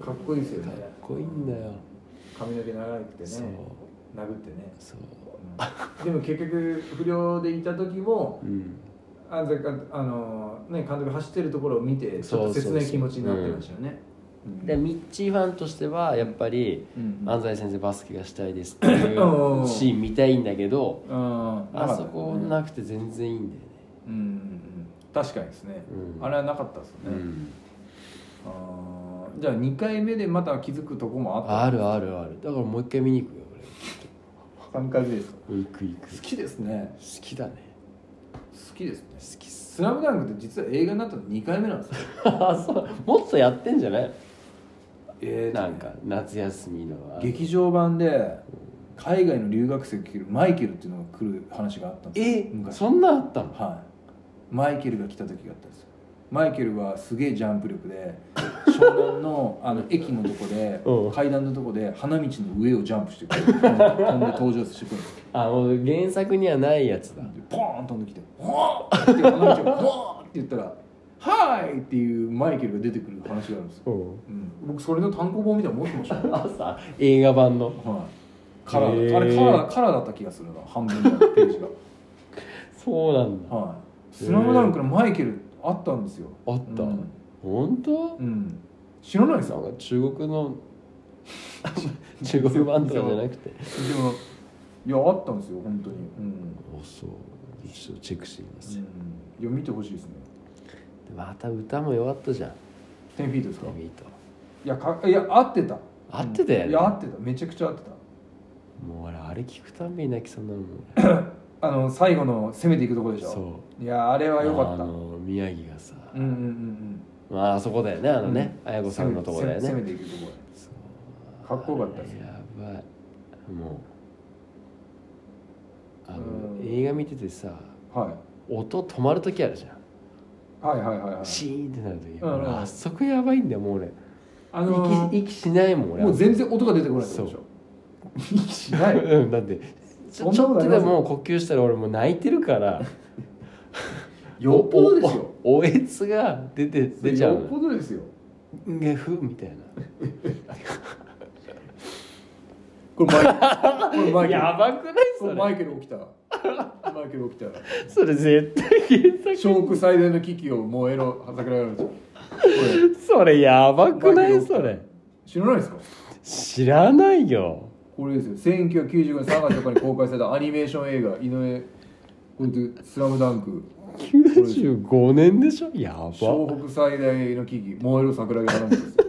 Speaker 2: う
Speaker 1: かっこいいですよ
Speaker 2: かっ
Speaker 1: ね
Speaker 2: こいいんだよ、
Speaker 1: 髪の毛長くて
Speaker 2: そう
Speaker 1: ね殴ってね
Speaker 2: そう
Speaker 1: うんでも結局不良でいた時も
Speaker 2: うん
Speaker 1: あぜかあのね監督走ってるところを見てちょっと切ない気持ちになってましたよねうん
Speaker 2: でミッチーファンとしてはやっぱり
Speaker 1: うん
Speaker 2: 安西先生バスケがしたいですっていうシーン見たいんだけど
Speaker 1: うん
Speaker 2: あそこなくて全然いいんだよね
Speaker 1: うんうんうん確かにですね、
Speaker 2: うん
Speaker 1: あれはなかったですね、
Speaker 2: うん
Speaker 1: あーじゃあ2回目でまた気づくとこもあっ
Speaker 2: あるあるあるだからもう一回見に行くよ
Speaker 1: た3回目ですか
Speaker 2: 俺行く行く
Speaker 1: 好きですね
Speaker 2: 好きだね
Speaker 1: 好きですね
Speaker 2: 好き
Speaker 1: 「
Speaker 2: っす
Speaker 1: スラムダンクって実は映画になったの2回目なんですよ
Speaker 2: あ <laughs> そうもっとやってんじゃない
Speaker 1: え
Speaker 2: なんか夏休みのは
Speaker 1: 劇場版で海外の留学生が来るマイケルっていうのが来る話があったんですよ
Speaker 2: え
Speaker 1: 昔
Speaker 2: そんなあったの
Speaker 1: はい、マイケルが来た時があったんですよマイケルはすげえジャンプ力で湘南の <laughs> あの駅のとこで
Speaker 2: うん
Speaker 1: 階段のとこで花道の上をジャンプしてくる飛んで登場してくるんですよ
Speaker 2: あもう原作にはないやつだ
Speaker 1: でポーン飛んできて「ホーン!」って花道が「ホーン!」って言ったら「はーい!」っていうマイケルが出てくる話があるんですよ、うん、僕それの単行本みたいなの持ってましたよ、はい、
Speaker 2: 朝映画版の
Speaker 1: カラー
Speaker 2: へー
Speaker 1: あれカラーカラーだった気がするな半分のページが
Speaker 2: <laughs> そうなんだ
Speaker 1: はい「スラムダンクのマイケルあったんですよ
Speaker 2: あった、
Speaker 1: うん
Speaker 2: 本当
Speaker 1: うん知らないです
Speaker 2: な
Speaker 1: か
Speaker 2: んか中国の中国版とかじゃなくて
Speaker 1: でもいやあったんですよ本当にうん、
Speaker 2: おそう一応チェックしてみます、
Speaker 1: いや見てほしいですね
Speaker 2: また歌も弱ったじゃん
Speaker 1: 10フィートですか
Speaker 2: デビート
Speaker 1: いやかいや合ってた
Speaker 2: 合ってたよね
Speaker 1: うんいや合ってためちゃくちゃ合ってた
Speaker 2: もう俺あれ聞くたんびに泣きそうになるもん
Speaker 1: あの最後の攻めていくとこでし
Speaker 2: 俺
Speaker 1: ょ
Speaker 2: そう
Speaker 1: いやあれは良かっ
Speaker 2: あ
Speaker 1: たうん
Speaker 2: の宮城がさ、
Speaker 1: うんうんうん
Speaker 2: まああそこだよねあ
Speaker 1: あ
Speaker 2: のね、綾子さんのとこだよね
Speaker 1: 攻めていくとこ
Speaker 2: そう
Speaker 1: かっこよかったです
Speaker 2: やばいもうあの、
Speaker 1: うん
Speaker 2: 映画見ててさ
Speaker 1: ろはい
Speaker 2: 音止まる時あるじゃん、
Speaker 1: はいはいはいはい
Speaker 2: シーンってなる時、
Speaker 1: うんうん
Speaker 2: 俺あそこやばいんだよもう俺、
Speaker 1: あの
Speaker 2: 息息しないもん俺
Speaker 1: もう全然音が出てこないってことでしょ息しない
Speaker 2: うんだってち
Speaker 1: そ
Speaker 2: ょ
Speaker 1: んな
Speaker 2: ち
Speaker 1: こ
Speaker 2: ょ
Speaker 1: と
Speaker 2: っ
Speaker 1: あり
Speaker 2: と
Speaker 1: ます
Speaker 2: でも呼吸したら俺もう泣いてるから
Speaker 1: よっぽどですよ
Speaker 2: おおおえつが出て出ちゃ
Speaker 1: よっ
Speaker 2: う
Speaker 1: ぽどですよ
Speaker 2: のんげふみたい
Speaker 1: これマイケルこれマ
Speaker 2: な
Speaker 1: イケル
Speaker 2: やばくない
Speaker 1: こ
Speaker 2: そ
Speaker 1: れマイ
Speaker 2: れ
Speaker 1: ケル起きたマイケル起きた
Speaker 2: それ絶対原作
Speaker 1: ショーク最大の危機を燃えろ桜井これ
Speaker 2: それやばくな
Speaker 1: マイケ
Speaker 2: い
Speaker 1: ル
Speaker 2: それ
Speaker 1: 知らないですか
Speaker 2: 知らないよ
Speaker 1: これですよ1995年3月とかに公開されたアニメーション映画「井上これでスラムダンク
Speaker 2: 95年でしょやば
Speaker 1: 湘北最大の木々燃える桜木花道ですよ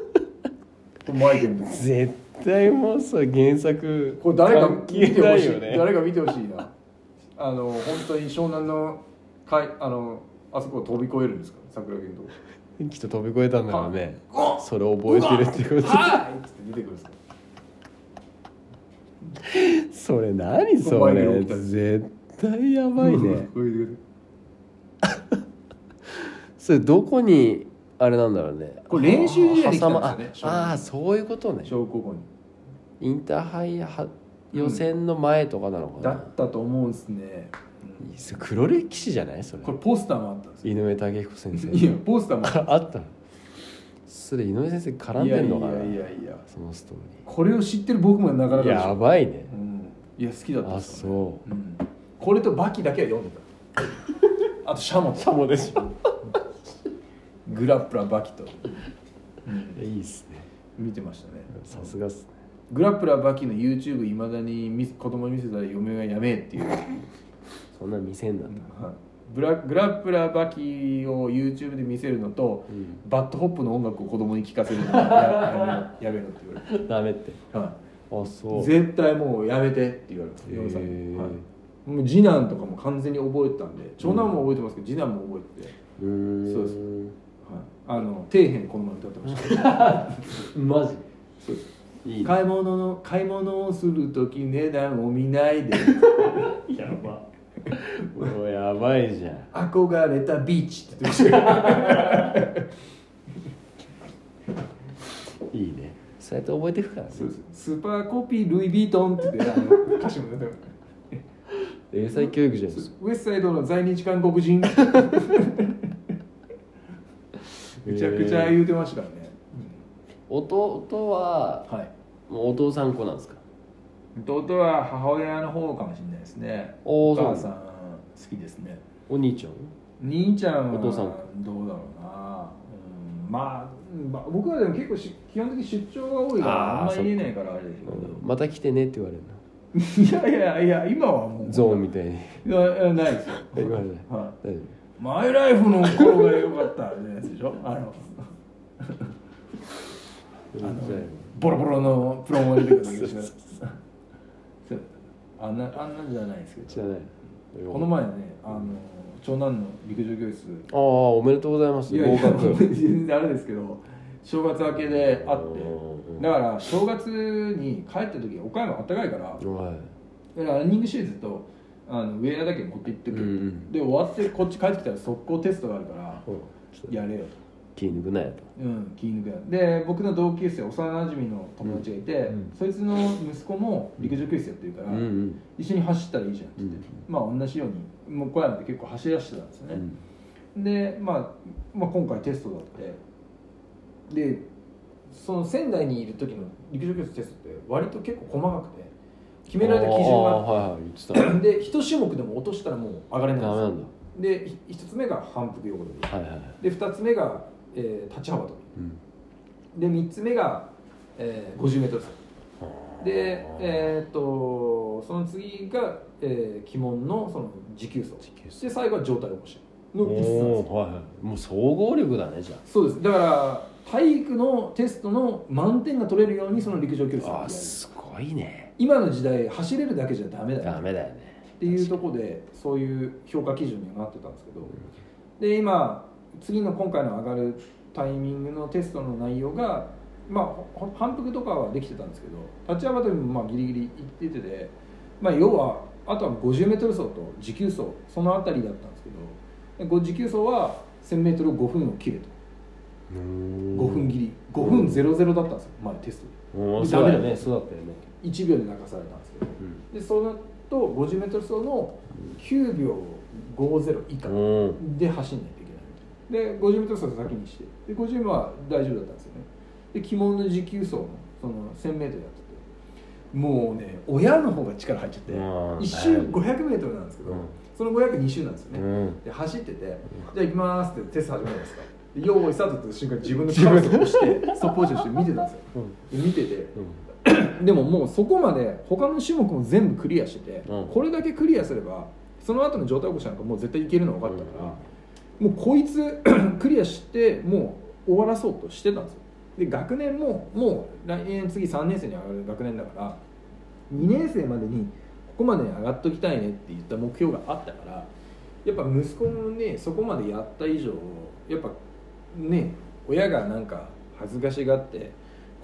Speaker 1: これマイケルです
Speaker 2: 絶対もうさ原作
Speaker 1: これ誰か
Speaker 2: 関
Speaker 1: 見
Speaker 2: 係
Speaker 1: て
Speaker 2: な
Speaker 1: ほし
Speaker 2: い
Speaker 1: い
Speaker 2: よね
Speaker 1: 誰か見てほしいなあの本当に湘南のかいあのあそこを飛び越えるんですか桜木のとこ
Speaker 2: きっと飛び越えたんだろうねそれ覚えてるってこと
Speaker 1: はいっつって出てくるんですか
Speaker 2: それ何そ
Speaker 1: マイケル
Speaker 2: れ
Speaker 1: 起きた
Speaker 2: 絶対やばいね
Speaker 1: これで
Speaker 2: それどこにあれなんだろうね
Speaker 1: これ練習試合で来たんですよね
Speaker 2: 挟まああーそういうことね
Speaker 1: 小高校に
Speaker 2: インターハイは予選の前とかなのか
Speaker 1: だ
Speaker 2: な、
Speaker 1: ったと思うんですね、
Speaker 2: いいっす黒歴史じゃないそれ
Speaker 1: これポスターもあったんですよ
Speaker 2: 井上武彦先
Speaker 1: いや
Speaker 2: 生
Speaker 1: ポスターもあっ
Speaker 2: ああったのそれ井上先生絡
Speaker 1: た
Speaker 2: ん
Speaker 1: いや
Speaker 2: で
Speaker 1: い
Speaker 2: んのかな
Speaker 1: やいやいや
Speaker 2: そのストー
Speaker 1: これを知ってる僕もなかな
Speaker 2: リー
Speaker 1: かでし
Speaker 2: や
Speaker 1: ょ、
Speaker 2: ばいね
Speaker 1: うん、いや好きだったん
Speaker 2: あ
Speaker 1: ですよね
Speaker 2: そ
Speaker 1: うん、これとバキだけは読んで
Speaker 2: <laughs>
Speaker 1: たあとシャモ
Speaker 2: うしかもでしょ
Speaker 1: グラップラーバキと
Speaker 2: いいっすね
Speaker 1: 見てましたね
Speaker 2: さすがっすね
Speaker 1: グラップラーバキの YouTube いまだに見子供に見せたら嫁がやめえっていう、 <laughs>
Speaker 2: そんな見せんなと、
Speaker 1: はいブラグラップラーバキを YouTube で見せるのと、
Speaker 2: うん
Speaker 1: バッドホップの音楽を子供に聴かせるの <laughs> ややめろやめろって言われて、
Speaker 2: ダメって
Speaker 1: は
Speaker 2: あそう
Speaker 1: い、絶対もうやめてって言われて嫁さんに
Speaker 2: へえ
Speaker 1: はいもう次男とかも完全に覚えてたんで長男も覚えてますけど、次男も覚えてて、
Speaker 2: うーん
Speaker 1: そうですはい、あの底辺このまま歌ってました
Speaker 2: マジいい
Speaker 1: <laughs>
Speaker 2: ね
Speaker 1: 買い物の買い物をする時値段を見ない <laughs> で
Speaker 2: やばもうやばいじゃん
Speaker 1: 憧れたビーチって言ってました
Speaker 2: いいねそうやって覚えていくからね
Speaker 1: スーパーコピールイ・ヴィトンって言ってあの歌詞も出てます
Speaker 2: 英才教育じゃないですか
Speaker 1: ウエストサイドの在日韓国 <laughs> 人めちゃくちゃ言うてましたからね、
Speaker 2: 弟は
Speaker 1: うんはい
Speaker 2: もうお父さん子なんですか
Speaker 1: 弟は母親の方かもしれないですね
Speaker 2: お
Speaker 1: お
Speaker 2: ーそう
Speaker 1: 母さん好きですね
Speaker 2: お兄ちゃん
Speaker 1: 兄ちゃんは
Speaker 2: お父さん
Speaker 1: どうだろうな、うんまあ、うんまあ僕はでも結構し基本的に出張が多いから
Speaker 2: あー
Speaker 1: あんまり言えないからあれです
Speaker 2: また来てねって言われるな
Speaker 1: け <laughs> ど、いやいやいや今はもう
Speaker 2: ゾーンみたいに
Speaker 1: いやいやないですよ
Speaker 2: 言われない
Speaker 1: は
Speaker 2: 大丈
Speaker 1: い、マイライフの頃が良かったじゃないですでしょ <laughs> あの
Speaker 2: 夫大丈
Speaker 1: ボロボロのプロモに出てくる時でしょそう <laughs> あんなあんなんじゃないですけ
Speaker 2: 夫
Speaker 1: ど
Speaker 2: じゃない
Speaker 1: この前ねあの長男の陸上教室
Speaker 2: ああおめでとうございます
Speaker 1: いやい
Speaker 2: 合
Speaker 1: や
Speaker 2: 格
Speaker 1: 全然あれですけど正月明けで会って
Speaker 2: うん
Speaker 1: だから正月に帰った時岡山あったかいから
Speaker 2: はい
Speaker 1: だからランニングシューズとあのウェアだけ持って行ってくる、
Speaker 2: うんうん
Speaker 1: で終わってこっち帰ってきたら速攻テストがあるから
Speaker 2: うんちょっと
Speaker 1: やれよと。
Speaker 2: 気抜くなやと
Speaker 1: うん、気抜くやで僕の同級生幼なじみの友達がいて、
Speaker 2: ん
Speaker 1: そいつの息子も陸上教室やってるから、
Speaker 2: うんうん
Speaker 1: 一緒に走ったらいいじゃんって言って、まあ同じようにもう小山で結構走らしてたんですよね、で、まあ、まあ今回テストだってでその仙台にいる時の陸上教室テストって割と結構細かくて決められた基準が
Speaker 2: あー
Speaker 1: あっ
Speaker 2: はいはい言ってた
Speaker 1: て
Speaker 2: ダ
Speaker 1: で一種目でも落としたらもう上がれ
Speaker 2: メ
Speaker 1: な
Speaker 2: ない
Speaker 1: ん
Speaker 2: んだ
Speaker 1: ですよで1つ目が反復横跳
Speaker 2: はいはいはい
Speaker 1: びで2つ目が、えー立ち幅跳
Speaker 2: うん
Speaker 1: びで3つ目が、えー、50m 走でえーっとその次が、えー、鬼門のその持久走
Speaker 2: 地球
Speaker 1: で最後は上体起こしの5つなんですよ
Speaker 2: おおはいはいもう総合力だねじゃ
Speaker 1: そうですだから体育のテストの満点が取れるようにその陸上教室
Speaker 2: ああ
Speaker 1: が
Speaker 2: ーすごいね
Speaker 1: 今の時代走れるだけじゃダメだよ
Speaker 2: ダ
Speaker 1: っ
Speaker 2: メだよね
Speaker 1: ていうところでそういう評価基準にはなってたんですけどで今次の今回の上がるタイミングのテストの内容がまあほ反復とかはできてたんですけど立ち幅跳びもまあギリギリいっててで、まあ、要はあとは 50m 走と持久走その辺りだったんですけどでご持久走は 1000m を5分を切れと。
Speaker 2: 5
Speaker 1: 5分切り5分00だったんですよ前テスト
Speaker 2: おー
Speaker 1: で
Speaker 2: そうだよ
Speaker 1: ダメ
Speaker 2: ねそうだったよね
Speaker 1: で1秒で泣かされたんですけど
Speaker 2: う
Speaker 1: で
Speaker 2: ん
Speaker 1: そのと 50m 走の9秒50以下
Speaker 2: お
Speaker 1: で走んないといけないで 50m 走を先にしてで50は大丈夫だったんですよねで鬼門の持久走のその 1000m やっててもうね親の方が力入っちゃって
Speaker 2: うん
Speaker 1: 1周 500m なんですけど
Speaker 2: うん
Speaker 1: その502周なんですよね、
Speaker 2: うん
Speaker 1: で走ってて「じゃあ行きます」ってテスト始めるじゃないですかで用意スタートって瞬間自分 <laughs> のカースを押してストップウォッチをして見てたんですよで見ててでももうそこまで他の種目も全部クリアしてて、
Speaker 2: うん
Speaker 1: これだけクリアすればその後の状態起こしなんかもう絶対いけるの分かったから、もうこいつ <clears throat> クリアしてもう終わらそうとしてたんですよで学年ももう来年次3年生に上がる学年だから2年生までにここまでに上がっときたいねって言った目標があったからやっぱ息子もねそこまでやった以上やっぱね親がなんか恥ずかしがって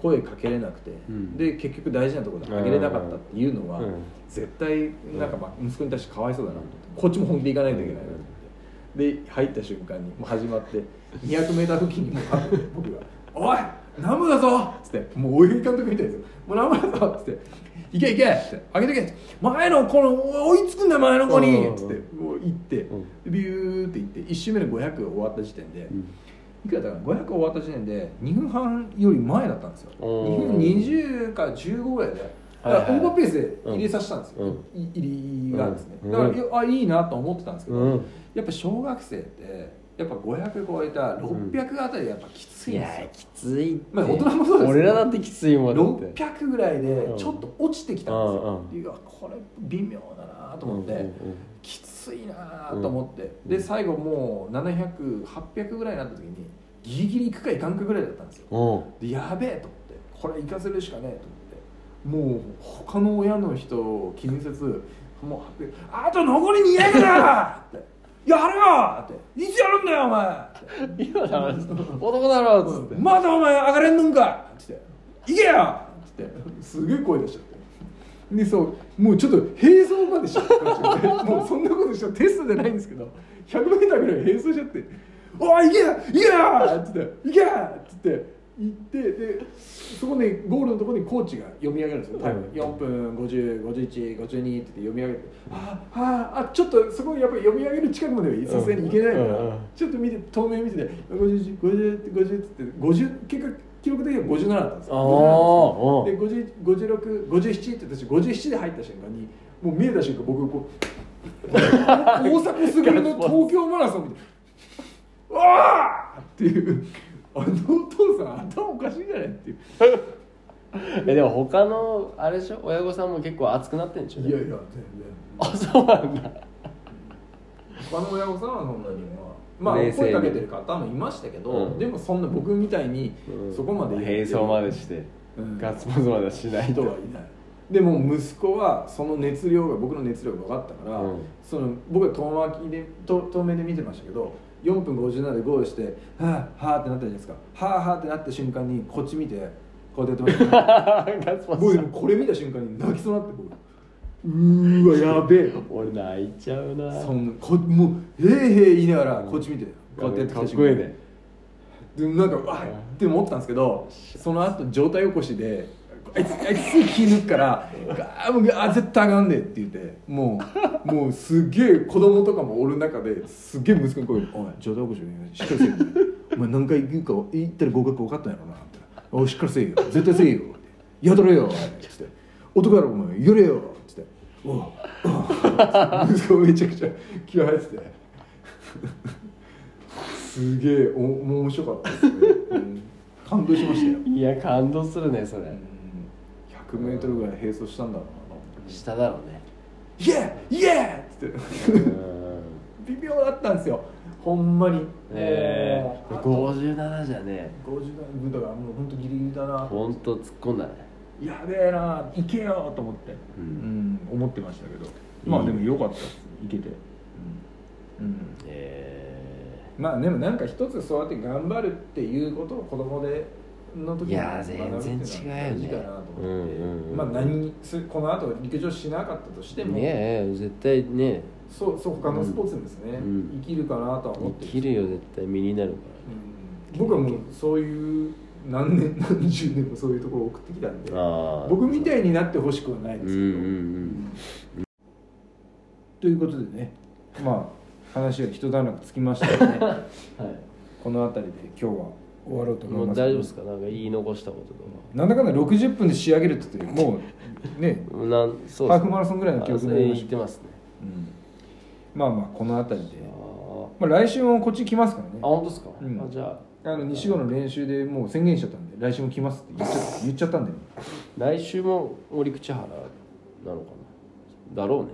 Speaker 1: 声かけれなくて、
Speaker 2: うん
Speaker 1: で結局大事なところで上げれなかったっていうのは、
Speaker 2: うん
Speaker 1: 絶対なんかまあ息子に対してかわいそうだなと思ってこっちも本気でいかないといけないなと思ってで入った瞬間にもう始まって 200m 付近にもう僕が「おいナムだぞ!」っつってもう大江監督みたいですよ「もうナムだぞ!」っつって「行け行け!」っつって「上げてけ!」前のこの追いつくんだよ前の子に!」っつってもう行ってでビューって行って1周目の500終わった時点で。いくらだから500終わった時点で2分半より前だったんですよ
Speaker 2: お
Speaker 1: 2
Speaker 2: ー
Speaker 1: 分20か15ぐらいでだからオーバーペースで入れさせたんですよ、
Speaker 2: う
Speaker 1: い入りがですね、
Speaker 2: うん
Speaker 1: だからいやあいいなと思ってたんですけど、
Speaker 2: うん
Speaker 1: やっぱ小学生ってやっぱ500超えた600あたりやっぱきつい
Speaker 2: い
Speaker 1: ん
Speaker 2: や
Speaker 1: ですよ
Speaker 2: ー、きついって、
Speaker 1: まあ大人もそうですけど
Speaker 2: 俺らだってきついもんだって
Speaker 1: 600ぐらいでちょっと落ちてきたんですよ、
Speaker 2: う
Speaker 1: いやこれ微妙だなと思って、
Speaker 2: うんうん
Speaker 1: きついなと思って、で最後もう700800ぐらいになった時にギリギリ行くか行かんかぐらいだったんですよ
Speaker 2: うんうん
Speaker 1: でやべえと思ってこれ行かせるしかねえと思ってもう他の親の人を気にせずもう800あと残り200だ!」って「やるよ!」って「いつやるんだよお前!」って
Speaker 2: 今だ男だろっつって
Speaker 1: まだお前上がれんのんか!」っつって「行けよ!」っつってすげえ声出しちゃって。でそうもうちょっと並走までしちゃってましたねもうそんなことしたらテストじゃないんですけど 100m ぐらい並走しちゃって「おい行けや行けや!」っつって「行けや!」っつって行ってでそこにゴールのところにコーチが読み上げるんですよタイム4分505152って言って読み上げて「ああああちょっとそこやっぱり読み上げる近くまではさすがに行けないか
Speaker 2: うんうんうん
Speaker 1: らちょっと見て透明見てて5050 50って50結果記録的には57だったんですよ
Speaker 2: あ
Speaker 1: 57
Speaker 2: ー
Speaker 1: なんですよで
Speaker 2: うん
Speaker 1: 50 56、57って私57で入った瞬間にもう見えた瞬間僕こう大迫傑の東京マラソンみたいな「わあ!」っていうあのお父さん頭おかしいんじゃないっていう
Speaker 2: えでも他のあれでしょ親御さんも結構熱くなってんでしょ
Speaker 1: いやいや全然
Speaker 2: あそうなんだ
Speaker 1: 他の親御さんはそんなにまあ、まあ、
Speaker 2: 冷静に
Speaker 1: 声かけてる方もいましたけど、
Speaker 2: うん
Speaker 1: でもそんな僕みたいにそこまで
Speaker 2: 並走までして、
Speaker 1: うん
Speaker 2: ガッツポーズまではしない
Speaker 1: 人
Speaker 2: と
Speaker 1: はいないでも息子はその熱量が僕の熱量が分かったから、
Speaker 2: うん
Speaker 1: その僕は遠巻きでと遠目で見てましたけど4分57でゴールして「はあはあ」ってなったじゃないですか「はあはあ」ってなった瞬間にこっち見てこうやってやってました
Speaker 2: <laughs> ガッ <laughs> ツポー
Speaker 1: 僕
Speaker 2: ズ
Speaker 1: で
Speaker 2: し
Speaker 1: もこれ見た瞬間に泣きそうになって僕うーわやべえ
Speaker 2: た俺泣いちゃうな
Speaker 1: そんなこもう「へえへえ」言いながらこっち見てこうやってやってき
Speaker 2: か
Speaker 1: た
Speaker 2: っ
Speaker 1: 瞬
Speaker 2: こ
Speaker 1: 間
Speaker 2: いい
Speaker 1: に
Speaker 2: ね
Speaker 1: でなんかうわっって思ったんですけどその後状態起こしであいつあいつすぐ気抜くからあもうあ絶対あかんねえって言ってもうもうすげえ子供とかもおる中ですげえ息子に声を「おい状態起こししっかりせえよ」お前何回行くか行ったら合格分かったんやろな」って「おいしっかりせえよ絶対せえよ」やだろよ」つって「男やろお前やれよ」つって「おうおう <laughs> 息子めちゃくちゃ気合入ってて。すげえお面白かったですね、うん感動しましたよ、
Speaker 2: いや感動するねそれ、
Speaker 1: うん、100m ぐらい並走したんだろう
Speaker 2: 下だろうね
Speaker 1: なイエーイエーっつって
Speaker 2: うん
Speaker 1: 微妙だったんですよほんまに
Speaker 2: ええ
Speaker 1: もうあと
Speaker 2: 57じゃね
Speaker 1: 50分だからもうほんとギリギリだな
Speaker 2: ほんと突っ込んだね
Speaker 1: やべえな行けよと思って、
Speaker 2: う
Speaker 1: うんん思ってましたけどまあでもよかったです行けてうん、うん
Speaker 2: え
Speaker 1: まあでもなんか一つそうやって頑張るっていうことを子供での時に
Speaker 2: いや
Speaker 1: 学ぶっていうのは
Speaker 2: 全然違うよね
Speaker 1: 大事かなと思って、
Speaker 2: うんうんうん
Speaker 1: まあ何にすこの後陸上しなかったとして
Speaker 2: ー、
Speaker 1: も、
Speaker 2: ねえ絶対ね
Speaker 1: そうそう他のスポーツにですね、
Speaker 2: うんうん
Speaker 1: 生きるかなとは思
Speaker 2: 生
Speaker 1: ってる
Speaker 2: きるよ絶対身になるか
Speaker 1: うん僕はもうそういう何年何十年もそういうところを送ってきたんで
Speaker 2: らああ
Speaker 1: 僕みたいになってほしくはない
Speaker 2: うん
Speaker 1: で
Speaker 2: う
Speaker 1: す
Speaker 2: ん
Speaker 1: けど、
Speaker 2: うん
Speaker 1: ということでねまあ話は一段落つきました
Speaker 2: <laughs>
Speaker 1: ので、ね、
Speaker 2: はい
Speaker 1: この辺りで今日は終わろうと思
Speaker 2: も
Speaker 1: いうま
Speaker 2: 大
Speaker 1: す
Speaker 2: 丈夫ですかなんか言い残したこととか
Speaker 1: なんだかんだ60分で仕上げるって言って <laughs> もうね、
Speaker 2: なんそう
Speaker 1: ハーフマラソンぐらいの記録になりま
Speaker 2: 言
Speaker 1: し
Speaker 2: ったてますね
Speaker 1: うん、まあまあこの辺りで
Speaker 2: あ、
Speaker 1: まあ、
Speaker 2: ー
Speaker 1: 来週もこっち来ますから
Speaker 2: あ
Speaker 1: ね
Speaker 2: 本当ですか、
Speaker 1: うん
Speaker 2: あじゃあ
Speaker 1: あの西郷の練習でもう宣言しちゃったんで来週も来ますって言っちゃ言っちゃったんで、ね、
Speaker 2: 来週も折口原なのかなだろうね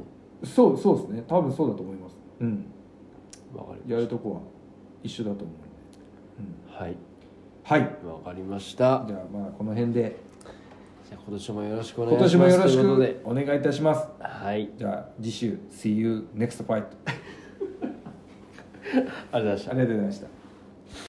Speaker 1: そうそうですね多分そうだと思いますうん
Speaker 2: わかりました
Speaker 1: やるとこは一緒だと思うんで、
Speaker 2: はい
Speaker 1: はい
Speaker 2: わかりました
Speaker 1: じゃあまあこの辺で
Speaker 2: じゃあ今年もよろしくお願
Speaker 1: 今
Speaker 2: い
Speaker 1: 年
Speaker 2: し
Speaker 1: も
Speaker 2: ます
Speaker 1: よろし
Speaker 2: ということで
Speaker 1: くお願いいたします
Speaker 2: はい
Speaker 1: じゃあ次週 See you next fight
Speaker 2: ありがとうございました
Speaker 1: ありがとうございました